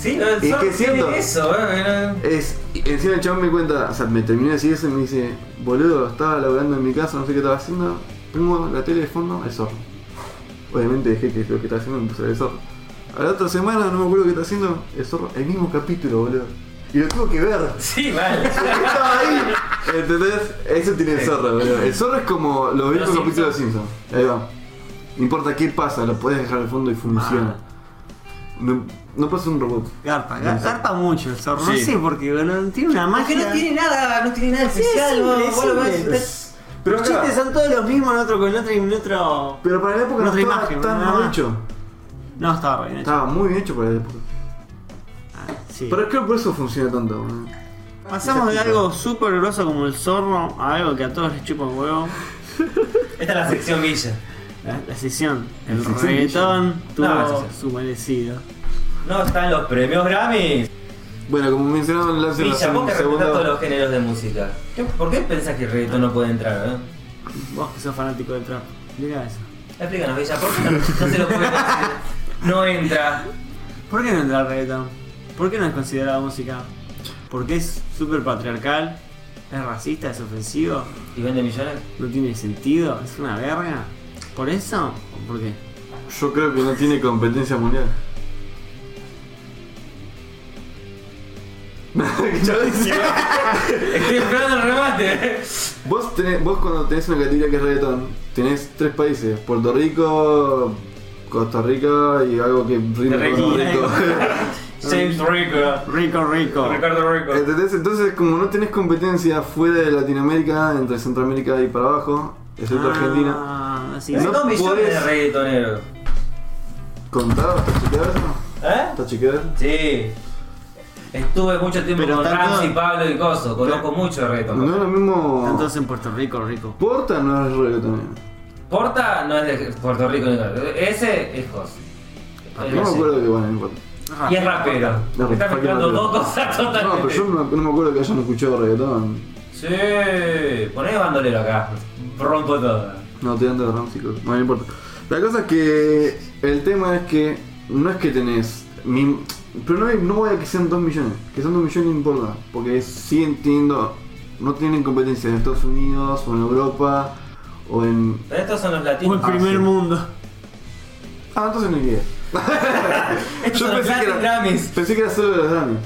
Sí, no, ¿Y son- qué es tiene cierto? eso, eh, no- Es, y encima el chabón me cuenta, o sea, me terminó de decir eso y me dice, boludo, estaba laburando en mi casa, no sé qué estaba haciendo, tengo la tele de fondo, el zorro. Obviamente dejé que lo que estaba haciendo me puse el zorro. A la otra semana, no me acuerdo qué está haciendo, el zorro, el mismo capítulo, boludo. Y lo tuvo que ver. Sí, mal. Estaba ahí. ¿Entendés? Eso tiene el zorro, boludo. El zorro es como los viejos Los capítulos de Simpson. Ahí va. No importa qué pasa, lo podés dejar de fondo y funciona. No, no pasa un robot. Garpa, No gar- sé. garpa mucho el zorro. No Sí. sé por qué, boludo. Tiene una magia. Porque no tiene nada, no tiene nada Sí, es especial. simple, vos- es vos lo ves, simple. estás- Pero Los chistes son todos los mismos en otro con otro y en otro. Pero para la época no Otra estaba imagen, tan nada mal más. hecho. No, estaba re bien hecho. Estaba muy bien hecho para la época. Ah, sí. Pero creo que por eso funciona tanto. boludo. Pasamos de Ese algo súper grosso como el zorro a algo que a todos les chupa un huevo. Esta es la sección Villa. La, la sesión. La El sección reggaetón tuvo No, la sección. su merecido. No están los premios Grammy. tipo. Bueno, como mencionaron en la Villa, vos que respetás todos segunda. los géneros de música. ¿Qué- ¿Por qué pensás que el reggaetón no puede entrar? eh? Vos que sos fanático del trap. Diga eso. Explícanos, Villa, ¿por qué no, no se lo puede hacer? No entra. ¿Por qué no entra el reggaetón? ¿Por qué no es considerado música? Porque es súper patriarcal, es racista, es ofensivo, ¿Y vende millones? no tiene sentido, es una verga. ¿Por eso? ¿O por qué? Yo creo que no tiene competencia mundial. Yo decía, Estoy esperando el remate. vos, tenés, vos cuando tenés una categoría que es reggaetón, tenés tres países, Puerto Rico, Costa Rica y algo que rima Rico. con Rico. James Rico. Rico, rico. Ricardo Rico. ¿Entendés? Entonces, como no tenés competencia fuera de Latinoamérica, entre Centroamérica y para abajo, excepto Argentina, Ah, sí, Hay Ah, sí. No dos millones podés- de reggaetoneros. ¿Contado? ¿Chequeado eso? ¿Eh? ¿Está chequeado? Sí. Estuve mucho tiempo Pero con tanto- Ramsey, Pablo y Coso. Conozco mucho de No reggaeton. es lo mismo. Entonces en Puerto Rico, rico. Porta no es rollo también. Porta no es de Puerto Rico ni nada. Ese es Coso. No me acuerdo que bueno, no importa. Y es rapero. No, Está fucking mezclando rapero. dos cosas No, pero totalmente. yo no, no me acuerdo que hayan escuchado reggaetón. Sí, poné bandolero acá. Rompo todo. No, te ando de Ramsey, creo. Bueno, no importa. La cosa es que el tema es que no es que tenés. mi- pero no, hay- no voy a que sean 2 millones. Que sean 2 millones no importa. Porque sí entiendo. No tienen competencia en Estados Unidos o en Europa o en. Pero estos son los Un latinos. primer sí. mundo. Ah, entonces no hay idea. Estos son los Latin Grammys. pensé que era solo de los Grammys.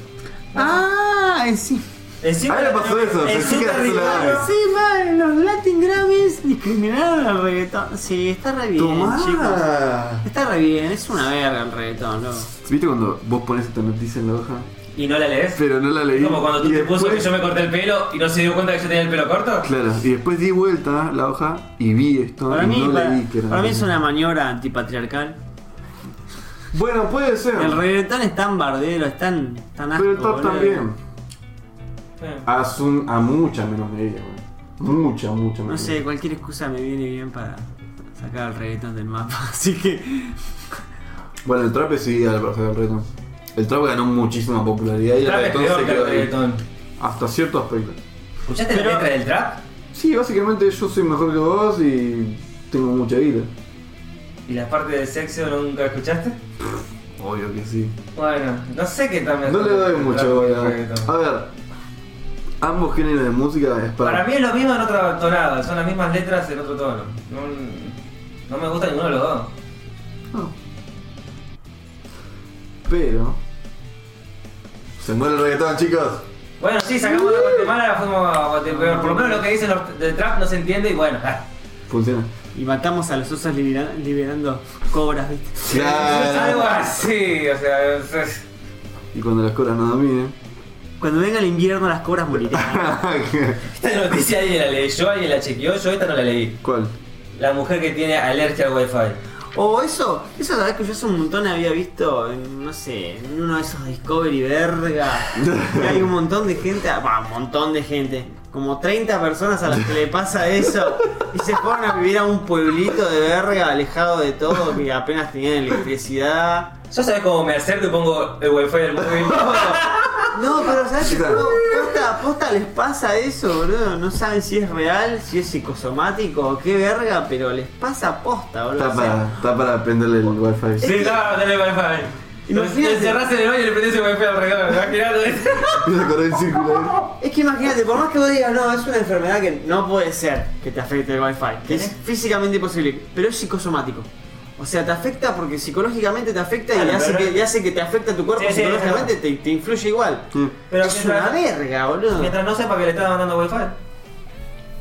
Ah, eh, sí. Encima A mí me pasó eso, En pensé su que era territorio. solo- Encima los Latin Grammys discriminaron al reggaetón. Sí, está re bien, chicos. Tomá. Está re bien, es una verga el reggaetón, loco. ¿Viste cuando vos pones esta noticia en la hoja? Y no la lees. Pero no la leí. Como cuando tú y te puso que después- yo me corté el pelo y no se dio cuenta que yo tenía el pelo corto. Claro, y después di vuelta la hoja y vi esto Para y mí, no para, leí que era. para mí es una maniobra antipatriarcal. Bueno, puede ser. El reggaetón es tan bardero, es tan, tan asco. Pero el top boludo. también. Eh. A, su- a mucha menos medida, güey. Mucha, mucha No menos sé, cualquier excusa me viene bien para sacar el reggaetón del mapa. Así que. Bueno, el trap sí, al parecer el reggaetón. El trap ganó muchísima popularidad y el Trap es reggaetón peor se que el quedó ahí. reggaetón. Hasta cierto aspecto. ¿Escuchaste Pero- la letra del trap? Sí, básicamente yo soy mejor que vos y tengo mucha vida. ¿Y la parte del sexo nunca escuchaste? Obvio que sí. Bueno, no sé qué también. No le doy mucho, Ah, güey. A ver, ambos géneros de música es para. Para mí es lo mismo en otra tonada, son las mismas letras en otro tono. No, no me gusta ninguno de los dos. No. Pero. Se muere el reggaetón, chicos. Bueno, sí, sacamos Uh. de Guatemala, fuimos a Guatemala. Por lo menos lo que dicen los del trap no se entiende y bueno. Funciona. Y matamos a los osos libera- liberando cobras, ¿viste? Es algo así, o sea, es- es- Y cuando las cobras no dominen. Cuando venga el invierno, las cobras morirán. esta noticia alguien la leyó, alguien la chequeó, yo esta no la leí. ¿Cuál? La mujer que tiene alergia al wifi. O Oh, eso, eso la verdad que yo hace un montón había visto, en, no sé, en uno de esos Discovery verga. que hay un montón de gente, va, un montón de gente, como 30 personas a las que le pasa eso y se fueron a vivir a un pueblito de verga alejado de todo que apenas tenían electricidad. Yo sabes cómo me acerco y pongo el wifi del móvil. No, pero ¿sabes qué? Sí, claro. No, Posta, posta les pasa eso, boludo. No saben si es real, si es psicosomático o qué verga, pero les pasa posta, boludo. Está O sea, para, está para prenderle el wifi. Sí, estaba dale wifi. Imagínate. Te encerrás en el baño y le prendés el wifi alrededor, imaginate. Empieza a correr en círculo ahí. Es que imagínate, por más que vos digas, no, es una enfermedad que no puede ser que te afecte el wifi, que es físicamente imposible, pero es psicosomático. O sea, te afecta porque psicológicamente te afecta y Claro, hace pero- que, y hace que te afecte a tu cuerpo Sí, sí, psicológicamente, es te, te influye igual. Sí. Pero es una mientras- verga, boludo. Mientras no sepa que le estaba mandando wifi.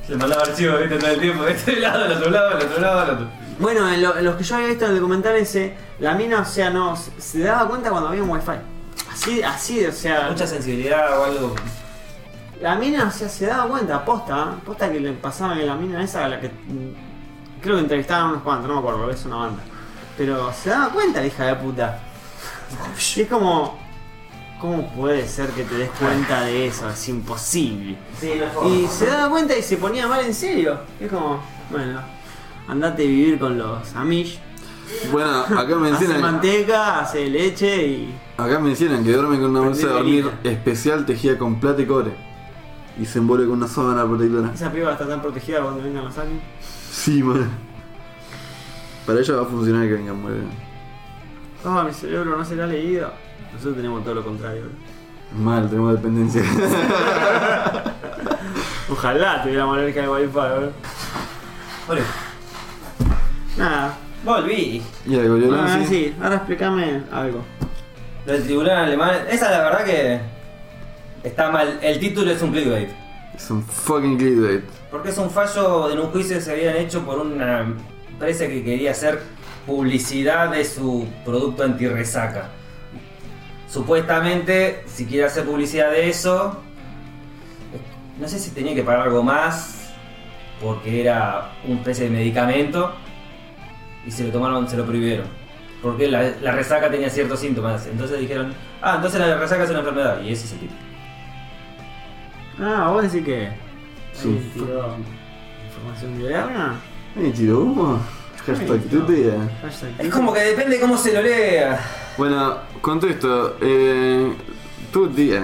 Se le mandaba archivos, viste, todo el tiempo, de este lado, del otro lado, del otro lado, del otro. Bueno, en, lo- en los que yo había visto en el documental ese, la mina, o sea, no, se, se daba cuenta cuando había un wifi. Así, así, o sea, Mucha sensibilidad o algo. la mina, o sea, se daba cuenta, posta, ¿eh? posta que le pasaban en la mina esa, a la que mm, creo que entrevistaban unos cuantos, no me acuerdo, es una banda. Pero se daba cuenta la hija de puta. Y es como, ¿cómo puede ser que te des cuenta de eso? Es imposible. Sí, Y se daba cuenta y se ponía mal en serio. Es como, bueno, andate a vivir con los Amish. Bueno, acá Ah, Hace mencionan, manteca, hace leche y. acá mencionan que duerme con una bolsa de dormir Prende especial tejida con plata y cobre. Y se envuelve con una sábana protectora. Esa piba está tan protegida cuando vengan los aliens. Sí, man. Para ella va a funcionar que vengan muere. Ah, mi cerebro no se la ha leído. Nosotros tenemos todo lo contrario. bro. Mal, tenemos dependencia. Ojalá tuviéramos alergia al wifi, bro. Vale. Nada. Volví. y algo, yo Bueno, sí. Ah, sí, ahora explícame algo. Lo del tribunal alemán. Esa la verdad que. Está mal. El título es un clickbait. Es un fucking clickbait. Porque es un fallo en un juicio que se habían hecho por una empresa que quería hacer publicidad de su producto antirresaca. Supuestamente, si quiere hacer publicidad de eso, no sé si tenía que pagar algo más, porque era un especie de medicamento, y se lo tomaron, se lo prohibieron. porque la, la resaca tenía ciertos síntomas. Entonces dijeron, ah, entonces la resaca es una enfermedad. Y ese es el tipo. Ah, vos decís que. Sí. alguien tiró Información moderna. ¿Me tiró humo? Hashtag tutea. Hashtag- Es como que depende cómo se lo lea. Bueno, contesto. Eh, tu día.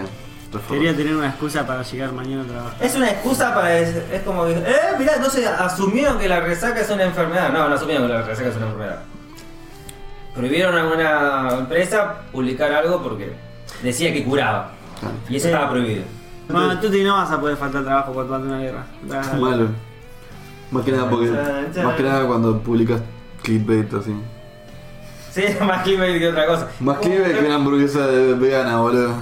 Quería tener una excusa para llegar mañana a trabajar. Es una excusa para. Es, es como que. Eh, mirá, entonces asumieron que la resaca es una enfermedad. No, no asumieron que la resaca es una enfermedad. Prohibieron a una empresa publicar algo porque decía que curaba. Y eso estaba prohibido. Bueno, tú te- no vas a poder faltar trabajo cuando vas a una guerra. Vas a- Malo. Más que nada porque. Chan, chan. Más que nada cuando publicas clickbait así. Sí, más clickbait que otra cosa. Más clickbait que una hamburguesa de- vegana, boludo.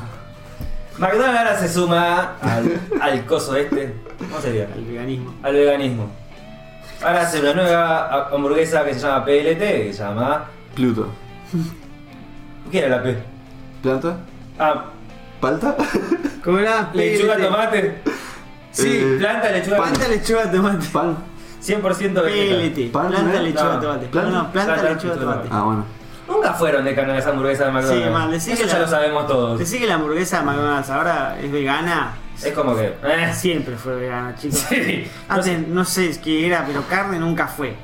McDonald's ahora se suma al, al coso este. ¿Cómo sería? El veganismo. Al veganismo. Ahora hace una nueva hamburguesa que se llama PLT, que se llama. Pluto. ¿Qué era la P? ¿Planta? Ah, ¿Palta? ¿Cómo era? lechuga, Pelete. tomate. Sí, Eh, planta, lechuga, Planta lechuga tomate. ¿Pan? 100% vegetal. PLT. Pan, Planta ¿no? lechuga No. tomate. Planta- No, no, planta planta lechuga lechuga tomate. Ah, bueno. Nunca fueron de carne a las hamburguesas de McDonald's. Sí, mal, decí Eso que ya la- lo sabemos todos. Decir que la hamburguesa de McDonald's ahora es vegana. Es como que. eh, sí. Siempre fue vegana, chicos. Sí. No sé, Antes no sé qué era, pero carne nunca fue.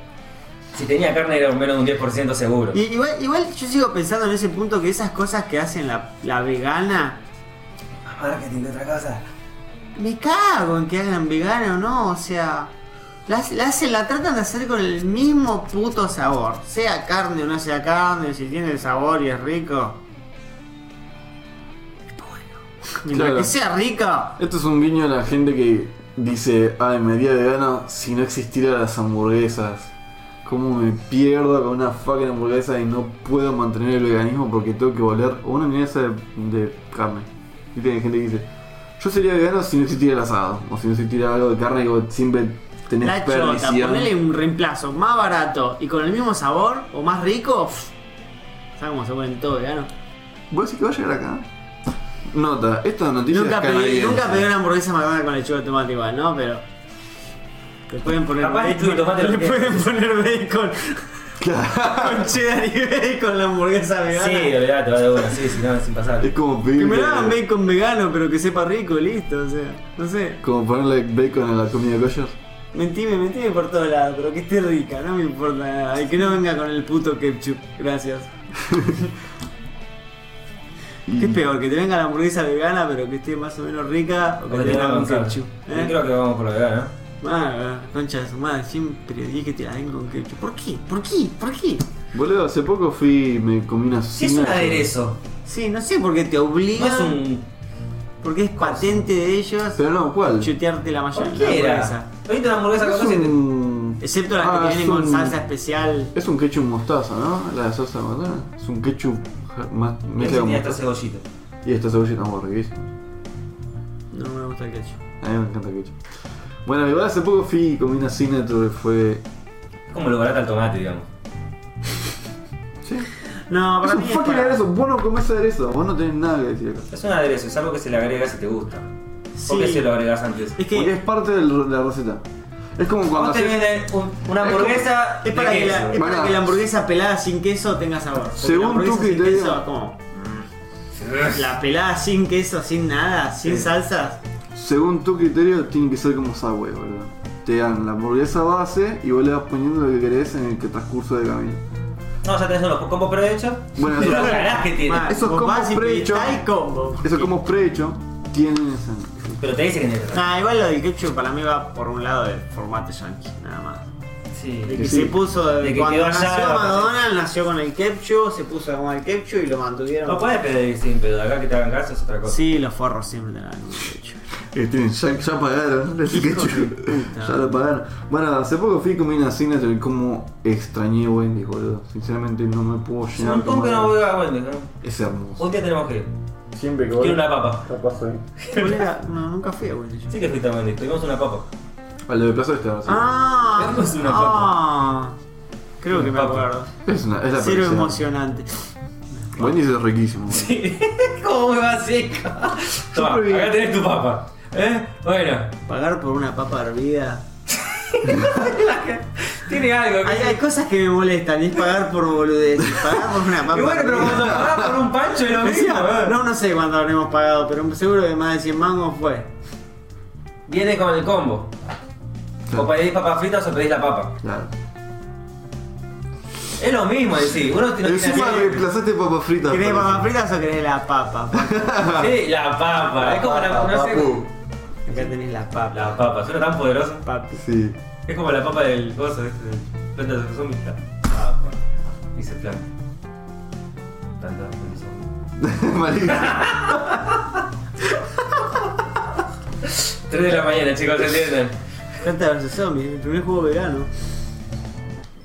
si tenía carne era menos de un 10% seguro. Y- igual, igual yo sigo pensando en ese punto que esas cosas que hacen la, la vegana, Ah, Marketing de otra cosa. me cago en que hagan vegana o no, o sea, la, hace- la hacen- la tratan de hacer con el mismo puto sabor, sea carne o no sea carne, si tiene el sabor y es rico. Bueno, mientras Claro. que sea rico. Esto es un guiño a la gente que dice, ay, me haría vegano si no existieran las hamburguesas. ¿Cómo me pierdo con una fucking hamburguesa y no puedo mantener el veganismo porque tengo que volver a una hamburguesa de, de carne? Y tiene gente que dice, yo sería vegano si no existiera el asado, o si no existiera algo de carne que vos siempre tenés La chota, perdición. ponele un reemplazo más barato y con el mismo sabor o más rico. pff, ¿Sabes cómo se ponen todo vegano? ¿Vos decís que va a llegar acá? Nota, estas noticias Nunca pedí, canadienses. nunca pedí una hamburguesa McDonald's con lechuga de tomate igual, ¿no? Pero. Le pueden poner Capaz lechuga y tomate Le lo que- pueden poner bacon. con cheddar y bacon la hamburguesa vegana. Sí, de verdad, te va de una, sí, si no, sin pasar. Es como pedir... que me la hagan bacon vegano, pero que sepa rico, listo, o sea, no sé. Como ponerle bacon a la comida kosher. Mentime, mentime por todos lados, pero que esté rica, no me importa nada. Y que no venga con el puto ketchup, gracias. Y- ¿Qué es peor? ¿Que te venga la hamburguesa vegana pero que esté más o menos rica o que Porque tenés te venga que con avanzar. ketchup? Yo ¿eh? Creo que vamos por lo vegano. ¿eh? Ah, concha de su madre, siempre dije que te la den con ketchup. ¿Por qué? ¿Por qué? ¿Por qué? Boludo, hace poco fui y me comí una Si es un cena- aderezo, Sí, no sé por qué te no obligan. es un. Porque es patente de ellos Pero no, ¿cuál? chutearte la mayor ¿Qué era? hamburguesa. Viste una hamburguesa Es con cosas y te- un... Excepto las Ah, que te es vienen con un- salsa especial. Es un ketchup mostaza, ¿no? La de salsa mostaza. Es un ketchup ja- más Ese mezcla con tenía esta mostaza. cebollita. Y esta cebolla está riquísima. No me gusta el ketchup. A mí me encanta el ketchup. Bueno, igual hace poco fui y comí una signature, fue... Es como lo barata al tomate, digamos. Sí. No, Es para un mí es fucking para- aderezo, vos no comés aderezo, vos no tenés nada que decir acá. Es un aderezo, es algo que se le agrega si te gusta. ¿Por qué Sí. se lo agregas antes? Es Porque que es parte del- de la receta. Es como cuando Vos te haces... venden un- una hamburguesa es para, de que la, es queso. para Pará. que la hamburguesa pelada sin queso tenga sabor. Porque Según la hamburguesa tu sin criterio- queso, ¿cómo? La pelada sin queso, sin nada, sin Sí. salsas. Según tu criterio, tiene que ser como Subway, boludo. Te dan la hamburguesa base y vos le vas poniendo lo que querés en el que- transcurso de camino. No, ya tenés unos combos prehechos. Bueno, Pero eso- ganás que tiene. Mal, Esos vos combos vas y pedís prehechos- tal combo. Esos como prehecho tienen esa. Pero te dice que tiene que Nah, Ah, igual lo del ketchup para mí va por un lado del formato yankee, nada más. De Sí. que Sí. se puso, De que cuando quedó allá, nació la- McDonald's, nació con el ketchup, se puso con el ketchup y lo mantuvieron. No puedes pedir sin pedo, acá que te hagan caso es otra cosa. Sí, los forros siempre te dan un ketchup. Eh, tienen, ya, ya pagaron, les Hijo ketchup. de puta. Ya lo pagaron. Bueno, hace poco fui y comí una signature como extrañé Wendy, boludo. Sinceramente no me puedo Un llenar montón que no como. voy a Wendy's, ¿no? Es hermoso. Un día tenemos que ir. Siempre que Quiero una papa. Capaz ahí. ¿Cuál era? No, nunca fui a Wendy's. yo. Sí que fuiste a Wendy's, tuvimos una papa. Al de plaza está así. Ah, Carlos es una ah, creo que me Papa. acuerdo. Es, una, es la Cero perfección. emocionante. Wendy's es riquísimo. ¿Cómo me va a seca? Toma, Súper bien. acá tenés tu papa. ¿Eh? Bueno. Pagar por una papa hervida. Tiene algo. que- Hay, hay cosas que me molestan, y es pagar por boludez, pagar por una papa. Y bueno, pero cuando pagás por un pancho es lo mismo. Encima, eh. no, no sé cuánto habremos pagado, pero seguro que más de 100 mangos fue. Viene con el combo. O pedís papas fritas o pedís la papa. Claro. Es lo mismo decir, uno tiene Encima tiene- reemplazaste papas fritas. ¿Querés por eso. papas fritas o querés la papa? Sí, la papa. Es como la no sé- Papu. Acá tenés la La papa. papa, suena tan poderosa. Papi. Sí. Es como la papa del coso, ¿viste? Del planta de zombie. La papa. Dice plan. Planta de zombie. Malísimo. 3 de la mañana, chicos, ¿se entienden? Planta vs Zombies, el primer juego vegano.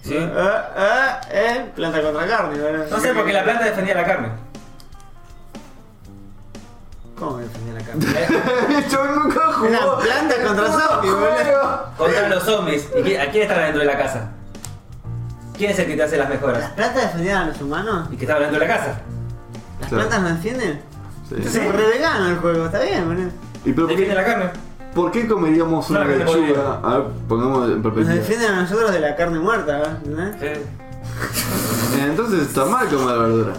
Sí. Eh, eh, eh, planta contra carne, ¿verdad? No sé, porque la planta defendía la carne. ¿Cómo me defendía la carne? Eh, El chabón nunca jugó. Era planta contra zombies, boludo. Contra los zombies. ¿Y quién, a quién están adentro de la casa? ¿Quién es el que te hace las ¿Las mejoras? plantas defendían a los humanos? ¿Y que estaba adentro de la casa? ¿Las Claro. plantas no defienden? Sí. Entonces es re vegano el juego, está bien, boludo. ¿Y pero por Defiende qué, la carne. por qué comeríamos una No, que te podría. lechuga? A ver, pongamos en Nos perspectiva. defienden a nosotros de la carne muerta, ¿verdad? Sí. Eh, Entonces está mal comer verdura.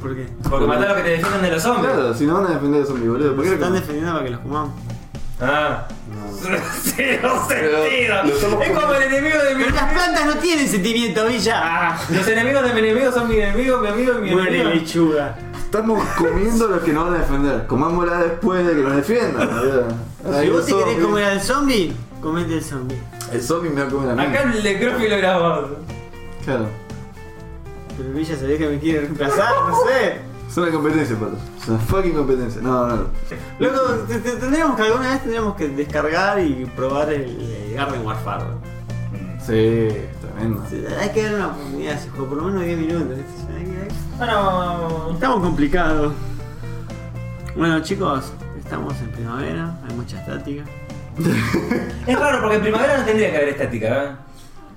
¿Por qué? Porque matá a los que te defienden de los zombies. Claro, si no van a defender a zombies, boludo. ¿Por Nos qué están comer? defendiendo para que los comamos. Ah. Cero sentido. lo estamos Es como el enemigo de mi Pero las enemigo. plantas no tienen sentimiento, Villa. Ah, los enemigos de mi enemigo son mi enemigo, mi amigo y mi Muere enemigo. lechuga. Estamos comiendo los que nos van a defender. Comámosla después de que nos defiendan, boludo. Ay, Si vos te los querés zombies. comer al zombie, comete el zombie. El zombie me va a comer a mí. Acá el necrófilo grabado. Claro. Pero Villa sabía que me quiere reemplazar, no sé. Es una competencia, pato. Es una fucking competencia. No, no. Luego, tendríamos que alguna vez tendríamos que descargar y probar el, el Garden Warfare. Sí, tremendo. O sea, Hay que darle una oportunidad a ese juego, por lo menos 10 minutos. ¿viste? Hay que- hay que- Bueno, Estamos complicados. Bueno, chicos, estamos en primavera, hay mucha estática. es raro porque en primavera no tendría que haber estática. ¿verdad?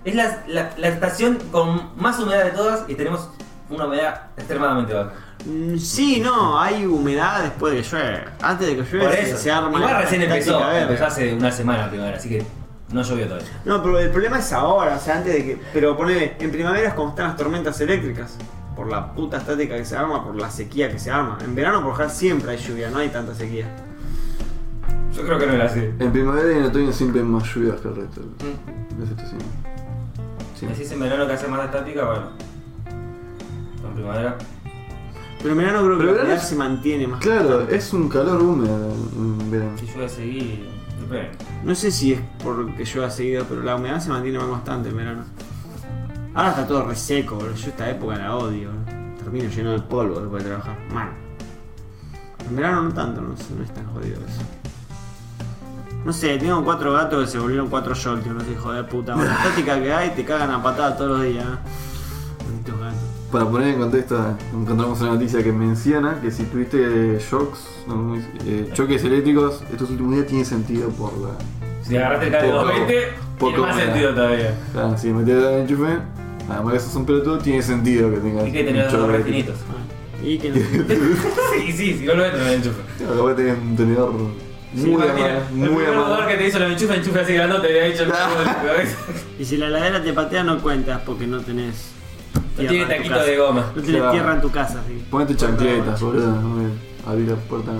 Es la, la- la estación con más humedad de todas y tenemos una humedad extremadamente baja. Mm, Sí, no, hay humedad después de que llueve. Antes de que llueve Por se- eso. se arma. Igual la recién estática empezó. verde. Empezó hace una semana la primavera, así que no llovió todavía. No, pero el problema es ahora, o sea, antes de que. Pero ponele, en primavera es como están las tormentas eléctricas. Por la puta estática que se arma, por la sequía que se arma. En verano, por acá siempre hay lluvia, no hay tanta sequía. Yo creo que no era así. En primavera y en otoño siempre hay más lluvias que el resto. de Mm. La situación. Sí. Si me decís en verano Pues que hace más estática, bueno. En primavera. Pero en verano creo que Pero la verano humedad es- se mantiene más. Claro, es un calor húmedo en verano. Si llueve seguí. depende. No sé si es porque llueva seguido, pero la humedad se mantiene más constante en verano. Ahora está todo reseco, boludo. Yo esta época la odio, boludo. Termino lleno de polvo después de trabajar. Mal. En verano no tanto, no, sé, no es tan jodido eso. No sé, tengo cuatro gatos que se volvieron cuatro joltios, no sé, hijo de puta. Con la estática que hay, te cagan a patada todos los días. ¿eh? Malditos gatos. Para poner en contexto, encontramos una noticia que menciona que si tuviste shocks, no, muy- eh, choques eléctricos, estos últimos días tiene sentido por la. Si agarraste el cable Poco- 220, poco tiene más humedad. sentido todavía. Claro, si metes el enchufe, además que sos un pelotudo, tiene sentido que tengas. Y que tener un los choque dos eléctrico. refinitos. Ah, Y que no. sí, sí, si no lo ves, no lo enchufa. Claro, capaz tenés un tenedor Sí, muy imagina, amable. El Muy primer rodador amable. que te hizo la enchufa, enchufa así grandote, te había dicho el culo de la cabeza. y si la heladera te patea, no cuentas porque no tenés. No tierra en tiene tu taquito casa. de goma. No tenés Claro. tierra en tu casa, sí. Ponete chancletas, boludo. no me- Abrí la puerta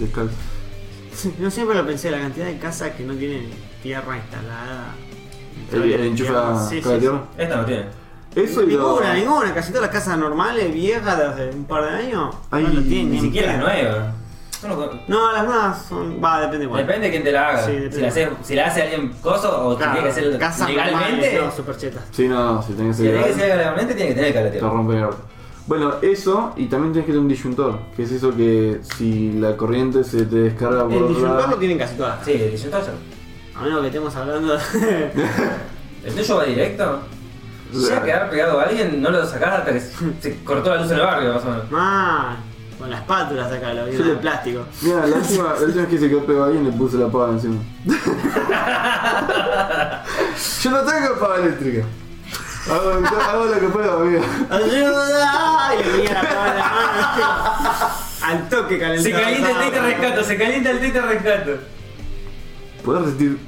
descalzo. Yo siempre lo pensé, la cantidad de casas que no tienen tierra instalada. El, el enchufe a Sí, sí, cada sí. tierra. Esta no tiene. Eso y lo. Ninguna, ninguna, casi todas las casas normales, viejas de hace un par de años, Ay, no lo tienen. ni Ni en siquiera las pedo. nuevas. Yo no con- No, las nuevas son. Va, depende cuál. Depende de quién te la haga. Sí, depende. si, la hace, si la hace alguien coso o Claro, tiene que ser casas legalmente. normales, No, super chetas. Sí, no, si tenés Si tiene que el ser legalmente, tiene que tener el cable. te tío. rompe el orto. Bueno, eso, y también tenés que tener un disyuntor, que es eso que si la corriente se te descarga por El otro disyuntor lo lado. tienen casi todas. Sí, el disyuntor. ya. A menos que estemos hablando de. ¿El tuyo va directo? Sí. Ya quedar pegado a alguien, no lo sacás hasta que se se cortó la luz en el barrio, más o menos. Man, con las pátulas acá, lo vieron Sí. de plástico. Mira, la última, la última vez que se quedó pegado alguien le puse la paga encima. Yo no tengo paga eléctrica. Hago, hago lo que puedo, amigo. ¡Ayuda! Y le mira toda la mano, ¿viste? Al toque Se calentado. calienta el tete rescato, se calienta el tete rescato. ¿Podés resistir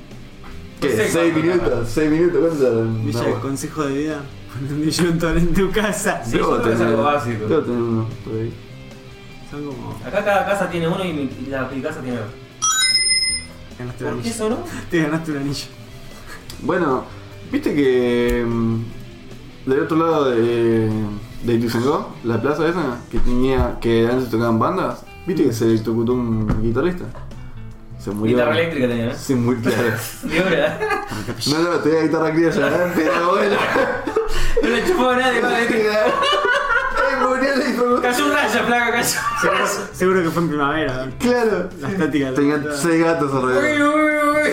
¿Qué? Sí, ¿Seis cuatro, minutos? ¿Seis minutos? ¿Cuánto? Villa, No, bueno. consejo de vida, pon un disjuntor en tu casa. Sí, Debo yo creo que es tener- algo básico. Debo tener uno por ahí. Son como... Acá cada casa tiene uno y, mi, y la mi casa tiene otro. Ganaste un ¿Por qué anillo. sonó? Te ganaste un anillo. Bueno, viste que. mm, Del otro lado de. De Ituzaingó, la plaza esa, que tenía. Que antes tocaban bandas. Viste que se electrocutó un guitarrista. Se murió. Guitarra eléctrica tenía, ¿eh? ¿no? Se murió. claro. De obra. No, no, tenía guitarra criolla, ¿eh? pero bueno. No le chupó a nadie, madre. Ay, murió el electrocutado. Cayó un rayo, flaco, cayó. Seguro, seguro que fue en primavera. ¿eh? Claro. La estática. la Tenía puta. seis gatos alrededor. Uy, uy, uy.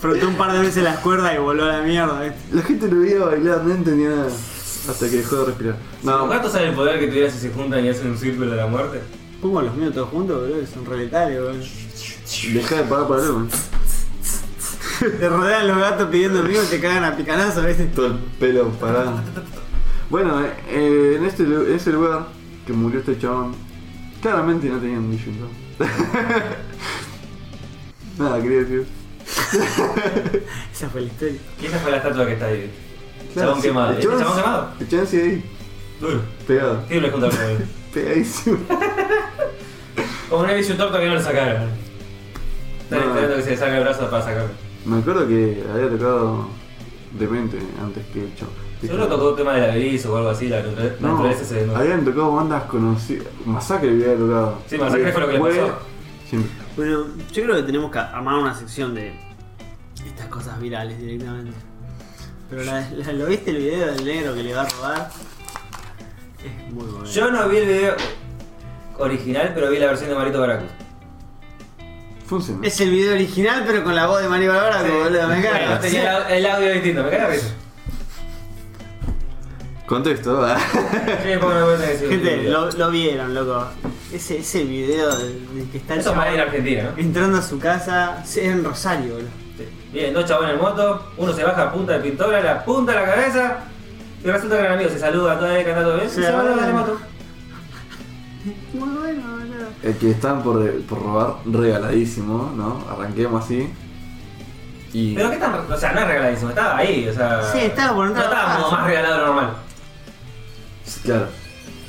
Frotó un par de veces las cuerdas y voló a la mierda. ¿viste? La gente lo veía bailar, no entendía nada. Hasta que dejó de respirar. ¿Los No, gatos saben el poder que tuvieran si se juntan y hacen un círculo de la muerte? Pongo los míos todos juntos, boludo, que son re letales, boludo. dejá de parar para verlo. Te rodean los gatos pidiendo amigo y te cagan a picanazo, ¿viste? Todo el pelo parado. Bueno, eh, eh, en este lu- ese lugar que murió este chabón, claramente no tenía un disyuntor. Nada, quería decir. Esa fue la historia. Y esa fue la estatua que está ahí. Claro, chabón sí, quemado. el ¿Este chabón quemado? El chabón sigue ahí, Duro. pegado, ¿Qué le juntaron con él? pegadísimo. Como no he visto un torto que no lo sacaron. Están No. esperando que se le salga el brazo para sacarlo. Me acuerdo que había tocado demente antes que el chabón. Seguro tocó un tema de la bebida o algo así, la contra- la No, naturaleza se desnuda. habían tocado bandas conocidas. Masacre había tocado. Sí, Masacre fue lo que le Fue- pasó. Siempre. Bueno, yo creo que tenemos que armar una sección de estas cosas virales directamente. Pero la- la- lo viste el video del negro que le va a robar. Es muy bueno. Yo no vi el video original, pero vi la versión de Marito Baracus. Funcionó. Es el video original, pero con la voz de Manny Barbara, boludo. Me Bueno, cago. tenía el au- el audio distinto, me cago en eso. Contexto, ¿verdad? Sí, porque me parece que sí, el Gente, video. lo, lo vieron, loco. Ese, ese video del del que está el Eso es chabón más en Argentina, ¿no? entrando a su casa sí, en Rosario, boludo. Bien, dos chabones en moto, uno se baja a punta de pintora, la punta de la cabeza, y resulta que eran amigos, se saludan, todo el cantando todo bien, Sí, y se van a bueno. la moto. Muy bueno, boludo. El que están por, re- por robar, regaladísimo, ¿no? Arranquemos así. Y. Pero qué tan, o sea, no es regaladísimo, estaba ahí, o sea. Sí, estaba por No entrar a la estaba como casa. más regalado de lo normal. Claro.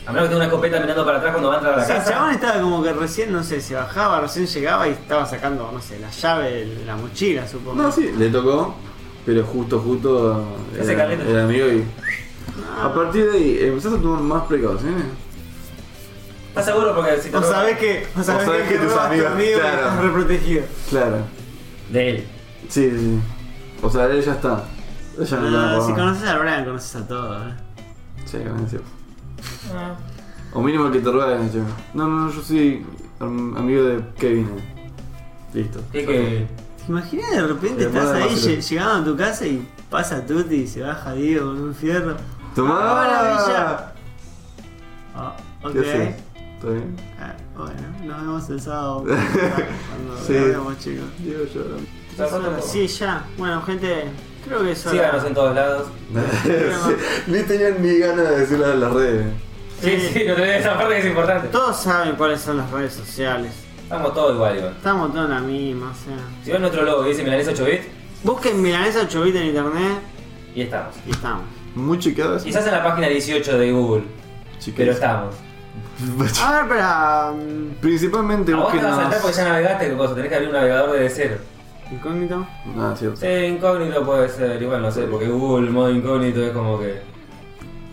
A menos que tenga una escopeta mirando para atrás cuando va a entrar a la O sea, el casa. chabón estaba como que recién, no sé, se bajaba, recién llegaba y estaba sacando, no sé, la llave de la mochila, supongo. No, sí, le tocó, pero justo, justo. Ese era- caleta. era amigo y. Ah. A partir de ahí, empezás a tomar más precauciones. ¿Estás seguro? Porque si te O roban- sabés que, o sabés sabés que, que te tus robas amigos, conmigo y claro. estás reprotegido. Claro. De él. Sí, sí, sí. O sea, él ya está. Ella no la Ah, si roba. conoces a Brian, conoces a todos. ¿eh? Sí, gracias. Ah. O mínimo que te ruegue, yo. No, no, no, yo soy am- amigo de Kevin. Listo. Así que. ¿Te imaginas de repente Pero estás nada ahí más lle- que- llegando a tu casa y pasa Tuti y se baja Diego con un fierro? Ah, ¡Tomá! Hola, Villa. Ah, ok. ¿Qué haces? ¿Está bien? Ah, bueno, nos vemos el sábado. cuando Sí. grabemos, chicos. Digo yo. nosotros no. Sí, ya. Bueno, gente, creo que eso. Síganos en todos lados. Sí, ni tenían ni ganas de decirlo en las redes. Sí, sí, no te olvides esa parte que es importante. Todos saben cuáles son las redes sociales. Estamos todos igual, Iván. Estamos todos en la misma, o sea. Si ven nuestro logo que dice Milanés 8 bit, Busquen Milanesa 8 bit en internet y estamos. y estamos. Muy chicadas. Quizás en la página 18 de Google, pero estamos. A ver, pero. um, Ah. Principalmente A vos te vas a saltar porque búsquenos. ya navegaste, qué cosa, tenés que abrir un navegador desde cero. Incógnito. Ah, cierto. Sí, incógnito puede ser, igual no sé, porque Google modo incógnito es como que.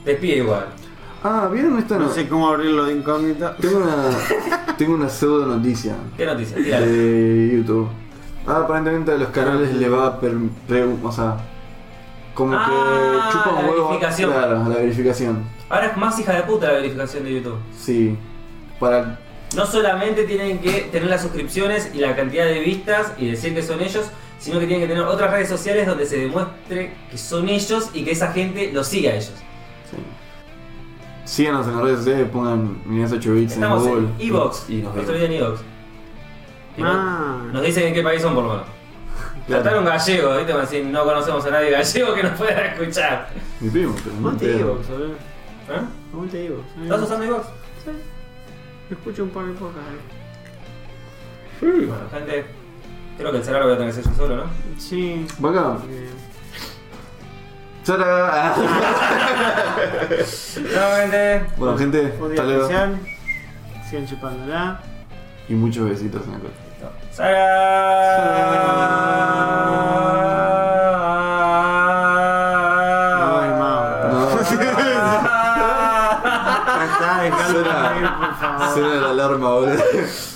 Te espía igual. Ah, ¿vieron esta No no? sé cómo abrirlo de incógnito. Tengo una. Tengo una pseudo noticia ¿Qué noticia? Tírala. de YouTube. Ah, aparentemente a los canales le va a per, pre- o sea. Como Ah, que chupa un la huevo. verificación. Claro, la verificación. Ahora es más hija de puta la verificación de YouTube. Sí. Para. No solamente tienen que tener las suscripciones y la cantidad de vistas y decir que son ellos, sino que tienen que tener otras redes sociales donde se demuestre que son ellos y que esa gente los siga a ellos. Sí. Síganos en las redes sociales, pongan Minas 8 bits en Estamos Google. en Evox, Y nos nos vemos. olviden Evox. Ah. Nos dicen en qué país son por lo menos. Tratar un gallego, ¿viste? Como decir, no conocemos a nadie gallego que nos pueda escuchar. Mi primo, pero no ¿Cómo te pedo. digo, boludo? ¿Eh? ¿Cómo te digo? ¿Estás usando Evox? Ah, Sí. Escucho un par de pocas. Bueno, gente, Creo que el celular lo voy a tener que hacer yo solo, ¿no? Sí. Bacán. porque- ¡Chara! No, gente. Bueno, gente, Fue un hasta día luego. especial. Sigan chupándola. Y muchos besitos en el coche. Ah. No hay Sara. más. No. Tratá de dejarlo Suena- ir, por favor. Suena la alarma, boludo.